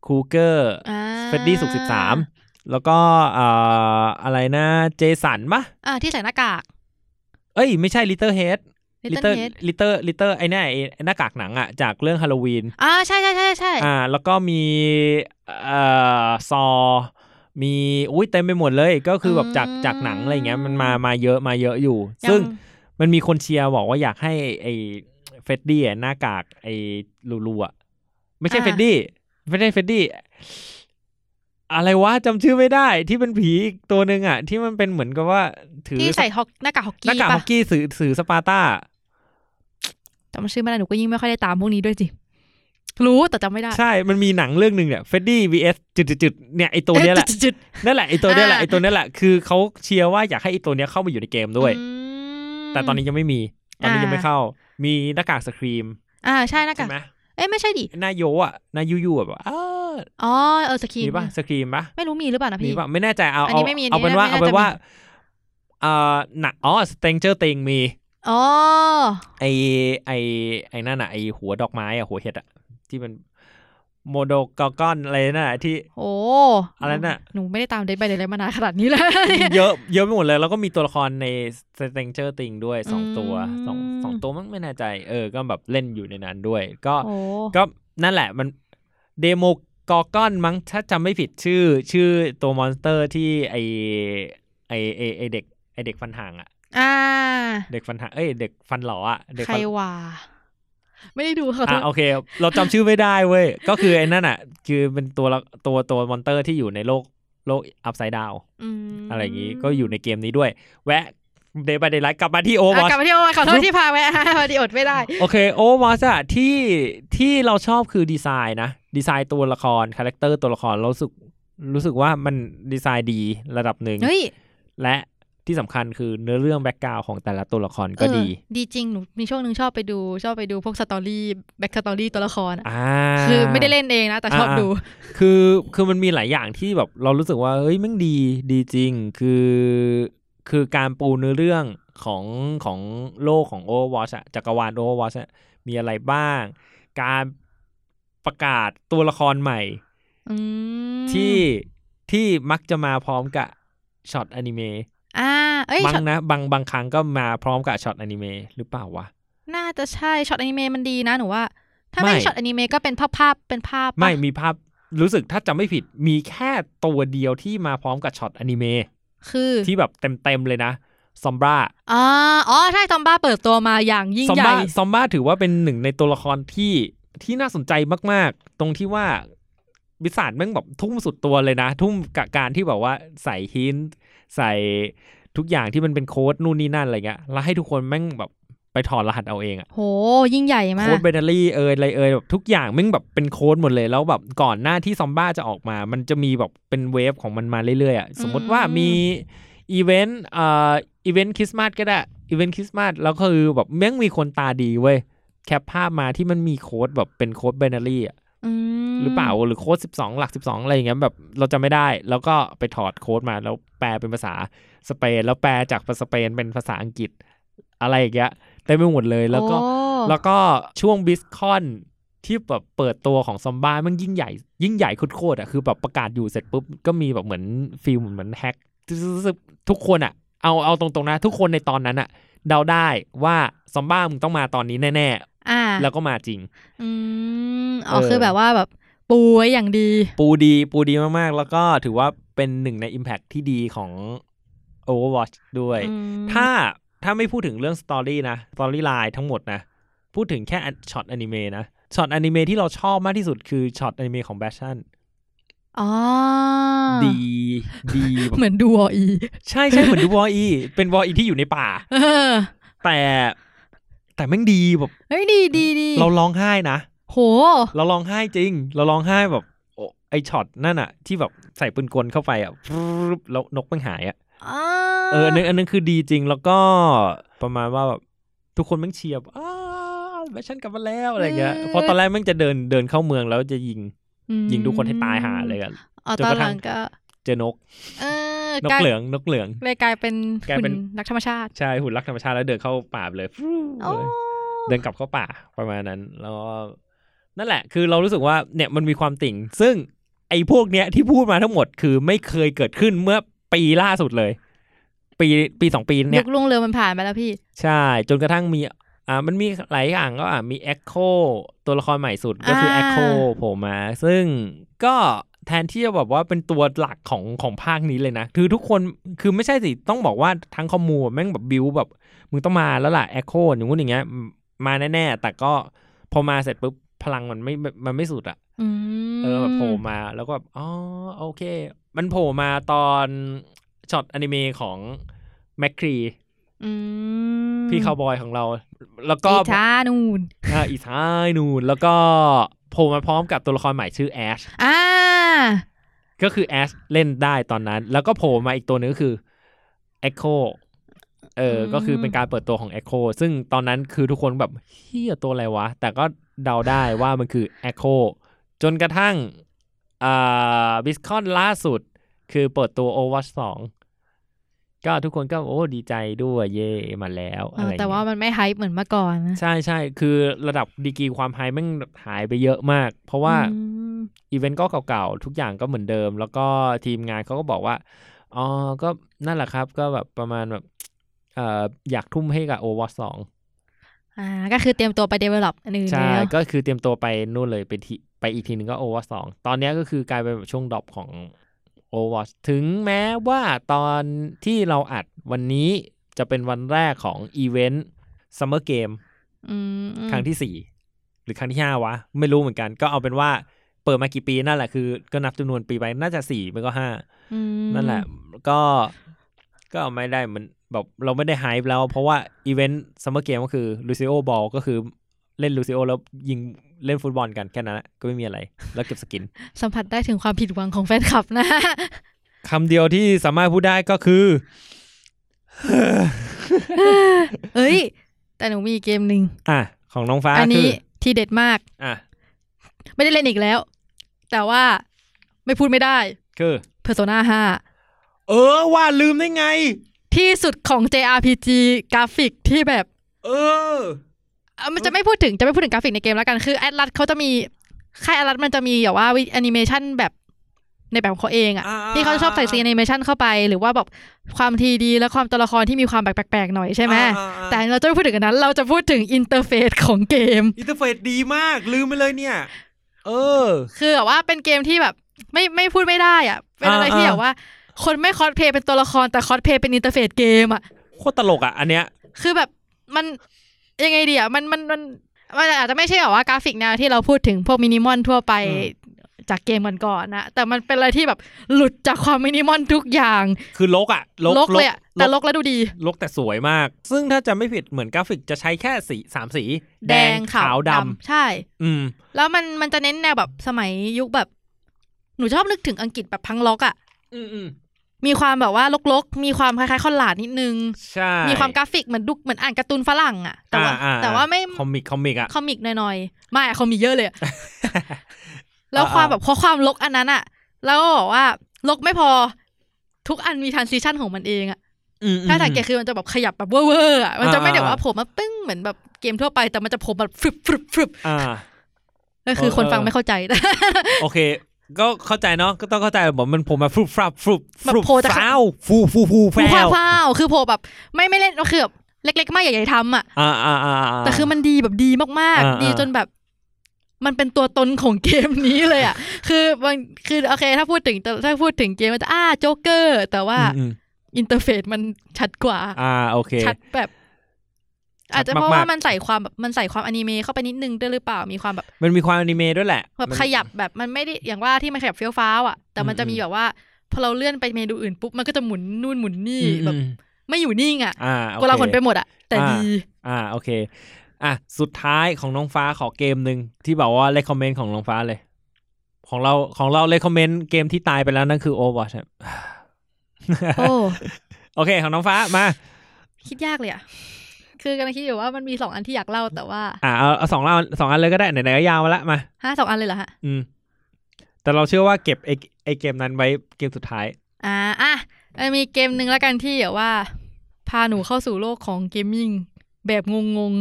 [SPEAKER 6] คูเกอร์
[SPEAKER 3] อ่า
[SPEAKER 6] เฟรดดี้สุกสิบสามแล้วก็เอ่ออะไรนะเจสันปะ
[SPEAKER 3] อ่าที่ใส่หน้ากาก
[SPEAKER 6] เอ้ย ไม่ใช่ลิตเติ้ลเฮด
[SPEAKER 3] Little Head
[SPEAKER 6] ลิตเติ้ลลิตเติ้ลไอ้เนี่ยไอ้หน้ากากหนังอะจากเรื่องฮาโลวีน
[SPEAKER 3] อ่าใช่ใช่ใช่ใช่
[SPEAKER 6] อ่าแล้วก็มีเอ่อซอ มีอุ้ยเต็มไปหมดเลย ก็คือแบบจาก
[SPEAKER 3] อืม
[SPEAKER 6] จากหนังอะไรเงี้ยมันมามาเยอะมาเยอะอยู่ ซึ่งมันมีคนเชียร์บอกว่าอยากให้ไอ้เฟดดี้หน้ากากไอ้ลูลูอ่ะไม่ใช่เฟดดี้ไม่ใช่เฟดดี้อะไรวะจำชื่อไม่ได้ ที่เป็นผีอีกตัวหนึ่งอ่ะ ที่มันเป็นเหมือนกับว่า ถือ
[SPEAKER 3] ที่ใส่ฮอกหน้ากากฮอก
[SPEAKER 6] หน้า
[SPEAKER 3] กี้
[SPEAKER 6] กากฮ
[SPEAKER 3] ปะ
[SPEAKER 6] อกกี้สื่อสื่อสปาร์ตา
[SPEAKER 3] จำชื่อไม่ได้หนูก็ยิ่งไม่ค่อยได้ตามพวกนี้ด้วยสิรู้แต่จำไม่ได้
[SPEAKER 6] ใช่ มันมีหนังเรื่องหนึ่งเนี่ยเฟดดี้ vs จุดๆๆเนี่ยไอตัวเนี้ยแหละ
[SPEAKER 3] จุด
[SPEAKER 6] นั่นแหละไอตัวเนี้ยแหละ
[SPEAKER 3] อ่า
[SPEAKER 6] ไอตัวเนี้ยแหละคือเขาเชียร์ว่าอยากให้ไอตัวเนี้ยเข้ามาอยู่ในเกม
[SPEAKER 3] ๆ
[SPEAKER 6] ด้วย
[SPEAKER 3] อืม
[SPEAKER 6] แต่ตอนนี้ยังไม่มี ตอนนี้
[SPEAKER 3] อ่ายั
[SPEAKER 6] ยังไม่เข้า มีหน้ากากสครีม
[SPEAKER 3] อ่าใช่หน้า
[SPEAKER 6] ใช่
[SPEAKER 3] กาก
[SPEAKER 6] ไหม
[SPEAKER 3] เอ้ยไม่ใช่ดิ
[SPEAKER 6] หน้าโยอะหน้ายูยูอะแบบเออ
[SPEAKER 3] อ๋อเออสกรี
[SPEAKER 6] มี
[SPEAKER 3] น
[SPEAKER 6] ป่ะสครีมป่ะ
[SPEAKER 3] ไม่รู้มีหรือเปล่านะ
[SPEAKER 6] มี
[SPEAKER 3] พี่
[SPEAKER 6] ป่ะไม่แน่ใจเอา
[SPEAKER 3] อัน
[SPEAKER 6] เอา
[SPEAKER 3] นี้ไม่มีอันนี้
[SPEAKER 6] เอาเป็นว่า
[SPEAKER 3] ไม่
[SPEAKER 6] เอา
[SPEAKER 3] น่าจะ
[SPEAKER 6] เป็นว่าเอ่อหนักอ๋อสเตนเจอร์ติงมี
[SPEAKER 3] อ๋อ
[SPEAKER 6] ไอไอไอนั่นอะไอหัวดอกไม้อะหัวเห็ดอะที่มันโมโดกอกอนอะไรนั่นอะที่
[SPEAKER 3] โอ้
[SPEAKER 6] อะไรน่ะ
[SPEAKER 3] หนูไม่ได้ตามเดทไปเดทอะไรมานานขนาดนี้แล้ว
[SPEAKER 6] [LAUGHS] เยอะเยอะไปหมดเลย แล้วก็มีตัวละครใน Stranger Things ด้วยสองตัว
[SPEAKER 3] อืม
[SPEAKER 6] สองสองตัวมั้งไม่แน่ใจ เออ ก็แบบเล่นอยู่ในนั้นด้วย ก็
[SPEAKER 3] โอ้
[SPEAKER 6] ก็นั่นแหละมันเดโมกอ g อนมั้งถ้าจำไม่ผิดชื่อ ชื่อตัวมอนสเตอร์ที่ไอไอไอไอเด็กไอเด็กฟันห่างอะ
[SPEAKER 3] อ่า
[SPEAKER 6] เด็กฟันห่างเอ้ยเด็กฟันหล่ออะเด็ก
[SPEAKER 3] ใคร
[SPEAKER 6] ฟัน
[SPEAKER 3] ว่า ไม่ได้ดูค่ะ
[SPEAKER 6] อ่ะโอเค เราจำชื่อไม่ได้เว้ย ก็คือไอ้นั่นอะคือเป็นตัวละตัวตัวมอนเตอร์ที่อยู่ในโลกโลกอัพไซด์ดาว อะไรอย่างนี้ก็อยู่ในเกมนี้ด้วย แวะเดย์บายเดย์ไลท์กลับมาที่โอวอ
[SPEAKER 3] อ่ะ
[SPEAKER 6] c
[SPEAKER 3] กลับมาที่โอวันขอโทษที่พาแวะ [LAUGHS] พอดีอดไม่ได้
[SPEAKER 6] โอเคโอวอ c อะที่ที่เราชอบคือดีไซน์นะ ดีไซน์ตัวละคร คาแรคเตอร์ตัวละครเรารู้สึกรู้สึกว่ามันดีไซน์ดีระดับหนึ่ง
[SPEAKER 3] เฮ้ย
[SPEAKER 6] และที่สำคัญคือเนื้อเรื่องแบ็กกราวของแต่ละตัวละครก็
[SPEAKER 3] เออ
[SPEAKER 6] ดี
[SPEAKER 3] ดีจริง หนูมีช่วงหนึ่งชอบไปดู ชอบไปดูพวกสตอรี่แบ็กสตอรี่ตัวละครอะ
[SPEAKER 6] อ่า
[SPEAKER 3] คือไม่ได้เล่นเองนะ แต่ชอบ
[SPEAKER 6] อ่า
[SPEAKER 3] ดู
[SPEAKER 6] คือคือมันมีหลายอย่างที่แบบเรารู้สึกว่าเฮ้ยแมันดีดีจริง คือคือการปูเนื้อเรื่องของของโลกของ Overwatch อะจักรวาล Overwatch อะมีอะไรบ้าง การประกาศตัวละครใหม่
[SPEAKER 3] อืม
[SPEAKER 6] ที่ที่มักจะมาพร้อมกับช็อตอนิเมะ
[SPEAKER 3] อ่า เอ้ย
[SPEAKER 6] บา
[SPEAKER 3] ช็
[SPEAKER 6] ง
[SPEAKER 3] อต
[SPEAKER 6] นะบางบางครั้งก็มาพร้อมกับช็อตอนิเมะหรือเปล่าวะ
[SPEAKER 3] น่าจะใช่ช็อตอนิเมะมันดีนะหนูว่า ถ้าไม่
[SPEAKER 6] ไม่
[SPEAKER 3] ช็อตอนิเมะก็เป็นภาพภาพเป็นภาพปะ
[SPEAKER 6] ไม่มีภาพรู้สึกถ้าจำไม่ผิดมีแค่ตัวเดียวที่มาพร้อมกับช็อตอนิเมะ
[SPEAKER 3] คือ
[SPEAKER 6] ที่แบบเต็มๆเลยนะซอมบ้า
[SPEAKER 3] อ๋ออ๋อใช่ซอมบ้าเปิดตัวมาอย่างยิ่ง
[SPEAKER 6] ซอม
[SPEAKER 3] ใหญ่
[SPEAKER 6] บ้าซอมบ้าถือว่าเป็นหนึ่งในตัวละครที่ที่น่าสนใจมาก ๆ ตรงที่ว่าบิสารแม่งแบบทุ่มสุดตัวเลยนะ ทุ่มกับการที่แบบว่าใส่ฮินใส่ทุกอย่างที่มันเป็นโค้ดนู่นนี่นั่นอะไรเงี้ยแล้วให้ทุกคนแม่งแบบไปถอดรหัสเอาเองอะ
[SPEAKER 3] โห ยิ่งใหญ่มา
[SPEAKER 6] โค้ด
[SPEAKER 3] ก
[SPEAKER 6] แบตเตอรี่เอยอะไรเอยแบบทุกอย่างแม่งแบบเป็นโค้ดหมดเลยแล้วแบบก่อนหน้าที่ซอมบ้าจะออกมา มันจะมีแบบเป็นเวฟของมันมาเรื่อยๆอะสมมติว่ามี อีเวนต์เอ่ออีเวนต์คริสต์มาสก็ได้อีเวนต์คริสต์มาสแล้วก็คือแบบแม่งมีคนตาดีเว้ย แคปภาพมาที่มันมีโค้ดแบบเป็นโค้ดไบนารีอะ
[SPEAKER 3] อืม
[SPEAKER 6] หรือเปล่าหรือโค้ด 12 หลัก 12 อะไรอย่างเงี้ยแบบเราจะไม่ได้ แล้วก็ไปถอดโค้ดมาแล้วแปลเป็นภาษาสเปน แล้วแปลจากสเปนเป็นภาษาอังกฤษ อะไรอย่างเงี้ยเต็ไมไปหมดเลยแล้วก็
[SPEAKER 3] โอ้
[SPEAKER 6] แล้วก็ช่วงบิสคอนที่แบบเปิดตัวของซอมบ้ามันยิ่งใหญ่ยิ่งใหญ่โคตรๆอ่ะคือแบบประกาศอยู่เสร็จปุ๊บ ก็มีแบบเหมือนฟิลเหมือนแฮกซึบๆทุกคนอ่ะ เอาเอาตรงๆนะ ทุกคนในตอนนั้นอ่ะ เดาได้ว่าซอมบ้ามึงต้องมาตอนนี้แน่
[SPEAKER 3] อ่า
[SPEAKER 6] ๆ แล้วก็มาจริง
[SPEAKER 3] อืมอ๋อ
[SPEAKER 6] เออ
[SPEAKER 3] คือแบบว่าแบบปูไว้อย่างดี
[SPEAKER 6] ปูดีปูดีมากๆ แล้วก็ถือว่าเป็นหนึ่งใน Impact ที่ดีของ Overwatch ด้วย
[SPEAKER 3] อืม
[SPEAKER 6] ถ้าถ้าไม่พูดถึงเรื่องสตอรี่นะสตอรี่ไลน์ทั้งหมดนะ พูดถึงแค่ช็อตอนิเมะนะช็อตอนิเมะที่เราชอบมากที่สุดคือช็อตอนิเมะของแบชชั่น
[SPEAKER 3] อ๋อ
[SPEAKER 6] ดี
[SPEAKER 3] [LAUGHS]
[SPEAKER 6] ดีแบบ
[SPEAKER 3] เหมือนดูวออี [LAUGHS]
[SPEAKER 6] ใช่ใช่เหมือนดูวออีเป็นวออีที่อยู่ในป่า
[SPEAKER 3] เออ
[SPEAKER 6] แต่แต่แม่งดีแบบ
[SPEAKER 3] เฮ้ยดีดีดี
[SPEAKER 6] เราร้องไห้นะ
[SPEAKER 3] โห
[SPEAKER 6] เราร้องไห้จริง เราร้องไห้แบบโอ้ไอช็อตนั่นอะที่แบบใส่ปืนกลเข้าไปอะฟรึบแล้วนกมันหายอะ
[SPEAKER 3] อ่า
[SPEAKER 6] เอออันนึงอันนึงคือดีจริงแล้วก็ประมาณว่าแบบทุกคนแม่งเชียร์แบบอ้าวแบชชั่นกลับมาแล้วอะไรเงี้ยเพราะตอนแรกแม่งจะเดินเดินเข้าเมืองแล้วจะยิง
[SPEAKER 3] ม
[SPEAKER 6] ยิงทุกคนให้ตายหาเลยอะ
[SPEAKER 3] อ๋อ
[SPEAKER 6] จน
[SPEAKER 3] ตอกน
[SPEAKER 6] ระทั่
[SPEAKER 3] หลั
[SPEAKER 6] ง
[SPEAKER 3] งก็
[SPEAKER 6] เจอนก
[SPEAKER 3] เออน
[SPEAKER 6] กเหลืองนกเหลือง
[SPEAKER 3] เลยกลายเป็น
[SPEAKER 6] กลาย
[SPEAKER 3] คุ
[SPEAKER 6] เป็
[SPEAKER 3] ณ
[SPEAKER 6] น
[SPEAKER 3] นักธรรมชาติ
[SPEAKER 6] ใช่หุ่นรักธรรมชาติแล้วเดินเข้าป่าไปเลยฟรู๊
[SPEAKER 3] โอ้
[SPEAKER 6] เลยเดินกลับเข้าป่าประมาณนั้น แล้วก็นั่นแหละ คือเรารู้สึกว่าเนี่ยมันมีความติ่ง ซึ่งไอ้พวกเนี้ยที่พูดมาทั้งหมดคือไม่เคยเกิดขึ้นเมื่อปีล่าสุดเลย ปีปีสองปีเนี่ย
[SPEAKER 3] ยุคลุงเรือมันผ่านไปแล้วพี่
[SPEAKER 6] ใช่ จนกระทั่งมีอ่ามันมีหลายอย่างก็อ่ะมี Echo ตัวละครใหม่สุดก็คือ
[SPEAKER 3] อ่า
[SPEAKER 6] Echo โผล่มา ซึ่งก็แทนที่จะแบบว่าเป็นตัวหลักของของภาคนี้เลยนะ คือทุกคนคือไม่ใช่สิ ต้องบอกว่าทั้งคอมมูแม่งแบบบิวแบบ มึงต้องมาแล้วล่ะ Echo อย่างงู้นอย่างเงี้ยมาแน่ๆ แต่ก็พอมาเสร็จปุ๊บพลังมันไม่มันไม่สุดอะ
[SPEAKER 3] อืม
[SPEAKER 6] เออแบบโผล่มาแล้วก็แบบอ๋อโอเค มันโผล่มาตอนช็อตอนิเมะของแมคครี
[SPEAKER 3] อืม
[SPEAKER 6] พี่คาวบอยของเรา แล้วก็
[SPEAKER 3] อีทานูน
[SPEAKER 6] อ่าอีทายนูนแล้วก็โผล่มาพร้อมกับตัวละครใหม่ชื่อแอช
[SPEAKER 3] อ่า
[SPEAKER 6] ก็คือแอชเล่นได้ตอนนั้น แล้วก็โผล่มาอีกตัวหนึงก็คือ Echo เอออ
[SPEAKER 3] ม
[SPEAKER 6] ก็คือเป็นการเปิดตัวของ Echo ซึ่งตอนนั้นคือทุกคนแบบเฮียตัวอะไรวะ แต่ก็เดาได้ว่ามันคือ Echo จนกระทั่งอ่าบิสคอนล่าสุด คือเปิดตัว Overwatch 2 ก็ทุกคนก็โอ้ดีใจด้วยเย่มาแล้ว
[SPEAKER 3] เอ
[SPEAKER 6] อะไร
[SPEAKER 3] อ
[SPEAKER 6] อย่ง
[SPEAKER 3] แต่
[SPEAKER 6] เงี้ย
[SPEAKER 3] ว่ามันไม่ไฮป์เหมือนเมื่อก่อนนะ
[SPEAKER 6] ใช่ใช่คือระดับดีกรีความไฮแมันหายไปเยอะมาก เพราะว่า
[SPEAKER 3] อืม
[SPEAKER 6] อีเวนต์ก็เก่าๆ ทุกอย่างก็เหมือนเดิม แล้วก็ทีมงานเขาก็บอกว่า อ๋อ ก็นั่นแหละครับ ก็แบบประมาณแบบเอ่ออยากทุ่มให้กับ o v e r 2
[SPEAKER 3] อ่าก็คือเตรียมตัวไป develop อันอื่น
[SPEAKER 6] ใช่
[SPEAKER 3] แล้ว
[SPEAKER 6] ก็คือเตรียมตัวไปนู่นเลยไปที่ไปอีกทีหนึงก็ o v e r 2ตอนเนี้ยก็คือกลายเป็นแบบช่วงดรอปของ o v e r ถึงแม้ว่าตอนที่เราอัดวันนี้จะเป็นวันแรกของอีเวนต์ซัมเมอร์เกม
[SPEAKER 3] อืมอืม
[SPEAKER 6] ครั้งที่สี่หรือครั้งที่ห้าวะ ไม่รู้เหมือนกัน ก็เอาเป็นว่าเปิดมากี่ปีนั่นแหละคือ ก็นับจำนวนปีไปน่าจะสี่ไม่ก็ห้า
[SPEAKER 3] อืม
[SPEAKER 6] นั่นแหละ ก็ก็ไม่ได้เหมันแบบเราไม่ได้ไฮป์แล้ว เพราะว่าอีเวนต์ซัมเมอร์เกมก็คือลูซิโอบอลก็คือเล่นลูซิโอแล้วยิงเล่นฟุตบอลกันแค่นั้นแหละก็ไม่มีอะไร แล้วเก็บสกิน [LAUGHS]
[SPEAKER 3] สัมผัสได้ถึงความผิดหวังของแฟนคลับนะ [LAUGHS]
[SPEAKER 6] คำเดียวที่สามารถพูดได้ก็คือ
[SPEAKER 3] เอ้ย แต่หนูมีเกมหนึ่ง
[SPEAKER 6] อ่ะของน้องฟ้า
[SPEAKER 3] อัน
[SPEAKER 6] คื
[SPEAKER 3] นี้
[SPEAKER 6] อ
[SPEAKER 3] ทีเด็ดมาก
[SPEAKER 6] อ่ะ
[SPEAKER 3] ไม่ได้เล่นอีกแล้ว แต่ว่าไม่พูดไม่ได้
[SPEAKER 6] คือ
[SPEAKER 3] Persona 5
[SPEAKER 6] เออว่าลืมได้ไง
[SPEAKER 3] ที่สุดของ JRPG กราฟิกที่แบบ
[SPEAKER 6] เออ
[SPEAKER 3] เอ่อมันจะไม่พูดถึงจะไม่พูดถึงกราฟิกในเกมแล้วกัน คือแอ l ลัเขาจะมีค่ายแอ l ลัมันจะมีแบบว่าวิแอนิเมชันแบบในแบบของเขาเองอะ
[SPEAKER 6] อ่า
[SPEAKER 3] ที่เขาชอบใส่ซีแอนิเมชันเข้าไป หรือว่าแบบความทีดี และความตัวละครที่มีความแปลกๆหน่อยใช่ไหม แต่เราจะไม่พูดถึงอันนั้น เราจะพูดถึงอินเทอร์เฟซของเกม
[SPEAKER 6] อินเทอร์เฟซดีมาก ลืมไปเลยเนี่ย เออ
[SPEAKER 3] คือแบบว่าเป็นเกมที่แบบไม่ไม่พูดไม่ได้อ่ะ เป็นอะไร
[SPEAKER 6] อ่า
[SPEAKER 3] ที่
[SPEAKER 6] อ่า
[SPEAKER 3] แบบว่า คนไม่คอสเพลย์เป็นตัวละครแต่คอสเพลย์เป็นอินเทอร์เฟซเกมอ่ะ
[SPEAKER 6] โคตรตลกอ่ะ อันเนี้ย
[SPEAKER 3] คือแบบมันยังไงดีอ่ะ มันมันมันมันอาจจะไม่ใช่แบบว่ากราฟิกแนวที่เราพูดถึงพวกมินิมอนทั่วไป
[SPEAKER 6] อืม
[SPEAKER 3] จากเกมก่อนๆนะ แต่มันเป็นอะไรที่แบบหลุดจากความมินิมอนทุกอย่าง
[SPEAKER 6] คือลกอ่ะ
[SPEAKER 3] ลกเลยอะแต่ลกแล้วดูดี
[SPEAKER 6] ลกแต่สวยมาก ซึ่งถ้าจะไม่ผิดเหมือนกราฟิกจะใช้แค่สีสามสี
[SPEAKER 3] แดงขาวดำใช่
[SPEAKER 6] อืม
[SPEAKER 3] แล้วมันมันจะเน้นแนวแบบสมัยยุคแบบ หนูชอบนึกถึงอังกฤษแบบพังล็อกอ่ะ
[SPEAKER 6] อืมอืม
[SPEAKER 3] มีความแบบว่าลกๆ มีความคล้ายๆคอนหลาดนิดนึง
[SPEAKER 6] ใช่
[SPEAKER 3] มีความกราฟิกเหมือนดูเหมือนอ่านการ์ตูนฝรั่งอะแต่ว่า
[SPEAKER 6] อ่
[SPEAKER 3] แต่ว่าไม่
[SPEAKER 6] คอมิกคอมิกอ่ะ
[SPEAKER 3] คอมิกหน่อยๆ ไม่อะคอมิกเย
[SPEAKER 6] [LAUGHS]
[SPEAKER 3] อะเลยอะแล้วความแบบข้อความลกอันนั้นอะแล้วบอกว่าลกไม่พอ ทุกอันมีทรานซิชันของมันเองอะ
[SPEAKER 6] อืมอืม
[SPEAKER 3] ถ้าสังเกตคือมันจะแบบขยับแบบเว่อร์ๆอะมันจะไม่ได้
[SPEAKER 6] อ่า
[SPEAKER 3] ว่าผมมาปึ้งเหมือนแบบเกมทั่วไป แต่มันจะผมแบบฟึบฟึบฟึบ
[SPEAKER 6] อ่า
[SPEAKER 3] ก็คือ
[SPEAKER 6] เออ
[SPEAKER 3] คนฟัง
[SPEAKER 6] เออ
[SPEAKER 3] ไม่เข้าใจนะ
[SPEAKER 6] โอเค ก็เข้าใจเนาะก็ต้องเข้าใจบอกมันผมมาฟรุบฟรับฟรุบ
[SPEAKER 3] แบบ
[SPEAKER 6] ฟรุบ
[SPEAKER 3] โผล่จาก
[SPEAKER 6] ฟ้าวฟูฟูฟูแฟ
[SPEAKER 3] [LAUGHS] ผู้พ
[SPEAKER 6] ว
[SPEAKER 3] เฝ้าคือโผล่แบบไม่ไม่เล่นก็คือแบบเล็กๆไม่ใหญ่ๆทำอะ
[SPEAKER 6] อ่าอ่าอ่าา
[SPEAKER 3] แต่คือมันดีแบบดีมาก
[SPEAKER 6] อ่า
[SPEAKER 3] ๆ ดี
[SPEAKER 6] อ่า
[SPEAKER 3] จนแบบ มันเป็นตัวตนของเกมนี้เลยอ่ะ [LAUGHS] คือบางคือโอเค ถ้าพูดถึงถ้าพูดถึงเกมมันจะอ่าโจ๊กเกอร์ แต่ว่า
[SPEAKER 6] อืมอืม
[SPEAKER 3] อินเทอร์เฟซมันชัดกว่า
[SPEAKER 6] อ่าโอเค
[SPEAKER 3] ชัดแบบ
[SPEAKER 6] ชัดมากๆ
[SPEAKER 3] อาจจะเพราะว่ามันใส่ความแบบมันใส่ความอนิเมะเข้าไปนิดนึงด้วยหรือเปล่ามีความแบบ
[SPEAKER 6] มันมีความอนิเมะด้วยแหละ
[SPEAKER 3] แบบ
[SPEAKER 6] มัน
[SPEAKER 3] ขยับแบบมันไม่ได้อย่างว่าที่มันขยับเฟี้ยวฟ้าวอ่ะแต่มันจะ
[SPEAKER 6] อืม
[SPEAKER 3] มีแบบว่า พอเราเลื่อนไปเมนูอื่นปุ๊บมันก็จะหมุนนู่นหมุนนี่
[SPEAKER 6] อืม
[SPEAKER 3] แบบ
[SPEAKER 6] อืม
[SPEAKER 3] ไม่อยู่นิ่งอ่ะ
[SPEAKER 6] อ่าโอเค
[SPEAKER 3] กลาหนไปหมดอ่ะ แต่
[SPEAKER 6] อ่า
[SPEAKER 3] ดี
[SPEAKER 6] อ่าโอเค อ่ะสุดท้ายของน้องฟ้าขอเกมหนึ่งที่บอกว่าเลคคอมเมนต์ของน้องฟ้าเลย ของเราของเราเลคคอมเมนต์เกมที่ตายไปแล้วนั่นคือโอวอช
[SPEAKER 3] โอ้
[SPEAKER 6] [LAUGHS] โอเค ของน้องฟ้ามา
[SPEAKER 3] คิดยากเลยอะคือกำลังคิดอยู่ว่ามันมีสองอันที่อยากเล่าแต่ว่า
[SPEAKER 6] อ่าเอาเอาสองเล่าสองอันเลยก็ได้ไหนๆก็ยาวมาละมา
[SPEAKER 3] ฮะสองอันเลยเหรอฮะ
[SPEAKER 6] อืม แต่เราเชื่อว่าเก็บไอไอเกมนั้นไว้เกมสุดท้าย
[SPEAKER 3] อ่าอ่ะมันมีเกมหนึ่งแล้วกันที่แบบว่า พาหนูเข้าสู่โลกของเกมมิ่งแบบงง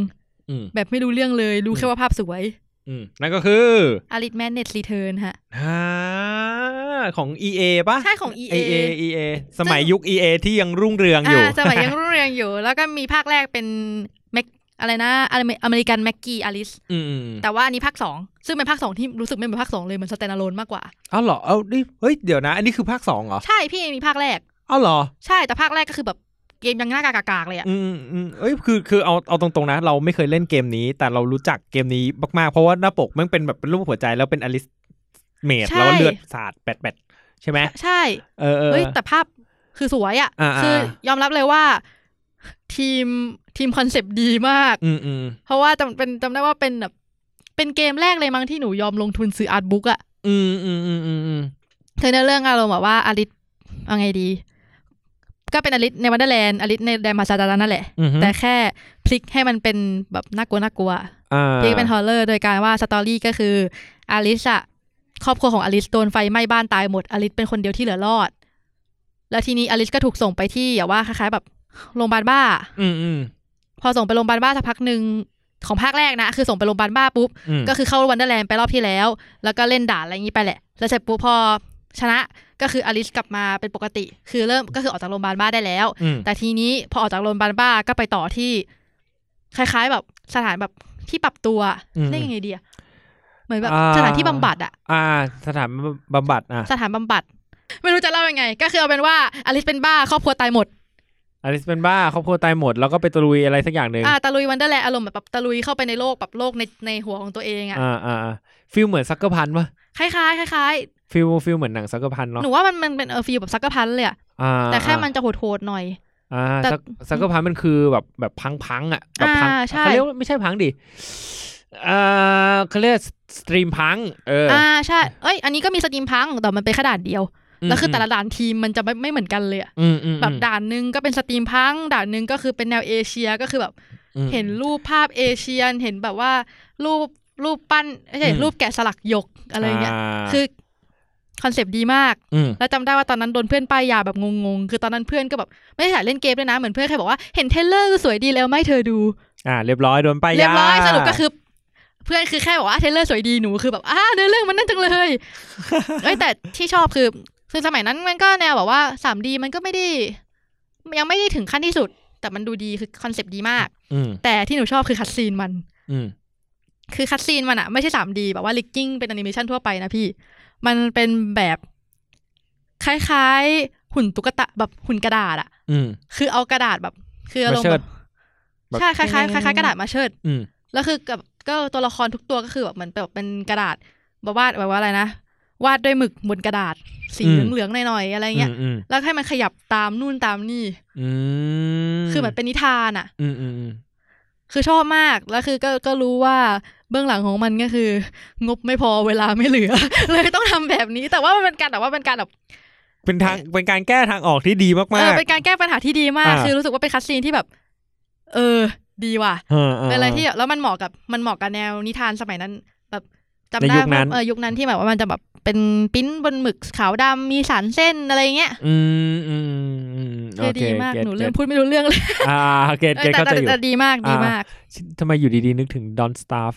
[SPEAKER 6] อืม
[SPEAKER 3] ๆ แบบไม่รู้เรื่องเลย รู้แค่ว่าภาพสวย
[SPEAKER 6] อืมนั่นก็คือ
[SPEAKER 3] Alice Madness Return ฮะ
[SPEAKER 6] อ่าของ EA ปะ
[SPEAKER 3] ใช่ของ EA
[SPEAKER 6] EA EA สมัยยุค EA ที่ยังรุ่งเรืองอยู่
[SPEAKER 3] อ่าสมัยยังรุ่งเรืองอยู่ แล้วก็มีภาคแรกเป็นแม็กอะไรนะอเมริกันแม็กกี้อลิส
[SPEAKER 6] [LAUGHS] อืมอืม
[SPEAKER 3] แต่ว่าอันนี้ภาคสองซึ่งเป็นภาคสองที่รู้สึกไม่เหมือนภาคสองเลยเหมือนสแตนด์อะโลนมากกว่า
[SPEAKER 6] อ้าวเหรอ เอาดิเฮ้ย เดี๋ยวนะ อันนี้คือภาคสองเหรอ
[SPEAKER 3] ใช่พี่เอมีภาคแรก
[SPEAKER 6] อ้าวเหรอ
[SPEAKER 3] ใช่แต่ภาคแรกก็คือแบบเกมยังหน้ากากๆเลยอะ
[SPEAKER 6] อืมอืมอืมเอ้ย คือ คือ เอา เอาตรงๆ นะ เราไม่เคยเล่นเกมนี้ แต่เรารู้จักเกมนี้มากๆ เพราะว่าหน้าปกมันเป็นแบบเป็นรูปหัวใจแล้วเป็นอลิสเมด
[SPEAKER 3] ใช่
[SPEAKER 6] แล้วเลือดสาดแปดแปดใช่ไหม
[SPEAKER 3] ใช่
[SPEAKER 6] เออเออ
[SPEAKER 3] เฮ้ยแต่ภาพคือสวยอ่ะ
[SPEAKER 6] อ่าๆ
[SPEAKER 3] คือยอมรับเลยว่า ทีมทีมคอนเซปต์ดีมาก
[SPEAKER 6] อืมอืม
[SPEAKER 3] เพราะว่าจำเป็นจำได้ว่าเป็นแบบเป็นเกมแรกเลยมั้งที่หนูยอมลงทุนซื้ออาร์ตบุ๊กอ่ะ
[SPEAKER 6] อืมอืมอืมอืมอืม
[SPEAKER 3] คือในเรื่องอารมณ์แบบว่าอาริสเอาไงดี ก็เป็นอลิสในวันเดอร์แลนด์อลิสในแดนมาซาจารานั่นแหละ
[SPEAKER 6] อือฮึ
[SPEAKER 3] แต่แค่พลิกให้มันเป็นแบบน่ากลัวน่ากลัว
[SPEAKER 6] อ่า
[SPEAKER 3] พลิกเป็นฮอลเลอร์โดยการว่าสตอรี่ก็คืออลิสอะครอบครัวของอลิสโดนไฟไหม้บ้านตายหมดอลิสเป็นคนเดียวที่เหลือรอด แล้วทีนี้อลิสก็ถูกส่งไปที่อย่าว่าคล้ายๆแบบโรงพยาบาลบ้า
[SPEAKER 6] อืมอืม
[SPEAKER 3] พอส่งไปโรงพยาบาลบ้าสักพักหนึ่งของภาคแรกนะ คือส่งไปโรงพยาบาลบ้าปุ๊บ
[SPEAKER 6] อืม
[SPEAKER 3] ก็คือเข้าวันเดอร์แลนด์ไปรอบที่แล้ว แล้วก็เล่นด่าอะไรอย่างนี้ไปแหละ แล้วเสร็จปุ๊บพอชนะก็คืออลิสกลับมาเป็นปกติ คือเริ่มก็คือออกจากโรงพยาบาลบ้าได้แล้ว
[SPEAKER 6] อืม
[SPEAKER 3] แต่ทีนี้พอออกจากโรงพยาบาลบ้าก็ไปต่อที่ คล้ายๆ แบบสถานแบบที่ปรับตัวเรียกยังไงดีอะเหมือนแบบสถานที่บำบัดอะ
[SPEAKER 6] อ่า สถานบำบัดอ่ะ
[SPEAKER 3] สถานบำบัด ไม่รู้จะเล่ายังไง ก็คือเอาเป็นว่าอลิสเป็นบ้าครอบครัวตายหมด
[SPEAKER 6] อลิสเป็นบ้าครอบครัวตายหมดแล้วก็ไปตะลุยอะไรสักอย่างหนึ่ง
[SPEAKER 3] อ่าตะลุยวันเดอร์แลนด์อารมณ์แบบตะลุยเข้าไปในโลกแบบโลกในในหัวของตัวเองอะ
[SPEAKER 6] อ่าอ่าอ่าฟิลเหมือนซักเกอร์พันปะ
[SPEAKER 3] คล้ายๆคล้ายๆ
[SPEAKER 6] ฟิลฟิลเหมือนหนังซักเกอร์พันเนาะ
[SPEAKER 3] หนูว่ามันมันเป็นเออฟีลแบบซักกะพันเลยอะ
[SPEAKER 6] อ่า
[SPEAKER 3] แต่แค่
[SPEAKER 6] อ่า
[SPEAKER 3] มันจะโหดๆหน่อย
[SPEAKER 6] อ่า
[SPEAKER 3] แต่
[SPEAKER 6] ซักซักเกอร์พันมันคือแบบแบบพังพังๆอ่ะแบบพัง
[SPEAKER 3] อ่าใช่
[SPEAKER 6] เขาเรียกว่าไม่ใช่พังดิอ่าเขาเรียกสตรีมพังเอออ
[SPEAKER 3] อ่าใช่เอ้ยอันนี้ก็มีสตรีมพังแต่มันเป็นแค่ด่านเดียว
[SPEAKER 6] อืม
[SPEAKER 3] แล้วคือแต่ละด่านทีมมันจะไม่ไม่เหมือนกันเลยอะ
[SPEAKER 6] อืมอืม
[SPEAKER 3] แบบด่านหนึ่งก็เป็นสตรีมพังด่านหนึ่งก็คือเป็นแนวเอเชียก็คือแบบ
[SPEAKER 6] อืม
[SPEAKER 3] เห็นรูปภาพเอเชียนเห็นแบบว่ารูปรูปปั้นไม่ใช่
[SPEAKER 6] อืม
[SPEAKER 3] รูปแกะสลักหยกอะไรเงี้ยคือคอนเซปต์ดีมาก
[SPEAKER 6] อืม
[SPEAKER 3] แล้วจำได้ว่าตอนนั้นโดนเพื่อนป้ายยาแบบงงๆคือตอนนั้นเพื่อนก็แบบไม่ได้ถ่ายเล่นเกมด้วยนะเหมือนเพื่อนแค่บอกว่าเห็นเทรลเลอร์สวยดีแล้วไม่เธอดู
[SPEAKER 6] อ่าเรียบร้อยโดนไปาย
[SPEAKER 3] เรีย
[SPEAKER 6] ยา
[SPEAKER 3] บร้อยสรุปก็คือ เพื่อนคือแค่บอกว่าเทรลเลอร์สวยดีหนูคือแบบอ้าเนื้อเรื่องมันนั่นจังเลย
[SPEAKER 6] [LAUGHS]
[SPEAKER 3] เอ้ยแต่ที่ชอบคือคือสมัยนั้นมันก็แนวแบบว่า 3D มันก็ไม่ได้ยังไม่ได้ถึงขั้นที่สุด แต่มันดูดีคือคอนเซปต์ดีมาก
[SPEAKER 6] อืม
[SPEAKER 3] แต่ที่หนูชอบคือคัดซีนมัน
[SPEAKER 6] อืม
[SPEAKER 3] คือคัดซีนมันอะไม่ใช่ 3D แบบว่าลิกกิ้งเป็นแอนิเมชันทั่วไปนะพี่ มันเป็นแบบคล้ายๆ หุ่นตุ๊กตาแบบหุ่นกระดาษอะ
[SPEAKER 6] อืม
[SPEAKER 3] คือเอากระดาษแบบ คืออารมณ์แบบ
[SPEAKER 6] มาเชิดแบบ
[SPEAKER 3] ใช่คล้ายๆคล้ายๆกระดาษมาเชิด
[SPEAKER 6] อืม
[SPEAKER 3] แล้วคือกับก็ตัวละครทุกตัวก็คือแบบเหมือนแบบเป็นกระดาษแบบวาดแบบว่าอะไรนะวาดด้วยหมึกบนกระดาษ สีเหลืองๆหน่อยๆอะไรเงี้ย
[SPEAKER 6] อืม
[SPEAKER 3] แล้วให้มันขยับตามนู่นตามนี่
[SPEAKER 6] อืม
[SPEAKER 3] คือเหมือนเป็นนิทานอ่ะ
[SPEAKER 6] อืมอืมอืม
[SPEAKER 3] คือชอบมากแล้วคือก็ก็รู้ว่าเบื้องหลังของมันก็คือ งบไม่พอเวลาไม่เหลือ [LAUGHS] เลยต้องทำแบบนี้ แต่ว่ามันเป็นการแต่ว่าเป็นการแบบ
[SPEAKER 6] เป็นทางเป็นการแก้ทางออกที่ดีมาก
[SPEAKER 3] เอ
[SPEAKER 6] มา
[SPEAKER 3] อก เป็นการแก้ปัญหาที่ดีมาก
[SPEAKER 6] อ่า
[SPEAKER 3] คือรู้สึกว่าเป็นคัสซีนที่แบบ เออ ดีว่ะ เป็นอะไรที่แบบแล้วมันเหมาะกับมันเหมาะกับแนวนิทานสมัยนั้น แบบจำ
[SPEAKER 6] ใน
[SPEAKER 3] ได้
[SPEAKER 6] ยุคนั้น
[SPEAKER 3] ว่าเออยุคนั้นที่แบบว่ามันจะแบบเป็นปริ้นบนหมึกขาวดำมีสารเส้นอะไรเงี้ย
[SPEAKER 6] อืมอืมอืม
[SPEAKER 3] เออดีมากหนูเริ่ม
[SPEAKER 6] พูด
[SPEAKER 3] พูดไม่รู้เรื่องเลย
[SPEAKER 6] อ่าเกต
[SPEAKER 3] เอ
[SPEAKER 6] เก
[SPEAKER 3] อ
[SPEAKER 6] ต
[SPEAKER 3] แต่
[SPEAKER 6] เข้าใจ
[SPEAKER 3] แต่
[SPEAKER 6] อยู่
[SPEAKER 3] แต่ดีมากดีมาก
[SPEAKER 6] ทำไมอยู่ดีๆ นึกถึงดอนสตาร์ฟ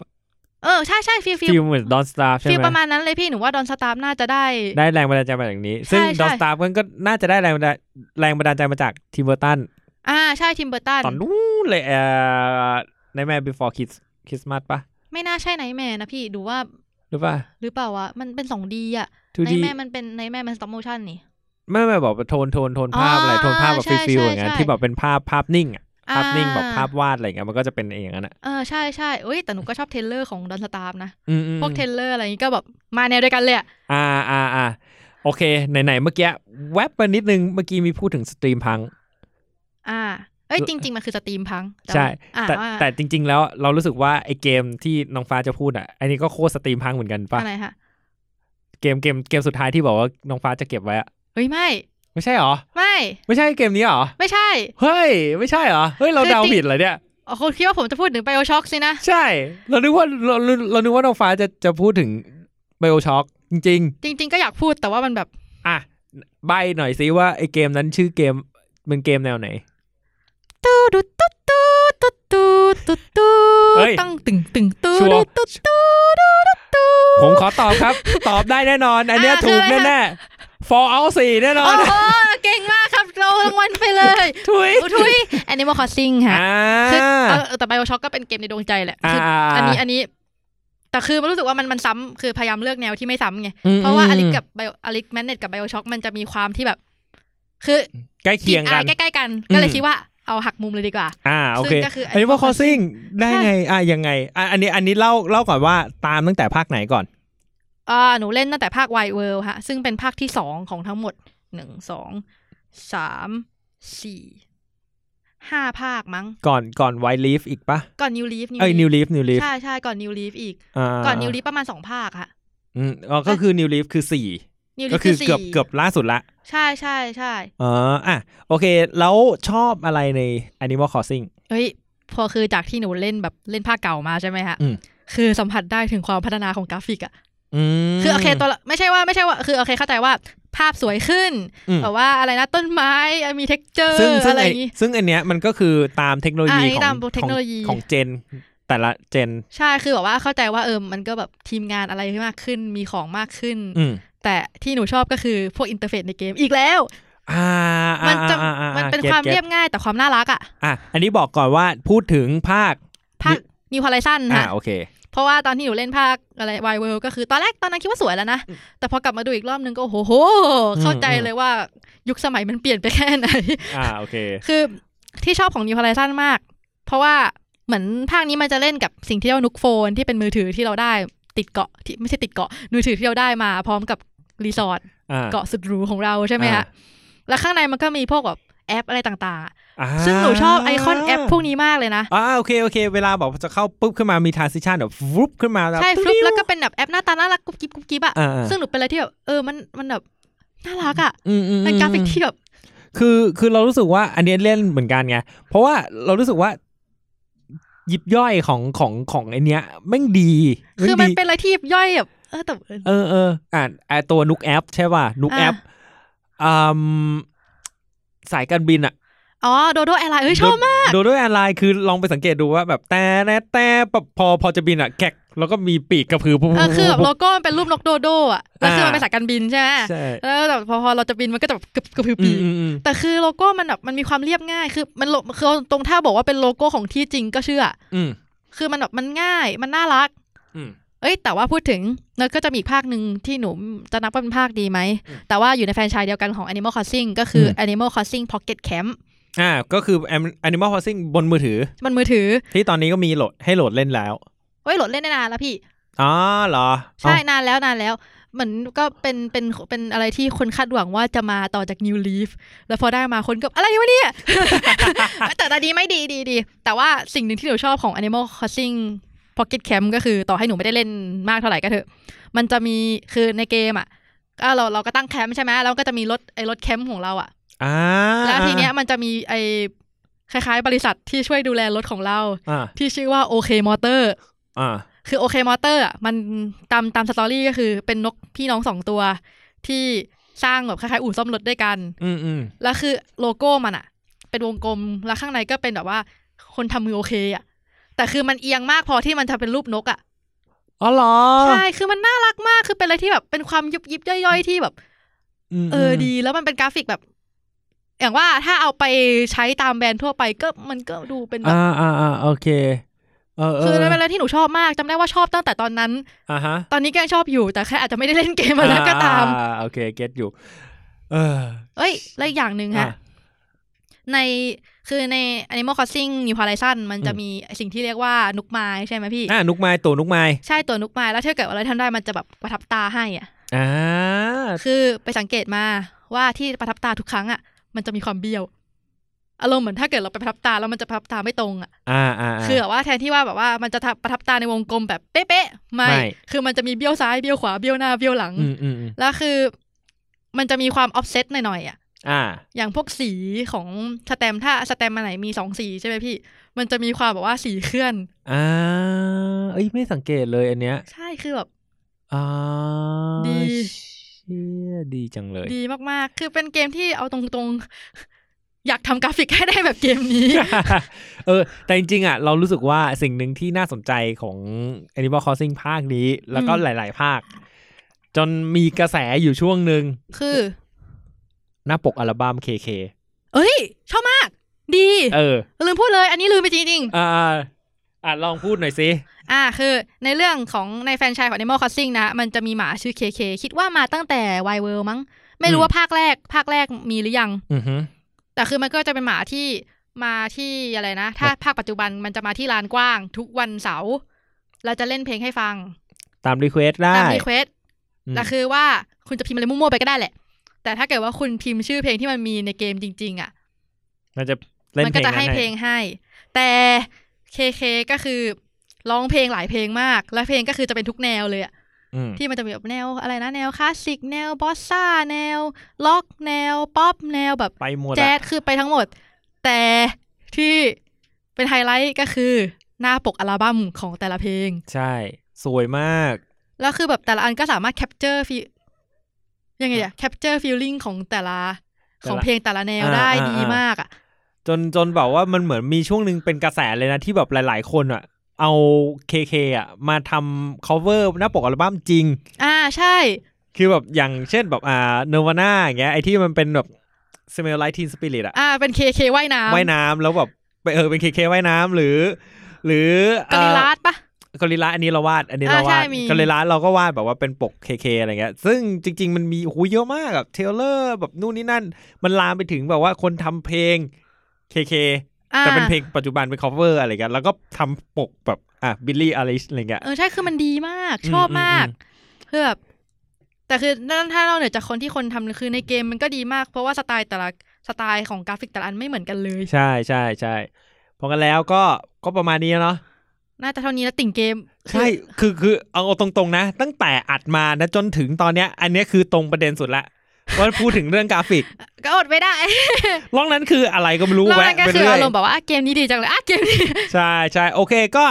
[SPEAKER 3] เออใช่ใช่ฟิลฟิล
[SPEAKER 6] ฟิลเหมือนดอนสตาร์ฟใช่
[SPEAKER 3] ฟิล
[SPEAKER 6] ไหม
[SPEAKER 3] ประมาณนั้นเลยพี่หนูว่าดอนสตาร์น่าจะได้
[SPEAKER 6] ได้แรงบันดาลใจมาจากนี้ ซึ่ง
[SPEAKER 3] ใช่ใช่
[SPEAKER 6] ดอนสตาร์ฟก็น่าจะได้แรงบันดาลแรงบันดาลใจมาจากทิมเบอร์ตัน
[SPEAKER 3] อ่าใช่ทิมเบอร์ตัน
[SPEAKER 6] ตอนนู้นเลยเอ่อในแม่ before kiss Christmas ปะ
[SPEAKER 3] ไม่น่าใช่ไนแมร์นะพี่ดูว่า
[SPEAKER 6] หรือป่ะ
[SPEAKER 3] หรือเปล่าวะมันเป็นสองดีอะ
[SPEAKER 6] 2D
[SPEAKER 3] ไนแมร์มันเป็นไนแมร์มันสต็อปโมชั่นนี่
[SPEAKER 6] ไม่ไม่บอกว่าโทนโทนโทนภาพอะไร
[SPEAKER 3] อ่า
[SPEAKER 6] โทนภาพแบบ
[SPEAKER 3] ใช่
[SPEAKER 6] ฟิลๆอย่างนั้น
[SPEAKER 3] ใช่
[SPEAKER 6] ที่แบบเป็นภาพภาพนิ่งอะภาพนิ่งแบบ
[SPEAKER 3] อ่
[SPEAKER 6] ภาพวาดอะไรอย่างเงี้ยมันก็จะเป็นอย่างนั้นอ่ะ
[SPEAKER 3] เออใช่ใช่เอ้ยแต่หนูก็ชอบเทรลเลอร์ของดอนสตาร์นะ
[SPEAKER 6] อืมอืม
[SPEAKER 3] พวกเทรลเลอร์อะไรอย่างงี้ก็แบบมาแนวเดียวกันเลยอะ
[SPEAKER 6] อ่าอ่าอ่าโอเคไหนๆเมื่อกี้แวบไปนิดนึงเมื่อกี้มีพูดถึงสตรีมพัง
[SPEAKER 3] อ่า เอ้ย
[SPEAKER 6] เออ
[SPEAKER 3] จริง ๆ มันคือสตรีมพัง
[SPEAKER 6] ใช่
[SPEAKER 3] อ่า
[SPEAKER 6] แต่
[SPEAKER 3] ว่า
[SPEAKER 6] แต่จริง ๆ แล้วเรารู้สึกว่าไอ้เกมที่น้องฟ้าจะพูดอ่ะ อันนี้ก็โคตรสตรีมพังเหมือนกันปะ
[SPEAKER 3] อะไรคะ
[SPEAKER 6] เกมเกมเกมสุดท้ายที่บอกว่าน้องฟ้าจะเก็บไว้อะ
[SPEAKER 3] เฮ้ยไม่
[SPEAKER 6] ไม่ใช่หรอ
[SPEAKER 3] ไม่
[SPEAKER 6] ไม่ใช่เกมนี้หรอ
[SPEAKER 3] ไม่ใช่
[SPEAKER 6] เฮ้ย ไม่ใช่หรอ เฮ้ย เราเดาผิดเหรอเนี่ย
[SPEAKER 3] อ๋อคนคิดว่าผมจะพูดถึงไบโอช็อกสินะ
[SPEAKER 6] ใช่ เรานึกว่าเราเราเรานึกว่าน้องฟ้าจะจะพูดถึงไบโอช็อคจริง
[SPEAKER 3] จริง ๆ ก็อยากพูดแต่ว่ามันแบบ
[SPEAKER 6] ๆ อ่ะ ใบหน่อยซิว่าไอ้เกมนั้นชื่อเกมเป็นเกมแนวไหน
[SPEAKER 3] ตูดูตุ๊ดตูตุ๊ดตูตุ๊ดตู
[SPEAKER 6] เฮ้ย
[SPEAKER 3] ตั้งตึงตึงตู
[SPEAKER 6] ชัวร์
[SPEAKER 3] ดูตุ๊ดตูดูดูตู
[SPEAKER 6] ผมขอตอบครับ [LAUGHS] ตอบได้แน่นอน อันเนี้ยถูกแน่ๆ Fallout 4แน่นอ
[SPEAKER 3] โอ้
[SPEAKER 6] น [LAUGHS]
[SPEAKER 3] โหเก่งมากครับเรารางวัลไปเลย
[SPEAKER 6] ถุย
[SPEAKER 3] โอ้ทุย Animal Crossing ค่ะ
[SPEAKER 6] อ่า
[SPEAKER 3] คือเออแต่ไบโอช็อกก็เป็นเกมในดวงใจแหละคืออา อันนี้อันนี้ แต่คือมันรู้สึกว่ามันมันซ้ำคือพยายามเลือกแนวที่ไม่ซ้ำไง
[SPEAKER 6] ม
[SPEAKER 3] เพราะว่าอลิส
[SPEAKER 6] ม
[SPEAKER 3] กับไบอลิสแมนเนตกับไบโอช็อกมันจะมีความที่แบบ คือ
[SPEAKER 6] ใกล้เคียง
[SPEAKER 3] ก
[SPEAKER 6] กัน
[SPEAKER 3] ลิ่นอายใกล้ๆกัน
[SPEAKER 6] อืม
[SPEAKER 3] ก็เลยคิดว่าเอาหักมุมเลยดีกว่า
[SPEAKER 6] อ่าโอเค
[SPEAKER 3] ซึ่งก็คือ
[SPEAKER 6] อันนี้ว่าค
[SPEAKER 3] Animal
[SPEAKER 6] อซิ่ง
[SPEAKER 3] Crossing
[SPEAKER 6] ได้ไง อ่ายังไงอ่ะอันนี้อันนี้เล่าเล่าก่อนว่าตามตั้งแต่ภาคไหนก่อน
[SPEAKER 3] อ่าหนูเล่นตั้งแต่ภาคไวเวิลด์ฮะ ซึ่งเป็นภาคที่สองของทั้งหมดหนึ่งสองสามสี่ห้าภาคมั้ง
[SPEAKER 6] ก่อนก่อนไวลีฟอีกปะ
[SPEAKER 3] ก่อนนิวลีฟ
[SPEAKER 6] เอ้ยนิวลีฟนิวลีฟ
[SPEAKER 3] ใช่ใช่ก่อนนิวลีฟอีก ก่อนนิวลีฟประมาณสองภาคอะ
[SPEAKER 6] อืมอ๋อก็คือนิวลีฟคือสี่
[SPEAKER 3] นิวลิ
[SPEAKER 6] ก็
[SPEAKER 3] ส
[SPEAKER 6] คือ
[SPEAKER 3] สี่
[SPEAKER 6] เกือบเกือบล่าสุดละ
[SPEAKER 3] ใช่ใช่ใช่
[SPEAKER 6] อ๋ออ่ะโอเค แล้วชอบอะไรใน Animal Crossing
[SPEAKER 3] เอ้ยพอคือจากที่หนูเล่นแบบเล่นภาคเก่ามาใช่ไหมฮะ
[SPEAKER 6] อืม
[SPEAKER 3] คือสัมผัสได้ถึงความพัฒนาของกราฟิกอะ
[SPEAKER 6] อืม
[SPEAKER 3] คือโอเคตัวละไม่ใช่ว่าไม่ใช่ว่าคือโอเคเข้าใจว่าภาพสวยขึ้น
[SPEAKER 6] อืม
[SPEAKER 3] แต่ว่าอะไรนะต้นไม้มีเท็กเจอร์
[SPEAKER 6] ซึ่งซึ่ง
[SPEAKER 3] อะไร
[SPEAKER 6] ไอ
[SPEAKER 3] อย่างงี้
[SPEAKER 6] ซึ่งอันเนี้ยมันก็คือตามเทคโนโลยี
[SPEAKER 3] อ่าอันนี้
[SPEAKER 6] ของ
[SPEAKER 3] ตามเทคโนโลยี
[SPEAKER 6] ของของเจน แต่ละเจน
[SPEAKER 3] ใช่คือแบบว่าเข้าใจว่าเออมันก็แบบทีมงานอะไรที่มากขึ้นมีของมากขึ้น
[SPEAKER 6] อืม
[SPEAKER 3] แต่ที่หนูชอบก็คือพวกอินเทอร์เฟซในเกมอีกแล้ว
[SPEAKER 6] อ่า
[SPEAKER 3] มั
[SPEAKER 6] มัน
[SPEAKER 3] จะมันเป็นความเรียบง่ายแต่ความน่ารักอ่ะ
[SPEAKER 6] อ่ะอันนี้บอกก่อนว่าพูดถึงภาค
[SPEAKER 3] ภาคนิวฮอลไลซัน
[SPEAKER 6] อ่า
[SPEAKER 3] ค่ะ
[SPEAKER 6] โอเค
[SPEAKER 3] เพราะว่าตอนที่หนูเล่นภาคอะไรวายเวิลก็คือตอนแรกตอนนั้นคิดว่าสวยแล้วนะ แต่พอกลับมาดูอีกรอบนึงก็โอ้โห เข้าใจเลยว่ายุคสมัยมันเปลี่ยนไปแค่ไหน
[SPEAKER 6] อ่าโอเค
[SPEAKER 3] คือที่ชอบของ New Horizon มาก เพราะว่าเหมือนภาคนี้มันจะเล่นกับสิ่งที่เรียกว่านุกโฟนที่เป็นมือถือที่เราได้ติดเกาะที่ไม่ใช่ติดเกาะมือถือที่เราได้มาพร้อมกับรีสอร์ท
[SPEAKER 6] อ่า
[SPEAKER 3] เกาะสุดหรูของเราใช่ไหม
[SPEAKER 6] อ่า
[SPEAKER 3] ฮะแล้วข้างในมันก็มีพวกแบบแอปอะไรต่างๆอะ
[SPEAKER 6] อ่า
[SPEAKER 3] ซึ่งหนูชอบไอคอนแอปพวกนี้มากเลยนะ
[SPEAKER 6] อ่าโอเคโอเค เวลาบอกจะเข้าปุ๊บขึ้นมามีทา n ซิชันแบบฟุบขึ้นมา
[SPEAKER 3] ใช่ฟลุป
[SPEAKER 6] ตุ๊ด
[SPEAKER 3] แล้วก็เป็นแบบแอปหน้าตาน่ารักกุ๊บกิ๊บกุ๊บกิ๊บอะ
[SPEAKER 6] อ่าอ่า
[SPEAKER 3] ซึ่งหนูเป็นอะไรที่แบบเออมันมันแบบน่ารักอะ
[SPEAKER 6] อืมอืมอืม
[SPEAKER 3] เป็นกราฟิกที่แบบ
[SPEAKER 6] คือคือเรารู้สึกว่าอันเนี้ยเล่นเหมือนกันไง เพราะว่าเรารู้สึกว่า ยิบย่อยของของของไอเนี้ยแม่งดีแง
[SPEAKER 3] คือมัน
[SPEAKER 6] ดี
[SPEAKER 3] เป็นอะไรที่ย่อยแบบเออแต่
[SPEAKER 6] เออเอออ่าไอตัวนุกแอป ใช่ป่ะนุกแอปอืมสายการบินอะ
[SPEAKER 3] อ๋อโดโดแอร์ไลน์เอ้ยชอบมาก
[SPEAKER 6] โดโดแอร์ไลน์คือลองไปสังเกตดูว่าแบบแต่แต่แต่แบบพอพอจะบินอะแกกแล้วก็มีปีกกระพือปุ๊บ
[SPEAKER 3] เออคือแบบโล
[SPEAKER 6] ปุ๊บ
[SPEAKER 3] โก้มันเป็นรูปนกโดโด้อะแล้วคือมัน
[SPEAKER 6] อ่า
[SPEAKER 3] เป็นสายการบินใช่ไหม
[SPEAKER 6] ใช่
[SPEAKER 3] แล้วแบบพอพอเราจะบินมันก็จะแบบกระกระพือ
[SPEAKER 6] อื
[SPEAKER 3] ปี
[SPEAKER 6] ม
[SPEAKER 3] ก
[SPEAKER 6] อืมอืม
[SPEAKER 3] แต่คือโลโก้มันแบบมันมีความเรียบง่าย คือมันโลคือตรงถ้าบอกว่าเป็นโลโก้ของที่จริงก็เชื่อ
[SPEAKER 6] อืม
[SPEAKER 3] คือมันแบบมันง่ายมันน่ารัก
[SPEAKER 6] อืม
[SPEAKER 3] เอ้ย แต่ว่าพูดถึงแล้วก็จะมีอีกภาคหนึ่งที่หนูจะนับว่าเป็นภาคดีไหม
[SPEAKER 6] อืม
[SPEAKER 3] แต่ว่าอยู่ในแฟรนไชส์เดียวกันของ Animal Crossing ก็คืออ
[SPEAKER 6] ม
[SPEAKER 3] Animal Crossing Pocket Camp
[SPEAKER 6] อ่าก็คือ Animal Crossing บนมือถือ
[SPEAKER 3] มันมือถือ
[SPEAKER 6] ที่ตอนนี้ก็มีโหลดให้โหลดเล่นแล้ว
[SPEAKER 3] เอ้ยโหลดเล่นได้นานแล้วพี่
[SPEAKER 6] อ๋อเหรอ
[SPEAKER 3] ใช่นานแล้วนานแล้ว เหมือนก็เป็นเป็นเป็นอะไรที่คนคาดหวังว่าจะมาต่อจาก New Leaf แล้วพอได้มาคนก็อะไรวะเนี่ย
[SPEAKER 6] [LAUGHS]
[SPEAKER 3] แต่ตอนนี้ไม่ดีดีดี แต่ว่าสิ่งหนึ่งที่หนูชอบของ Animal Crossing Pocket Camp ก็คือต่อให้หนูไม่ได้เล่นมากเท่าไหร่ก็เถอะ มันจะมีคือในเกมอ่ะก็เราเราก็ตั้งแคมป์ใช่ไหมแล้วก็จะมีรถไอ้รถแคมป์ของเราอ่ะ
[SPEAKER 6] อ่า
[SPEAKER 3] แล้วทีเนี้ยมันจะมีไอ้คล้ายๆ บริษัทที่ช่วยดูแลรถของเรา
[SPEAKER 6] อ่า
[SPEAKER 3] ที่ชื่อว่า OK Motor
[SPEAKER 6] อ่า
[SPEAKER 3] คือโอเคมอเตอร์อ่ะมันตามตามสตอรี่ก็คือเป็นนกพี่น้องสองตัว ที่สร้างแบบคล้ายๆอู่ซ่อมรถด้วยกัน
[SPEAKER 6] อืมอืม
[SPEAKER 3] แล้วคือโลโก้มันอ่ะ เป็นวงกลมแล้วข้างในก็เป็นแบบว่า คนทำมือโอเคอ่ะแต่คือมันเอียงมากพอที่มันจะเป็นรูปนกอ่ะ
[SPEAKER 6] อ๋อเหรอ
[SPEAKER 3] ใช่คือมันน่ารักมากคือเป็นอะไรที่แบบเป็นความยุบยิบย่อยๆที่แบบ
[SPEAKER 6] ม
[SPEAKER 3] เออดีแล้วมันเป็นกราฟิกแบบ อย่างว่าถ้าเอาไปใช้ตามแบรนด์ทั่วไปก็มันก็ดูเป็นแบบ
[SPEAKER 6] อ่าอ่าอ่าโอเคเออเอ
[SPEAKER 3] คือ
[SPEAKER 6] อ
[SPEAKER 3] มันเป็นอะไรที่หนูชอบมากจำได้ว่าชอบตั้งแต่ตอนนั้น
[SPEAKER 6] อ่าฮะ
[SPEAKER 3] ตอนนี้ก็ยังชอบอยู่แต่แค่อาจจะไม่ได้เล่นเกมมาแล้วก็ตาม
[SPEAKER 6] อ่โอเคเก็ตอยู่ เออ
[SPEAKER 3] เอ้ยแล้วอีกอย่างหนึ่ง
[SPEAKER 6] อ่ะ
[SPEAKER 3] ฮะ ในคือใน Animal Crossing New Horizon มันจะ
[SPEAKER 6] อืม
[SPEAKER 3] มีสิ่งที่เรียกว่านุกไม้ใช่ไหมพี่
[SPEAKER 6] อ่านุกไม้ตัวนุกไม้
[SPEAKER 3] ใช่ตัวนุกไม้แล้วถ้าเกิดอะไรท่านได้มันจะแบบประทับตาให้อ่ะ
[SPEAKER 6] อ่า
[SPEAKER 3] คือไปสังเกตมาว่าที่ประทับตาทุกครั้งอ่ะ มันจะมีความเบี้ยว อารมณ์เหมือนถ้าเกิดเราไปประทับตาแล้วมันจะประทับตาไม่ตรงอ่ะ
[SPEAKER 6] อ่าอ่าา
[SPEAKER 3] คือแบบว่าแทนที่ว่าแบบว่ามันจะประทับตาในวงกลมแบบเป๊ะๆไม่
[SPEAKER 6] ไม่
[SPEAKER 3] คือมันจะมีเบี้ยวซ้ายเบี้ยวขวาเบี้ยวหน้าเบี้ยวหลัง
[SPEAKER 6] อืมอืมอืม
[SPEAKER 3] แล้วคือ มันจะมีความออฟเซตหน่อยๆอ่ะ
[SPEAKER 6] อ่า
[SPEAKER 3] อย่างพวกสีของสแตมป์ถ้าสแตมป์อันไหนมีสองสีใช่ไหมพี่ มันจะมีความแบบว่าสีเคลื่อน
[SPEAKER 6] อ่าเอ้ยไม่สังเกตเลยอันเนี้ย
[SPEAKER 3] ใช่คือแบบ
[SPEAKER 6] อ่า
[SPEAKER 3] ดี
[SPEAKER 6] เชี่ยดีจังเลย
[SPEAKER 3] ดีมากๆ คือเป็นเกมที่เอาตรงๆ [LAUGHS] อยากทำกราฟิกให้ได้แบบเกม
[SPEAKER 6] [LAUGHS]
[SPEAKER 3] นี้
[SPEAKER 6] เออ แต่จริงๆอ่ะเรารู้สึกว่าสิ่งหนึ่งที่น่าสนใจของ Animal Crossing ภาคนี้ แล้วก็
[SPEAKER 3] อืม
[SPEAKER 6] หลาย ๆ ภาค จนมีกระแสอยู่ช่วงหนึ่ง
[SPEAKER 3] คือ
[SPEAKER 6] หน้าปกอัลบั้ม KK
[SPEAKER 3] เอ้ย ชอบมาก ดี
[SPEAKER 6] เออ
[SPEAKER 3] ลืมพูดเลย อันนี้ลืมไปจริง
[SPEAKER 6] อ่าอ่ะลองพูดหน่อยสิ
[SPEAKER 3] ๆ อ่า คือในเรื่องของในแฟรนไชายของ Animal Crossing นะ มันจะมีหมาชื่อ KK คิดว่ามาตั้งแต่ Wild World มั้ง ไม่รู้
[SPEAKER 6] อืม
[SPEAKER 3] ว่าภาคแรก ภาคแรกมีหรือยัง
[SPEAKER 6] อือฮึ
[SPEAKER 3] แต่คือมันก็จะเป็นหมาที่มาที่อะไรนะ ถ้าภาคปัจจุบันมันจะมาที่ลานกว้าง ทุกวันเสาร์เราจะเล่นเพลงให้ฟัง
[SPEAKER 6] ตามรีเควสได้
[SPEAKER 3] ตามรีเควส
[SPEAKER 6] อืม
[SPEAKER 3] แต่คือว่าคุณจะพิมพ์อะไรมั่วๆไปก็ได้แหละ แต่ถ้าเกิดว่าคุณพิมพ์ชื่อเพลงที่มันมีในเกมจริง ๆ อ่ะ
[SPEAKER 6] มันจะเล่น
[SPEAKER 3] มั
[SPEAKER 6] เพลง
[SPEAKER 3] ก็จะให้
[SPEAKER 6] นั้น
[SPEAKER 3] เพลงให้ แต่เคเคก็คือร้องเพลงหลายเพลงมาก และเพลงก็คือจะเป็นทุกแนวเลยอะ
[SPEAKER 6] อืม
[SPEAKER 3] ที่มันจะมีแบบแนวอะไรนะแนวคลาสสิกแนวบอสซ่าแนว ล็อกแนว ป๊อปแนวแบบ
[SPEAKER 6] ไปหมดอะ
[SPEAKER 3] แจ๊สคือไปทั้งหมด แต่ที่เป็นไฮไลท์ก็คือหน้าปกอัลบั้มของแต่ละเพลง
[SPEAKER 6] ใช่ สวยมาก
[SPEAKER 3] แล้วคือแบบแต่ละอันก็สามารถแคปเจอร์ฟียังไงอะแคปเจอร์ฟีลลิ่งของแต่ละ
[SPEAKER 6] แต่ละ
[SPEAKER 3] ของเพลงแต่ละแนว
[SPEAKER 6] อ่า
[SPEAKER 3] ได้
[SPEAKER 6] อ่า
[SPEAKER 3] ดี
[SPEAKER 6] อ่าม
[SPEAKER 3] มากอะ
[SPEAKER 6] จนจนแบบว่ามันเหมือนมีช่วงหนึ่งเป็นกระแสเลยนะที่แบบหลาย ๆ คนอ่ะ เอาเคเคอ่ะมาทำ cover หน้าปกอัลบั้มจริง
[SPEAKER 3] อ่าใช่
[SPEAKER 6] คือแบบอย่างเช่นแบบอ่าเนวาน่าอย่างเงี้ยไอที่มันเป็นแบบ smell like teen spirit อ่ะ
[SPEAKER 3] อ่าเป็นเคเคว่ายน้ำ
[SPEAKER 6] ว่ายน้ำแล้วแบบไปเออเป็นเคเคว่ายน้ำหรือ หรือก
[SPEAKER 3] อริลลาสปะ
[SPEAKER 6] กอริลลาอันนี้เราวาด อันนี้เรา
[SPEAKER 3] อ่าใช่
[SPEAKER 6] วาด
[SPEAKER 3] มี
[SPEAKER 6] กอริลลาเราก็วาดแบบว่าเป็นปกเคเคอะไรเงี้ย ซึ่งจริง ๆ มันมีโอ้โหูเยอะมากแบบเทเลอร์แบบนู่นนี่นั่น มันลามไปถึงแบบว่าคนทำเพลงเคเค
[SPEAKER 3] อ่า
[SPEAKER 6] แต่เป็นเพลงปัจจุบันเป็น cover อะไรกันแล้วก็ทำปกแบบอ่ะบิลลี่อ l ิชอะไรเงี้ย
[SPEAKER 3] เออใช่คือมันดีมาก
[SPEAKER 6] อืม
[SPEAKER 3] ชอบมาก
[SPEAKER 6] อืม
[SPEAKER 3] คือแบบแต่คือนั่นถ้าเราเหนือจากคนที่คนทำคือในเกมมันก็ดีมาก เพราะว่าสไตล์แต่ละสไตล์ของกราฟิกแต่ละอันไม่เหมือนกันเลย
[SPEAKER 6] ใช่ใช่ใช่พอกันแล้วก็ก็ประมาณนี้เนาะ
[SPEAKER 3] น่าจะเท่านี้แล้วติ่งเกม
[SPEAKER 6] ใช่คือคือเอาตรงๆนะ ตั้งแต่อัดมานะจนถึงตอนเนี้ย อันเนี้ยคือตรงประเด็นสุดละว่าพูดถึงเรื่องกราฟิก [LAUGHS]
[SPEAKER 3] ก็อดไม่ได้
[SPEAKER 6] ล่องนั้นคืออะไรก็ไม่รู้
[SPEAKER 3] แล้ว
[SPEAKER 6] แวะ
[SPEAKER 3] มันก็
[SPEAKER 6] ไป
[SPEAKER 3] คือ
[SPEAKER 6] เรื่อ
[SPEAKER 3] อาย รมณ์แบบว่าอ่ะเกมนี้ดีจังเลยอ่ะเกมนี้
[SPEAKER 6] ใช่ใช่โอเคก็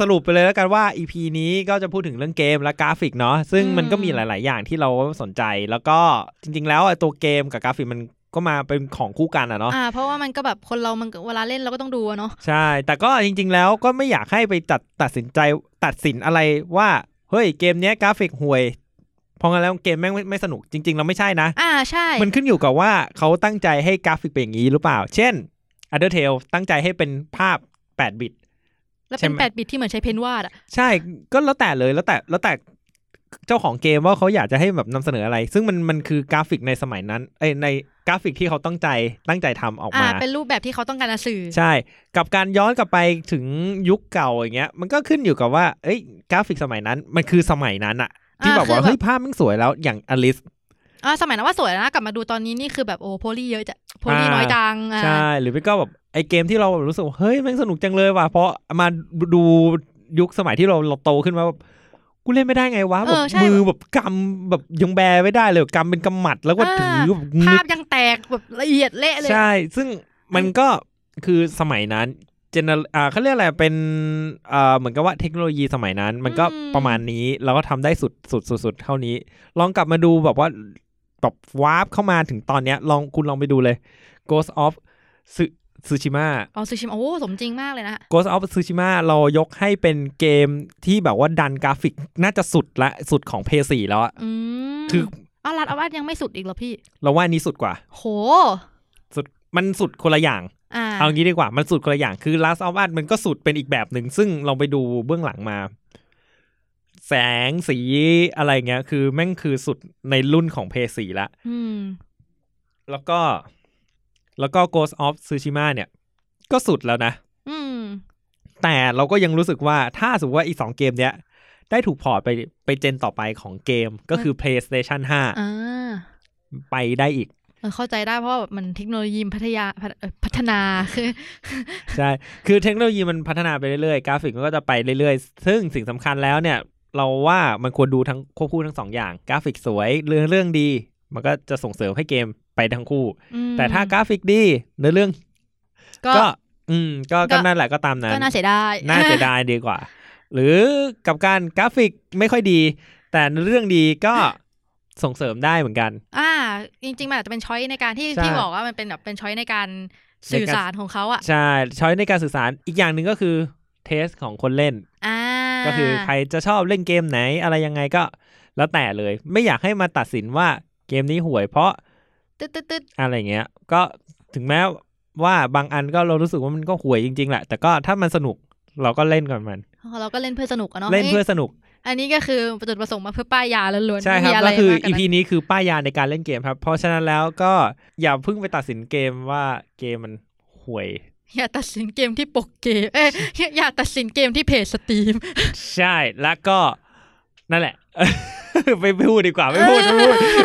[SPEAKER 6] สรุปไปเลยแล้วกันว่า EP นี้ก็จะพูดถึงเรื่องเกมและกราฟิกเนาะซึ่งมันก็มี
[SPEAKER 3] อืม
[SPEAKER 6] หลาย ๆ อย่างที่เราสนใจแล้วก็จริง ๆ แล้วอ่ะตัวเกมกับกราฟิกมันก็มาเป็นของคู่กันอะเนาะ
[SPEAKER 3] อ่า เพราะว่ามันก็แบบคนเรามันก็เวลาเล่นเราก็ต้องดูอะเนาะ
[SPEAKER 6] ใช่ แต่ก็จริง ๆ แล้วก็ไม่อยากให้ไปตัดตัดสินใจตัดสินอะไรว่า เฮ้ยเกมเนี้ยกราฟิกห่วย เพองั้นแล้วเกมแม่งไม่ไม่สนุกจริง ๆ เราไม่ใช่นะ
[SPEAKER 3] อ่าใช่
[SPEAKER 6] มันขึ้นอยู่กับว่าเขาตั้งใจให้กราฟิกเป็นอย่างนี้หรือเปล่า เช่น Undertale ตั้งใจให้เป็นภาพ 8 บิต
[SPEAKER 3] แล้ว
[SPEAKER 6] ใช่
[SPEAKER 3] เป็น
[SPEAKER 6] ไหม
[SPEAKER 3] แปดบิตที่เหมือนใช้เพนวาดอะ
[SPEAKER 6] ใช่ก็แล้วแต่เลยแล้วแต่แล้วแต่เจ้าของเกมว่าเขาอยากจะให้แบบนำเสนออะไร ซึ่งมันมันคือกราฟิกในสมัยนั้นเอ้ยในกราฟิกที่เขาตั้งใจตั้งใจทำออก
[SPEAKER 3] อ่า
[SPEAKER 6] มา
[SPEAKER 3] เป็นรูปแบบที่เขาต้องการจะสื่อ
[SPEAKER 6] ใช่ กับการย้อนกลับไปถึงยุคเก่าอย่างเงี้ย มันก็ขึ้นอยู่กับว่า เอ้ย กราฟิกสมัยนั้น มันคือสมัยนั้นอะที่
[SPEAKER 3] อ่า
[SPEAKER 6] แบบว่า
[SPEAKER 3] คือแบบ
[SPEAKER 6] เฮ้ยภาพมันสวยแล้วอย่างอลิส
[SPEAKER 3] อ่าสมัยนั้นว่าสวยนะกลับมาดูตอนนี้นี่คือแบบโอ้โพลีเยอะจะโพลี
[SPEAKER 6] อ่า
[SPEAKER 3] น้อยจังอ่า
[SPEAKER 6] ใช่ หรือไม่ก็แบบไอเกมที่เราแบบรู้สึกว่าเฮ้ยแมันสนุกจังเลยว่ะเพราะมาดูยุคสมัยที่เราเราโตขึ้นมาแบบกูเล่นไม่ได้ไงวะแบบมือแบบกำแบบยงแบไม่ได้เลยกำเป็นกำหมัดแล้วก็ถือแบบงึ
[SPEAKER 3] ภา
[SPEAKER 6] ด
[SPEAKER 3] พยังแตกแบบละเอียดเละเลย
[SPEAKER 6] ใช่ ซึ่งมันก็คือสมัยนั้นเจเนอ่าเขาเรียกอะไร เป็นอ่าเหมือนกับว่าเทคโนโลยีสมัยนั้น มันก็ประมาณนี้ แล้วก็ทำได้สุดสุดสุดสุดเท่านี้ ลองกลับมาดูแบบว่าแบบวาร์ปเข้ามาถึงตอนเนี้ย ลองคุณลองไปดูเลย Ghost of Tsushima
[SPEAKER 3] อ๋อซูชิมะโอ้สมจริงมากเลยนะ
[SPEAKER 6] Ghost of Tsushima เรายกให้เป็นเกมที่แบบว่าดันกราฟิกน่าจะสุดละสุดของ p 4แล้วอะ
[SPEAKER 3] อืม
[SPEAKER 6] คือ
[SPEAKER 3] เอาลัดเอาวัดยังไม่สุดอีกเหรอพี่
[SPEAKER 6] เราว่าอันนี้สุดกว่า
[SPEAKER 3] โห
[SPEAKER 6] สุดมันสุดคนละอย่าง
[SPEAKER 3] อ่า
[SPEAKER 6] เอางี้ดีกว่า มันสุดคนละอย่าง คือ Last of Us มันก็สุดเป็นอีกแบบหนึ่ง ซึ่งเราไปดูเบื้องหลังมา แสงสีอะไรเงี้ย คือแม่งคือสุดในรุ่นของ p 4ละ
[SPEAKER 3] อืม
[SPEAKER 6] แล้วก็ แล้วก็ Ghost of Tsushima เนี่ย ก็สุดแล้วนะ
[SPEAKER 3] อืม
[SPEAKER 6] แต่เราก็ยังรู้สึกว่าถ้าสมมติว่าอีกสองเกมเนี้ย ได้ถูกพอร์ตไปไปเจนต่อไปของเกมก็คือ PlayStation
[SPEAKER 3] อ่า
[SPEAKER 6] 5 ไปได้อีก
[SPEAKER 3] เออเข้าใจได้เพราะว่าแบบมันเทคโนโลยีพัฒยาพัฒเอ่อพัฒนาคือ
[SPEAKER 6] ใช่ คือเทคโนโลยีมันพัฒนาไปเรื่อยๆ กราฟิกมันก็จะไปเรื่อยๆ ซึ่งสิ่งสำคัญแล้วเนี่ย เราว่ามันควรดูทั้งควบคู่ทั้งสองอย่าง กราฟิกสวยเรื่องเรื่องดี มันก็จะส่งเสริมให้เกมไปทั้งคู่
[SPEAKER 3] อืม
[SPEAKER 6] แต่ถ้ากราฟิกดีเนื้อเรื่อง
[SPEAKER 3] ก็
[SPEAKER 6] ก็ อืมก็
[SPEAKER 3] ก็
[SPEAKER 6] ก็นั่นแหละก็ตามนั้น
[SPEAKER 3] ก็น่าเสียดาย
[SPEAKER 6] น่าเสียดายดีกว่า หรือกับการกราฟิกไม่ค่อยดี แต่เนื้อเรื่องดีก็ส่งเสริมได้เหมือนกัน
[SPEAKER 3] อ่า จริงๆมันอาจจะเป็นช้อยในการที่
[SPEAKER 6] ใช่
[SPEAKER 3] ที่บอกว่ามันเป็นแบบเป็นช้อยในการสื่อ
[SPEAKER 6] ในการ
[SPEAKER 3] สารของเขาอ่ะ
[SPEAKER 6] ใช่ช้อยในการสื่อสารอีกอย่างหนึ่งก็คือเทสของคนเล่น
[SPEAKER 3] อ่า
[SPEAKER 6] ก็คือใครจะชอบเล่นเกมไหนอะไรยังไงก็แล้วแต่เลย ไม่อยากให้มาตัดสินว่าเกมนี้ห่วยเพราะ
[SPEAKER 3] ตึ๊ดตึ๊ดตึ๊ด
[SPEAKER 6] อะไรเงี้ย ก็ถึงแม้ว่าบางอันก็เรารู้สึกว่ามันก็ห่วยจริงๆแหละแต่ก็ถ้ามันสนุกเราก็เล่นก่อนมัน
[SPEAKER 3] เราก็เล่นเพื่อสนุกอะเนาะ
[SPEAKER 6] เล่นเพื่อสนุก
[SPEAKER 3] อันนี้ก็คือจุดประสงค์มาเพื่อป้ายยาล้วนๆ
[SPEAKER 6] ใช่
[SPEAKER 3] ไม่
[SPEAKER 6] ครั
[SPEAKER 3] มี
[SPEAKER 6] บ
[SPEAKER 3] อะไร
[SPEAKER 6] ก็คือ
[SPEAKER 3] มากกว่า
[SPEAKER 6] อี
[SPEAKER 3] นั้น
[SPEAKER 6] พีนี้คือป้ายยาในการเล่นเกมครับ เพราะฉะนั้นแล้วก็อย่าเพิ่งไปตัดสินเกมว่าเกมมันห่วย
[SPEAKER 3] อย่าตัดสินเกมที่ปกเกมเอ้ยอย่าตัดสินเกมที่เพจสตรีม
[SPEAKER 6] ใช่แล้วก็นั่นแหละ [LAUGHS] ไม่พูดดีกว่าไม่พูด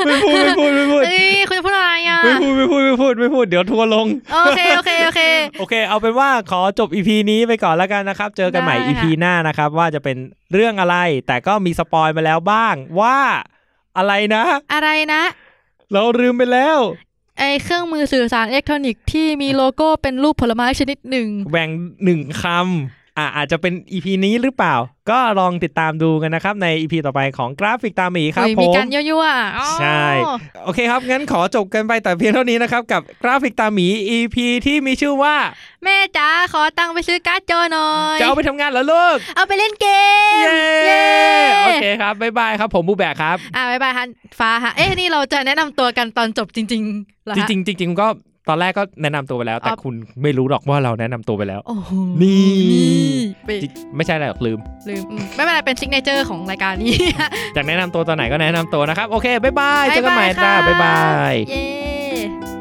[SPEAKER 6] ไม่พูดไม่พูดไม่พูด
[SPEAKER 3] เอ้ยคุณจะพูดอะไรอ่ะ
[SPEAKER 6] ไม่พูดไม่พูดไม่พูดไม่พูดไม่พูดเดี๋ยวทัวร์ลง
[SPEAKER 3] โอเคโอเคโอเค
[SPEAKER 6] โอเค เอาเป็นว่าขอจบ EP นี้ไปก่อนแล้วกันนะครับ เจอกันใหม่
[SPEAKER 3] ได้ค่ะ
[SPEAKER 6] EP หน้านะครับ ว่าจะเป็นเรื่องอะไร แต่ก็มีสปอยมาแล้วบ้าง ว่าอะไรนะ
[SPEAKER 3] อะไรนะ
[SPEAKER 6] เราลืมไปแล้ว
[SPEAKER 3] ไอเครื่องมือสื่อสารอิเล็กทรอนิกส์ที่มีโลโก้เป็นรูปผลไม้ชนิดหนึ่ง
[SPEAKER 6] แบ่งหนึ่งคำอ่ะอาจจะเป็น EP นี้หรือเปล่า ก็ลองติดตามดูกันนะครับ ใน EP ต่อไปของกราฟิกตามหมีครับ
[SPEAKER 3] เฮ้ย
[SPEAKER 6] ผ
[SPEAKER 3] มี
[SPEAKER 6] ม
[SPEAKER 3] การยั่วๆอ๋อ
[SPEAKER 6] ใช่ โอเคครับ งั้นขอจบกันไปแต่เพียงเท่านี้นะครับ กับกราฟิกตามหมี EP ที่มีชื่อว่า
[SPEAKER 3] แม่จ๋าขอตังค์ไปซื้อการ์ดจอหน่อย
[SPEAKER 6] จะเอาไปทำงานแล้วลูก
[SPEAKER 3] เอาไปเล่นเกม
[SPEAKER 6] เย้
[SPEAKER 3] เย้
[SPEAKER 6] โอเคครับบ๊ายบายครับ ผมบูแบกครับ
[SPEAKER 3] อ่าบ๊ายบายฮันฟ้าฮะ เอ๊ะ นี่เราจะแนะนำตัวกันตอนจบจริงๆเหรอ
[SPEAKER 6] จ
[SPEAKER 3] ฮะ
[SPEAKER 6] ริงๆจริงๆก็ตอนแรกก็แนะนำตัวไปแล้ว แต่
[SPEAKER 3] อ๋อ
[SPEAKER 6] คุณไม่รู้หรอกว่าเราแนะนำตัวไปแล้ว
[SPEAKER 3] โอ้โห
[SPEAKER 6] นี่
[SPEAKER 3] ไป
[SPEAKER 6] จริงไม่ใช่อะไรหรอกลืม
[SPEAKER 3] ลืมอืมไม่เป็นไรเป็นซิกเนเจอร์ของรายการนี้
[SPEAKER 6] อยากแนะนำตัวตอนไหนก็แนะนำตัวนะครับ โอเค บ๊ายบาย เจอกันใหม่จ้า
[SPEAKER 3] ค่ะ
[SPEAKER 6] บ๊ายบาย
[SPEAKER 3] เย้